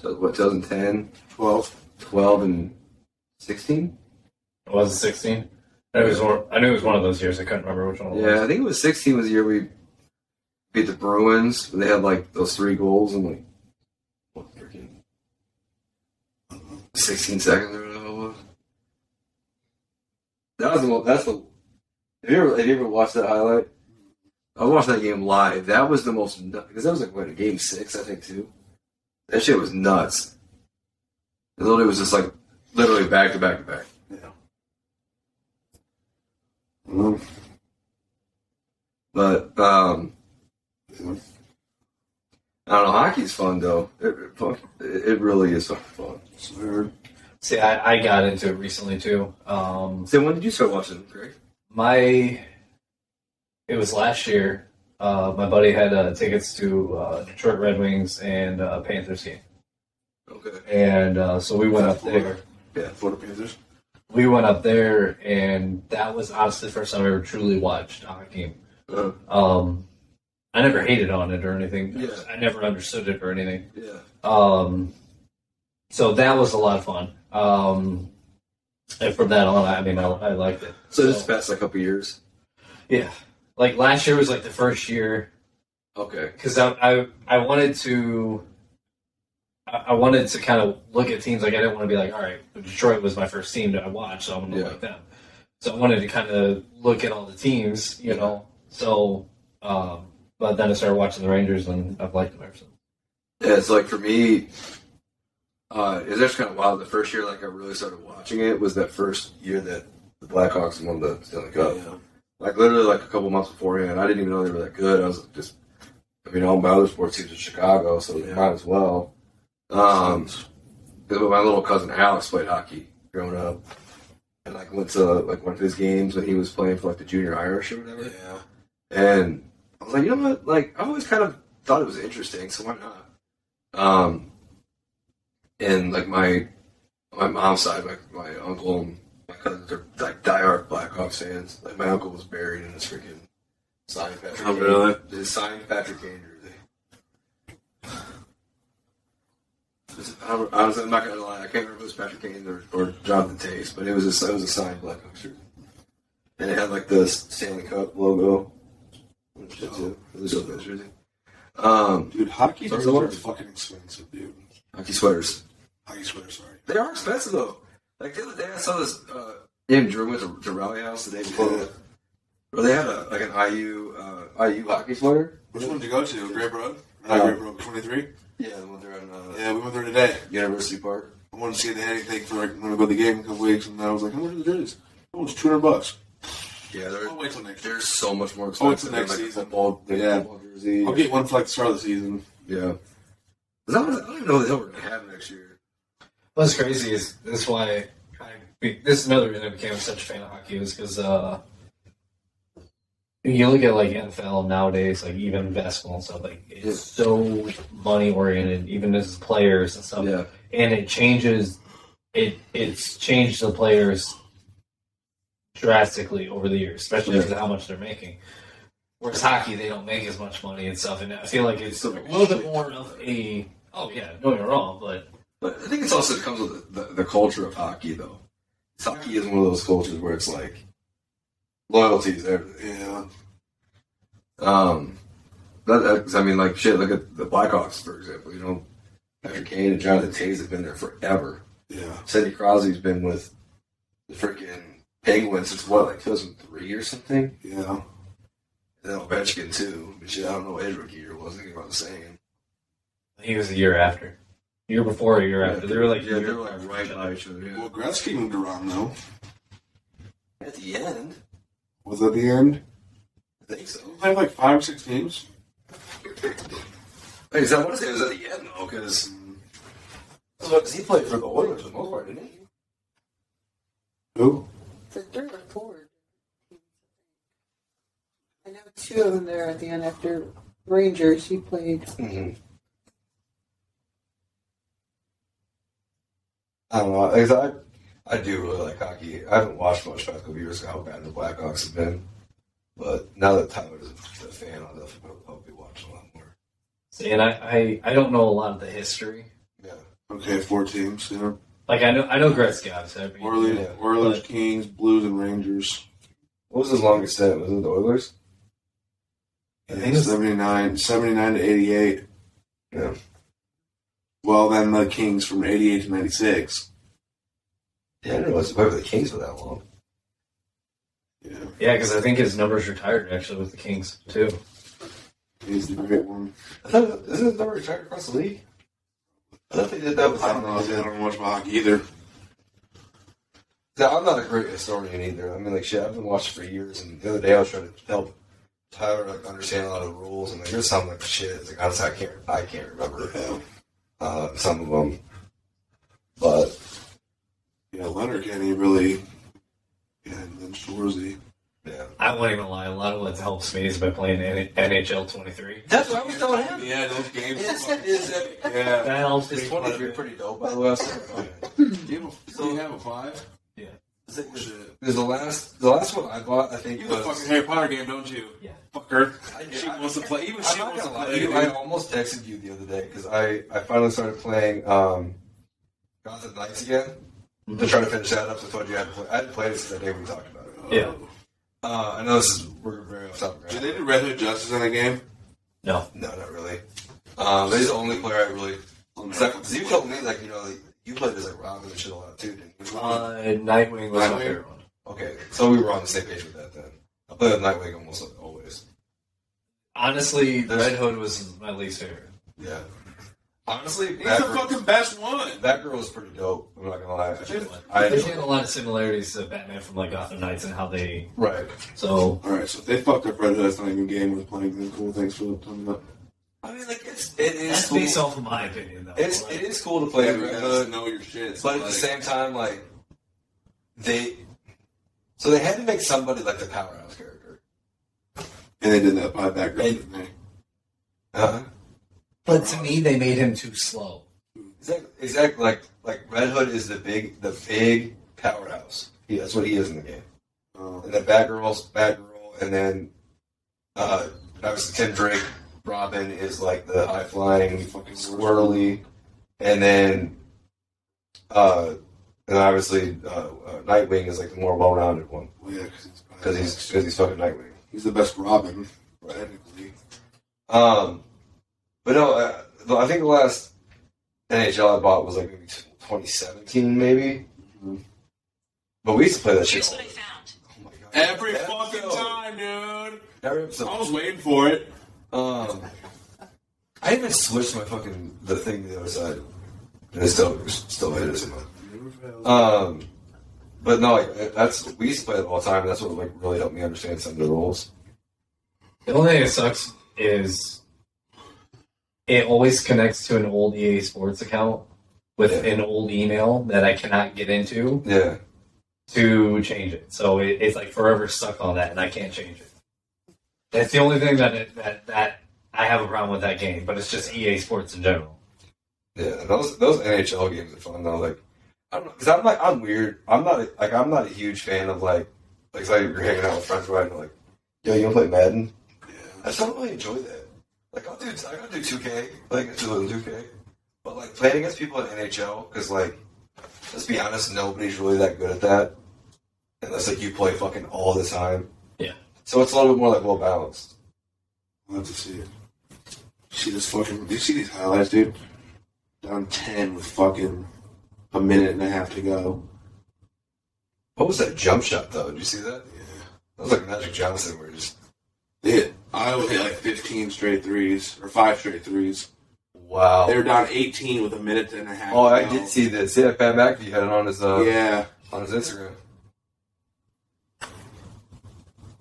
B: So, what, 2010,
A: 12.
B: 12, and 16?
D: It was 16. I knew it was one. I knew it was one of those years. I couldn't remember which one. It
B: Yeah,
D: was.
B: I think it was 16 was the year we beat the Bruins. They had, like, those three goals in, like, what freaking 16 seconds or whatever it was. That was the mo- that's the. Have you ever, have you ever watched that highlight? I watched that game live. That was the most because that was like what game six, I think, too. That shit was nuts. It literally was just like literally back to back to back.
A: Mm.
B: But um, I don't know. Hockey's fun though. It, it, fuck, it it really is fucking fun.
A: Sir.
D: See, I, I got into it recently too. Um,
B: So when did you start watching, Greg?
D: my it was last year. Uh, my buddy had uh, tickets to uh, Detroit Red Wings and uh, Panthers game,
B: Okay.
D: and uh, so we went up there.
A: Florida Panthers.
D: We went up there, and that was honestly the first time I ever truly watched a hockey game.
B: Uh,
D: Um, I never hated on it or anything.
B: Yeah.
D: I never understood it or anything.
B: yeah.
D: Um, so that was a lot of fun. Um, and from that on, I mean, I, I liked it.
B: So this past like couple years.
D: Yeah. Like last year was like the first year
B: Okay.
D: because I, I I wanted to I I wanted to kind of look at teams like I didn't want to be like all right Detroit was my first team that I watched so I'm gonna
B: Yeah.
D: like them so I wanted to kind of look at all the teams you know so um, but then I started watching the Rangers and I've liked them ever since
B: Yeah, it's like for me, uh, it's actually kind of wild. The first year, like I really started watching it, was that first year that the Blackhawks won the Stanley Cup. Like literally, like a couple months beforehand, I didn't even know they were that good. I was just, I mean, all my other sports teams in Chicago, so they might as well. Um, 'cause my little cousin Alex played hockey growing up, and like went to like one of his games when he was playing for like the junior Irish or whatever.
M: Yeah.
B: And I was like, you know what? Like, I always kind of thought it was interesting, so why not? Um, and like my my mom's side, my, my uncle and my cousins are like diehard Blackhawks fans. Like, my uncle was buried in his freaking signed Patrick.
M: Oh, really?
B: Kane- His signed Patrick Kane jersey. I'm, honestly, I'm not gonna lie. I can't remember if it was Patrick Kane or, or Jonathan Taves, but it was a, it was a signed Blackhawks jersey, and it had like the Stanley Cup logo. and shit, too. It was a good jersey. Um,
A: Dude, hockey
B: Sorry,
A: jerseys are
B: sorry.
A: fucking expensive, dude.
B: hockey sweaters.
A: Hockey sweater, sorry.
B: They are expensive though. Like the other day, I saw this. Uh, Damn, Drew went to, to Rally House the day before. Where they had a like an IU uh, IU hockey sweater.
A: Which one did you go to? Great Road?
B: Uh,
A: Not Great Road, 23?
B: Yeah, the one there on uh,
A: Yeah, we went there today.
B: University Park.
A: I wanted to see if they had anything for like, when I go to the game in a couple weeks, and I was like, how much are the jerseys? Oh, it's 200 bucks.
B: Yeah, they're
A: I'll wait till next year.
B: they're so much more expensive.
A: Oh, it's the next
B: than, like, a
A: season.
B: Football, like,
A: Yeah.
B: football jersey.
A: I'll get one for like the start of the season.
B: Yeah. 'Cause I don't, I don't even know what the hell we're gonna have next year.
D: what's crazy is this is why I be- this is another reason I became such a fan of hockey was because uh, you look at like NFL nowadays like even basketball and stuff like it's
B: Yeah.
D: so money oriented even as players and stuff
B: Yeah.
D: and it changes it it's changed the players drastically over the years, especially
B: Yeah.
D: because of how much they're making. Whereas hockey, they don't make as much money and stuff, and I feel like it's a little bit more of a oh yeah, don't get me wrong, but
B: But I think it's also it comes with the, the, the culture of hockey, though. 'Cause Hockey is one of those cultures where it's like loyalty is everything. Yeah. Um, that, that- 'cause I mean, like shit. Look at the Blackhawks, for example. You know, Patrick Kane and Jonathan Tays have been there forever.
A: Yeah.
B: Sidney Crosby's been with the freaking Penguins since what, like 2003 or something.
A: Yeah.
B: And then Ovechkin too. But shit, I don't know what his rookie year was. I think about the same.
D: I think it was a year after, year before, a year after. They were like
B: yeah, they
D: year
B: were like
D: apart.
B: right by each other. yeah.
A: Well, Gretzky moved around, though.
B: At the end,
A: Was that the end?
B: I think so.
A: They have like five or six teams.
B: Like, I want to say it was at the end though, because he played for the Oilers for the most part, didn't he?
A: Who?
E: So they're on board. I know two of them there at the end after Rangers. He played.
B: Mm-hmm. I don't know. Like, I, I do really like hockey. I haven't watched much the past couple years how bad the Blackhawks have been, but now that Tyler's a fan, I'll definitely I'll be watching a lot more.
D: And I, I I don't know a lot of the history.
B: Yeah,
A: Okay, four teams. Yeah.
D: Like I know I know Gretzky, obviously. I mean,
A: Oilers,
B: Yeah.
A: Oilers
D: But-
A: Kings, Blues, and Rangers.
B: what was his longest stint? Was it the Oilers?
D: I think it's-
A: 79, 79 to 88.
B: Yeah.
A: Well, then the Kings from 88 to 96.
B: Yeah, I didn't realize he played for the Kings for that long.
A: Yeah.
D: Yeah, because I think his numbers retired actually with the Kings too.
A: He's the great one.
B: I thought, isn't his number retired across the league? I thought they did that with
A: I don't know. I don't watch hockey either.
B: Now, I'm not a great historian either. I mean, like, shit, I've been watching for years, and the other day I was trying to help Tyler like understand a lot of the rules, and like, there's some like shit. It's like honestly, I can't, I can't remember uh, some of them. But
A: Yeah, Leonard can't even really. Yeah, and then Shorzy.
B: yeah,
D: I won't even lie. A lot of what helps me is by playing N- NHL 23.
B: that's what I was telling him.
A: Yeah, those games.
B: Yeah,
D: That helps
B: it's
D: me.
B: twenty three, pretty dope. By the way, I was like, okay.
A: Do you have a, do you have a five?
D: Yeah.
A: Is it- Oh, Shit.
B: 'Cause the last, the last one I bought, I think
A: You have a fucking
B: was.
A: Harry Potter game, don't you?
D: Yeah.
A: Fucker.
B: I-
A: She
B: I-
A: wants to play. Even
B: I'm
A: she
B: not
A: wants to
B: gonna lie
A: play.
B: to you.
A: dude.
B: I almost texted you the other day because I, I finally started playing um, Gotham Knights again to try to finish that up. So I told you I hadn't played, I hadn't played it since that day we talked about it.
D: Yeah.
B: Uh, I know this is we're very off topic.
A: Did
B: Right?
A: they do Red Hood justice in that game?
D: No.
B: No, not really. Um, he's the only player I really. It's like, 'cause you told me like you know like, you played this like Robin and shit a lot too. Didn't you?
N: Uh, Nightwing was my
B: Nightwing?
N: favorite one.
B: okay, so we were on the same page with that then. I play with Nightwing almost like, always.
D: Honestly, the Red Hood was my least favorite.
B: Yeah. Honestly,
A: He's
B: that
A: the
B: girl,
A: fucking best one.
B: that girl was pretty dope. I'm not gonna lie. I,
D: They had a lot of similarities to Batman from like Gotham Knights and how they
B: right.
D: so
A: All right, so if they fucked up Red Hood, that's not even a game worth playing. Then cool, thanks for coming up.
B: I mean, like it's it is
D: that's
B: cool.
D: based off of my opinion though.
B: It's
D: Like,
B: it is cool to play
A: Play
B: with
A: Red
B: Red
A: Hood,
B: Hood,
A: know your shit.
B: but at the
A: Like,
B: same time, like they so they had to make somebody like the powerhouse character.
A: and they did that by background.
B: And-
A: didn't they?
B: Uh-huh.
D: but to me they made him too slow.
B: Exactly, exactly. Like like Red Hood is the big the big powerhouse. He, that's what he is in the game.
A: Oh.
B: And then Batgirl's Batgirl, and then uh, obviously Tim Drake. Robin is like the high flying,
A: Fucking
B: swirly, and then uh, and obviously uh, uh, Nightwing is like the more well rounded one
A: Well, yeah, because he's,
B: because he's because he's fucking Nightwing.
A: he's the best Robin, technically.
B: Um, but no, uh, the- I think the last NHL I bought was like maybe 2017, maybe.
A: Mhm.
B: But we used to play that shit.
H: Here's
B: all
H: what I
B: the-
H: found.
B: Oh my God.
A: Every
B: Every
A: fucking
B: episode.
A: time, dude.
B: Every
A: I
B: episode.
A: was waiting for it.
B: Um, I even switched my fucking the thing to the other side, and it still still hit us. Um, but no, like, that's we used to play it all the time. And that's what like really helped me understand some of the rules.
D: The only thing that sucks is it always connects to an old EA Sports account with
B: Yeah.
D: an old email that I cannot get into
B: Yeah,
D: to change it. So it, it's like forever stuck on that, and I can't change it. That's the only thing that it, that that I have a problem with that game. But it's just EA Sports in general.
B: yeah. Those those NHL games are fun though. Like I don't know, cause I'm like I'm weird. I'm not a- like I'm not a huge fan of like like say you're hanging out with friends right and like, yo, you wanna play Madden? I just don't really enjoy that. Like I'll do I gotta do 2K, like it's a little 2K, but like playing against people in NHL because like let's be honest, nobody's really that good at that unless like you play fucking all the time.
D: Yeah.
B: So it's a little bit more like well balanced.
A: I'll have to see it. See this fucking. Do you see these highlights, dude? Down 10 with fucking a minute and a half to go.
B: What was that jump shot though? Did you see that? Yeah. That was like Magic Johnson where he just
A: They hit. Iowa hit like 15 straight threes, or 5 straight threes.
B: wow.
A: They were down 18 with a minute and a half.
B: Oh,
A: to
B: I
A: go.
B: did see this. Yeah, Pat McAfee had it on his uh,
A: Yeah.
B: on his Instagram.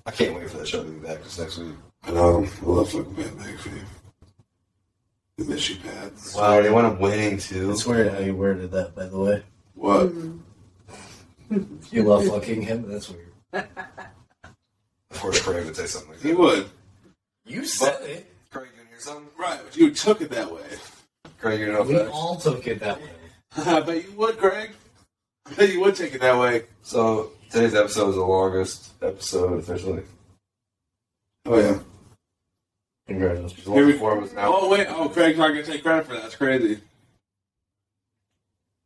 B: I can't wait for that show to be back just next week.
A: I know. I love fucking Pat McAfee. The Missy Pats.
B: Wow, they want him winning too.
D: weird how you worded that, by the way.
A: What?
E: Oh. um,
D: You love fucking him. That's weird.
B: Of course, Craig would say something like
A: He
B: that.
A: would.
D: You said it.
B: Craig, you hear something?
A: Right. but You took it that way.
B: Craig, you know
D: We
B: facts.
D: all took it that way.
A: I bet you would, Greg. I bet you would take it that way.
B: So today's episode is the longest episode officially.
A: Oh, yeah.
D: Congratulations.
B: Here we go. Was now.
A: Oh, wait. Oh, Craig's not going to take credit for that. That's crazy.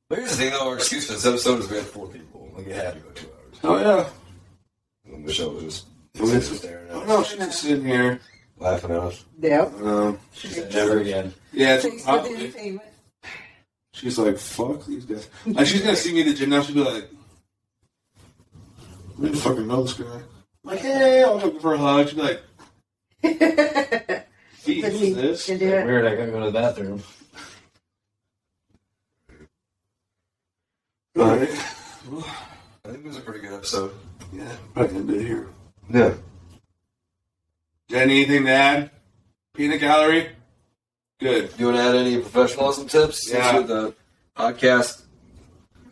B: But here's the thing, though. Our excuse for this episode is we had four people. Like it had to go two hours.
A: Oh, yeah.
B: And Michelle was just,
A: Oh, this
B: just staring at
A: Oh,
B: us,
A: no. She's just sitting here.
B: laughing at us.
E: Yep.
A: Um,
D: She said never again.
A: yeah.
E: Thanks
A: It's uh,
E: for the
A: probably,
E: entertainment.
A: she's like, fuck these guys. Like, she's going to see me at the gym now. She'll be like, we didn't fucking know this guy. I'm like, hey, I'll go give her a hug. She'll be like, "Gee, who's this?
E: Can do it.
D: Weird. I gotta go to the bathroom.
A: All right.
B: I think it was a pretty good episode.
A: Yeah, I can do here.
B: Yeah.
A: Jenny, anything to add? Peanut gallery? Good.
B: You want to add any professionalism tips? Since
A: Yeah.
B: you're the podcast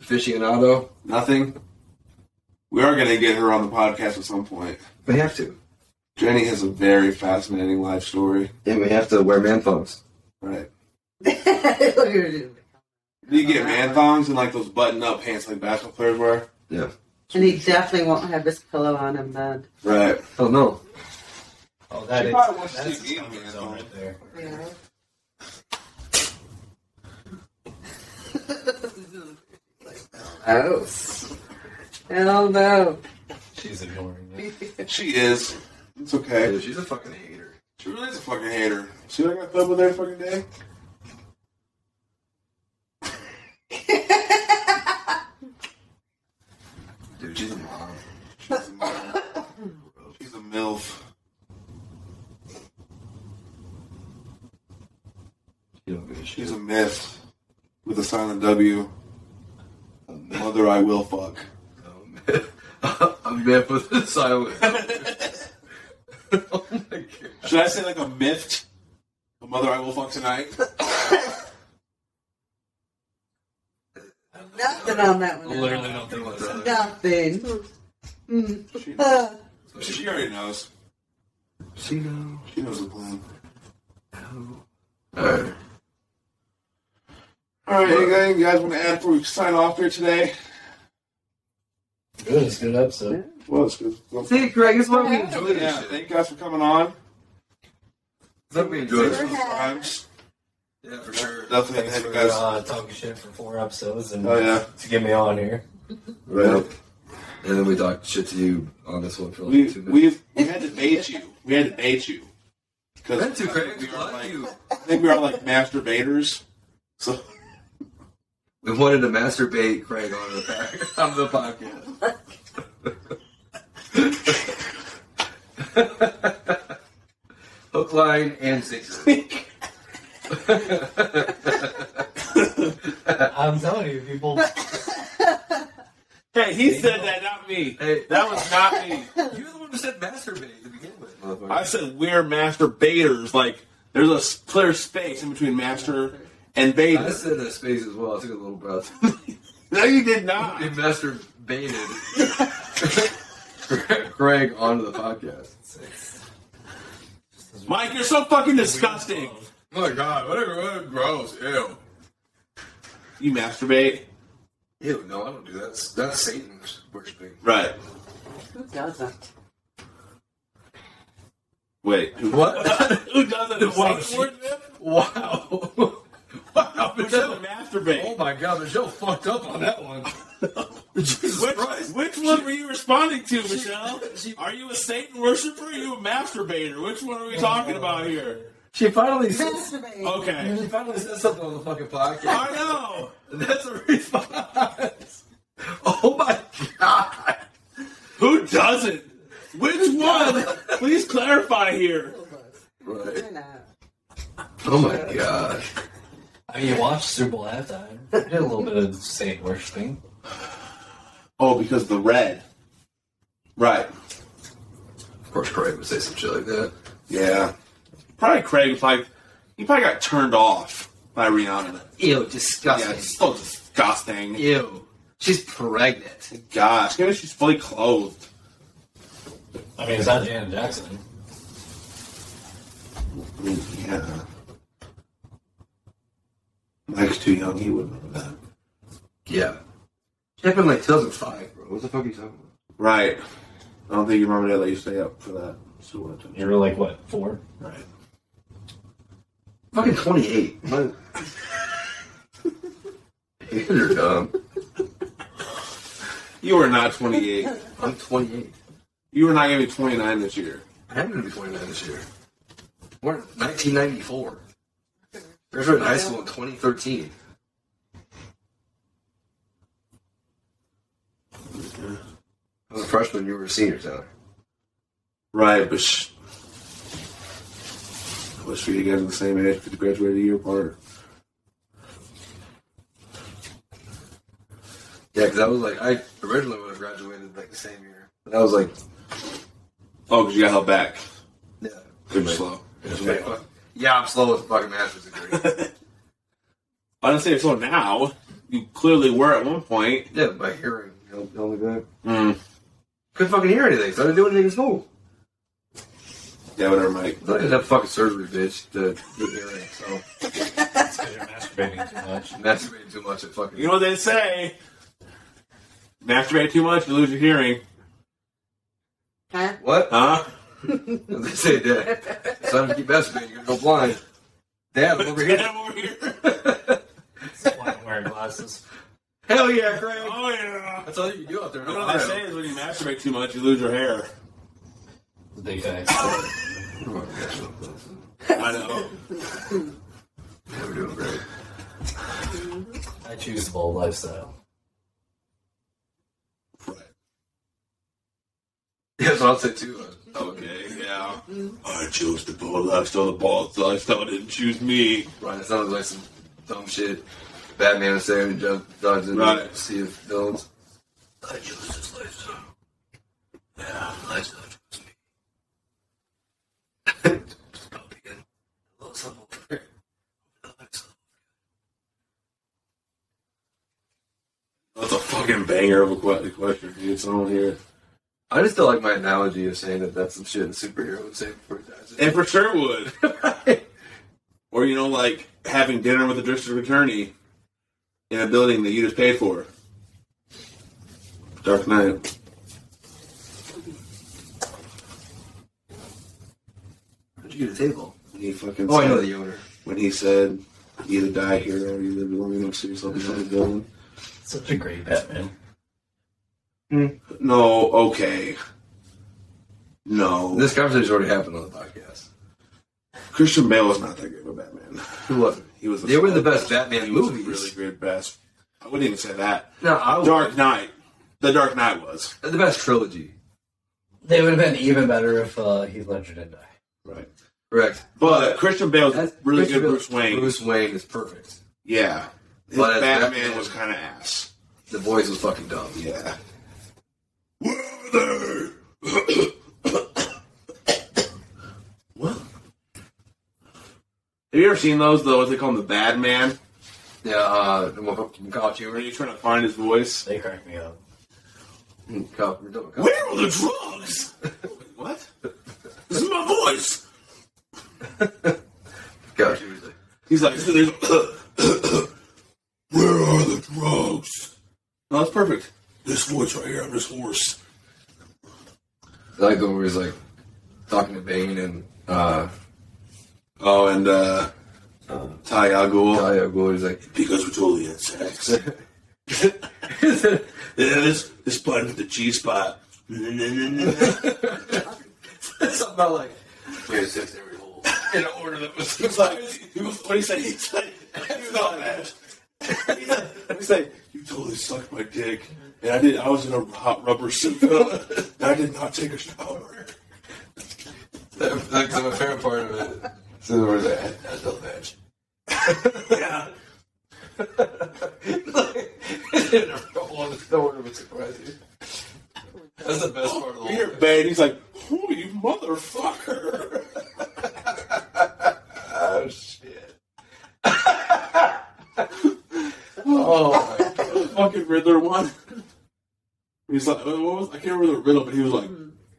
B: aficionado.
A: Nothing? We are going to get her on the podcast at some point.
B: We have to.
A: Jenny has a very fascinating life story.
B: Yeah, we have to wear man thongs.
A: Right.
E: Look at her do it.
A: Do you get man thongs and like those button up pants like basketball players wear?
B: Yeah.
E: and he definitely won't have his pillow on him then.
A: Right.
B: Oh no.
D: Oh, that
A: She
D: is
A: probably watched
D: that's
A: TV
D: his comfort
A: man,
D: zone
A: though.
D: right there.
E: Yeah. oh. Hell no. Oh.
D: She's ignoring me.
A: She is. It's okay.
B: Yeah, she's a fucking hater.
A: She really is a fucking hater. See what I got put up with every fucking day?
B: Dude, she's a mom.
A: She's a milf. She's a milf.
B: You don't give a shit.
A: She's a myth with a silent W. Mother, I will fuck.
B: Um, a myth with a silent. oh my god.
A: Should I say like a myth? A mother, I will fuck tonight.
E: Nothing on that one.
G: Literally don't think about that.
E: Nothing. Mm.
A: She,
E: Uh,
A: she already knows.
B: She knows.
A: She knows the plan.
B: Alright.
A: All right, anything you guys want to add before we sign off here today?
G: Good, it's a good episode.
A: Well, it's good. Well,
B: See, Greg, it's why we enjoy
A: yeah,
B: this shit.
A: thank you guys for coming on.
B: It's why we enjoy this.
E: Sure.
A: Times.
B: Yeah, for sure.
A: Definitely
G: Thanks
A: had to have
G: for
A: you guys.
G: uh, talking shit for four episodes and
A: Oh, yeah.
G: to get me on here.
B: Right. And then we talked shit to you on this one for like
A: We,
B: two minutes.
A: we've, we had to bait you. We had to bait you.
B: That's
A: Because
B: too Craig. We
A: we were like,
B: you.
A: I think we are like masturbators. So
B: We wanted to masturbate Craig on the pack, on the podcast. Hook, line, and sinker.
G: I'm telling you, people.
A: hey, he said that, not me.
B: Hey,
A: That was not me.
B: you're the one who said masturbate to begin with, motherfucker.
A: I said we're masturbators. Like there's a s- clear space in between master and
B: I
A: baiter.
B: said that space as well. I took a little breath.
A: No, you did
B: He
A: not.
B: masturbated Craig onto the podcast.
A: Mike, you're so fucking disgusting.
B: Oh my god, whatever, whatever, gross, ew.
A: You masturbate.
B: Ew, no, I don't do that. That's, that's Satan worshiping.
A: Right.
E: who doesn't?
A: Wait. Who,
B: What?
A: who doesn't?
B: Wow,
A: Mike
B: she-
A: Wardman?
B: wow. wow,
A: Who doesn't masturbate?
B: Oh my god, Michelle fucked up on that one. Jesus
A: Which,
B: Christ.
A: which one were you responding to, Michelle? Are you a Satan worshiper? Or are you a masturbator? Which one are we talking about here?
B: She finally says,
E: Masturbate.
A: Okay.
B: she finally says something on the fucking podcast.
A: I know.
B: That's a response. Oh my god.
A: Who doesn't? Which one? Please clarify here.
B: Right.
E: You're not.
B: Oh my god.
G: I mean, you watched Super Bowl halftime. I did a little bit of Satan worshiping.
A: Oh, because the red. Right.
B: Of course, Craig would say some shit like that.
A: Yeah. Probably Craig was like, he probably got turned off by Rihanna.
B: Ew,
A: Yeah,
B: disgusting.
A: it's so disgusting.
B: Ew. She's pregnant.
A: Gosh, maybe she's fully clothed.
G: I mean, it's not Janet Jackson.
A: Yeah. Mike's too young, he wouldn't know that.
B: Yeah. She happened like 2005, bro. What the fuck are you talking about?
A: Right. I don't think your mom and dad let you stay up for that. So what?
G: You were like, what, four?
A: Right.
B: Fucking 28. My... You're dumb.
A: You are not 28.
B: I'm 28.
A: you are not going to be 29 this year.
B: I am going to be 29 this year. We're in 1994. Graduated high school in 2013. I was a freshman, you were a senior, Tyler.
A: Right, but sh- I wish we guys were the same age because graduated a year apart.
B: Yeah, because I was like, I originally would have graduated like the same year. But I was like,
A: Oh, because you got held back.
B: yeah.
A: You're slow.
B: Yeah, I'm slow with a fucking master's degree.
A: I didn't say you're slow now. You clearly were at one point.
B: yeah, by hearing. you know, the Only good.
A: Mm.
B: Couldn't fucking hear anything, so I didn't do anything in school.
A: Yeah, whatever, Mike.
B: I didn't have fucking surgery, bitch, to to hearing. So
G: Because you're masturbating too much.
B: masturbating too much at fucking.
A: You know what they say? Masturbate too much, you lose your hearing.
E: Huh?
B: what?
A: Huh?
B: They say that. Son, if you keep masturbating, you're gonna go blind. Dad, I'm over here.
A: Damn, over here.
G: That's why I'm wearing glasses.
B: Hell yeah, Craig.
A: Oh, yeah.
B: That's all you can do out there.
A: You know what they say is when you masturbate too much, you lose your hair.
D: the big guy.
A: I know.
B: We're doing great.
D: I choose the bold lifestyle.
B: Yeah, that's what I'll say too. Oh,
A: Okay, yeah. I chose the ball lifestyle. The ball lifestyle didn't choose me.
B: Right, it sounded like some dumb shit. Batman and Sarah John, Johnson,
A: Right.
B: Sea of Villains.
A: I chose this lifestyle. Yeah, lifestyle chose me. That's a fucking banger of a que- question, dude. Someone here.
B: I just feel like my analogy of saying that that's some shit a superhero would say before he dies.
A: And for sure would. Or, you know, like having dinner with a district attorney in a building that you just paid for. Dark Knight.
B: How'd you get a table?
A: When he fucking
B: Oh, I know
A: said,
B: the owner.
A: when he said, either die here or you live alone next to yourself in the building.
G: Such a great Batman.
A: No, okay. No.
B: This conversation's already happened on the podcast.
A: Christian Bale was not that great of a Batman.
B: Who wasn't?
A: He was a
B: They were the best Batman
A: he was a
B: movies.
A: really great best. I wouldn't even say that.
B: No, I was
A: Dark Knight. The Dark Knight was.
B: the best trilogy.
G: They would have been even better if uh, Heath Ledger didn't die.
A: Right.
B: Correct.
A: But Christian Bale's a really
B: Christian
A: good
B: Bale-
A: Bruce Wayne.
B: Bruce Wayne is perfect.
A: Yeah. His
B: But as
A: Batman,
B: Batman-
A: was kind of ass.
B: The voice was fucking dumb.
A: Yeah. Where are they? what? Have you ever seen those, though? What they call him? The Bad Man?
B: Yeah, uh, Kyle
A: Where
B: Humor.
A: you're trying to find his voice.
G: They cracked me up.
B: Kyle, we're done with Kyle.
A: Where are the drugs? what? This is my voice!
B: Kyle Schumer's like,
A: He's like, there's, Where are the drugs? No, that's perfect. This voice right here, I'm this horse.
B: I like the one where he's like talking to Bane and uh,
A: Oh, and uh, Ty Al Ghul.
B: Talia Ghul. He's like,
A: Because we're totally in sex. this this button with the G spot. it's
B: something about like
A: an order that was, he was like he was what he said he said he was all mad. He said- He said, "You totally sucked my dick, and I did. I was in a hot rubber suit, and I did not take a shower."
B: that, that's a fair part of it. So where he's like, I, I felt bad.
A: Yeah,
B: No one would surprise you. That's the best part of the
A: you're bad. He's like, "Oh, you motherfucker!"
B: Oh shit. oh my god.
A: fucking Riddler one. He's like, what was, I can't remember the riddle, but he was like,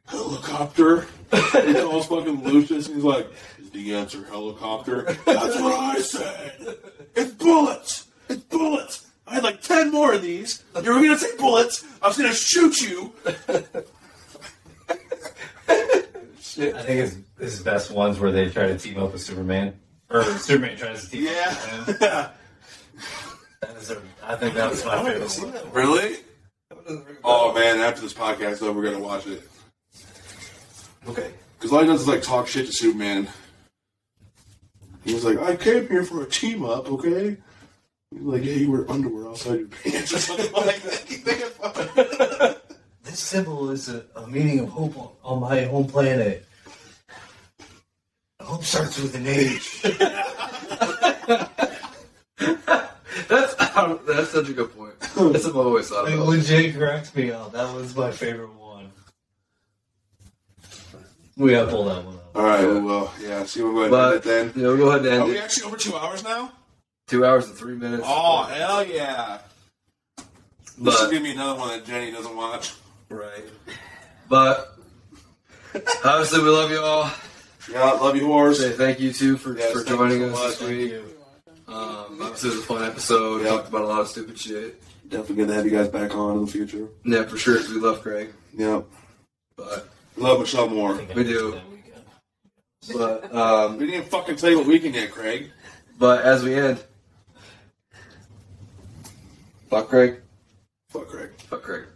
A: helicopter. He calls fucking Lucius, and he's like, is the answer helicopter? That's what I said. It's bullets. It's bullets. I had like ten more of these. You were gonna say bullets. I was gonna shoot you.
G: I
B: Shit.
G: think his, his best ones were they try to team up with Superman. Or Superman tries to team up with Superman. That is a, I think that was my favorite one.
A: really? Oh man! After this podcast, though, we're gonna watch it
B: Okay.
A: because all he does is like talk shit to Superman. He was like, I came here for a team up, okay? He's like, yeah, you wear underwear outside your pants or something like that. Keep making fun.
G: This symbol is a, a meaning of hope on, on my home planet. Hope starts with an H.
B: That's that's such a good point. That's what I've always thought
G: It
B: about.
G: legit cracks me up. That was my favorite one. We gotta pull that one up.
A: All right, well, yeah, see what we're going
B: But
A: to do
B: you
A: then.
B: know, go ahead and
A: Are
B: end
A: we
B: it.
A: actually over two hours now?
B: Two hours and three minutes.
A: Oh, hell yeah. This
B: But-
A: should give me another one that Jenny doesn't watch.
B: Right. But obviously, we love you all.
A: Yeah, love you, whores.
B: Say thank you too for,
A: Yes,
B: for
A: thank
B: joining
A: you so
B: us
A: much.
B: this week. Um, obviously, it was a fun episode.
A: Yeah.
B: Talked about a lot of stupid shit.
A: Definitely good to have you guys back on in the future.
B: Yeah, for sure. 'cause We love Craig,
A: Yep.
B: but
A: Love Michelle Moore.
B: we do. But um,
A: We didn't even fucking tell you what weekend yet, Craig.
B: but as we end, fuck Craig,
A: Fuck, Craig.
B: fuck Craig.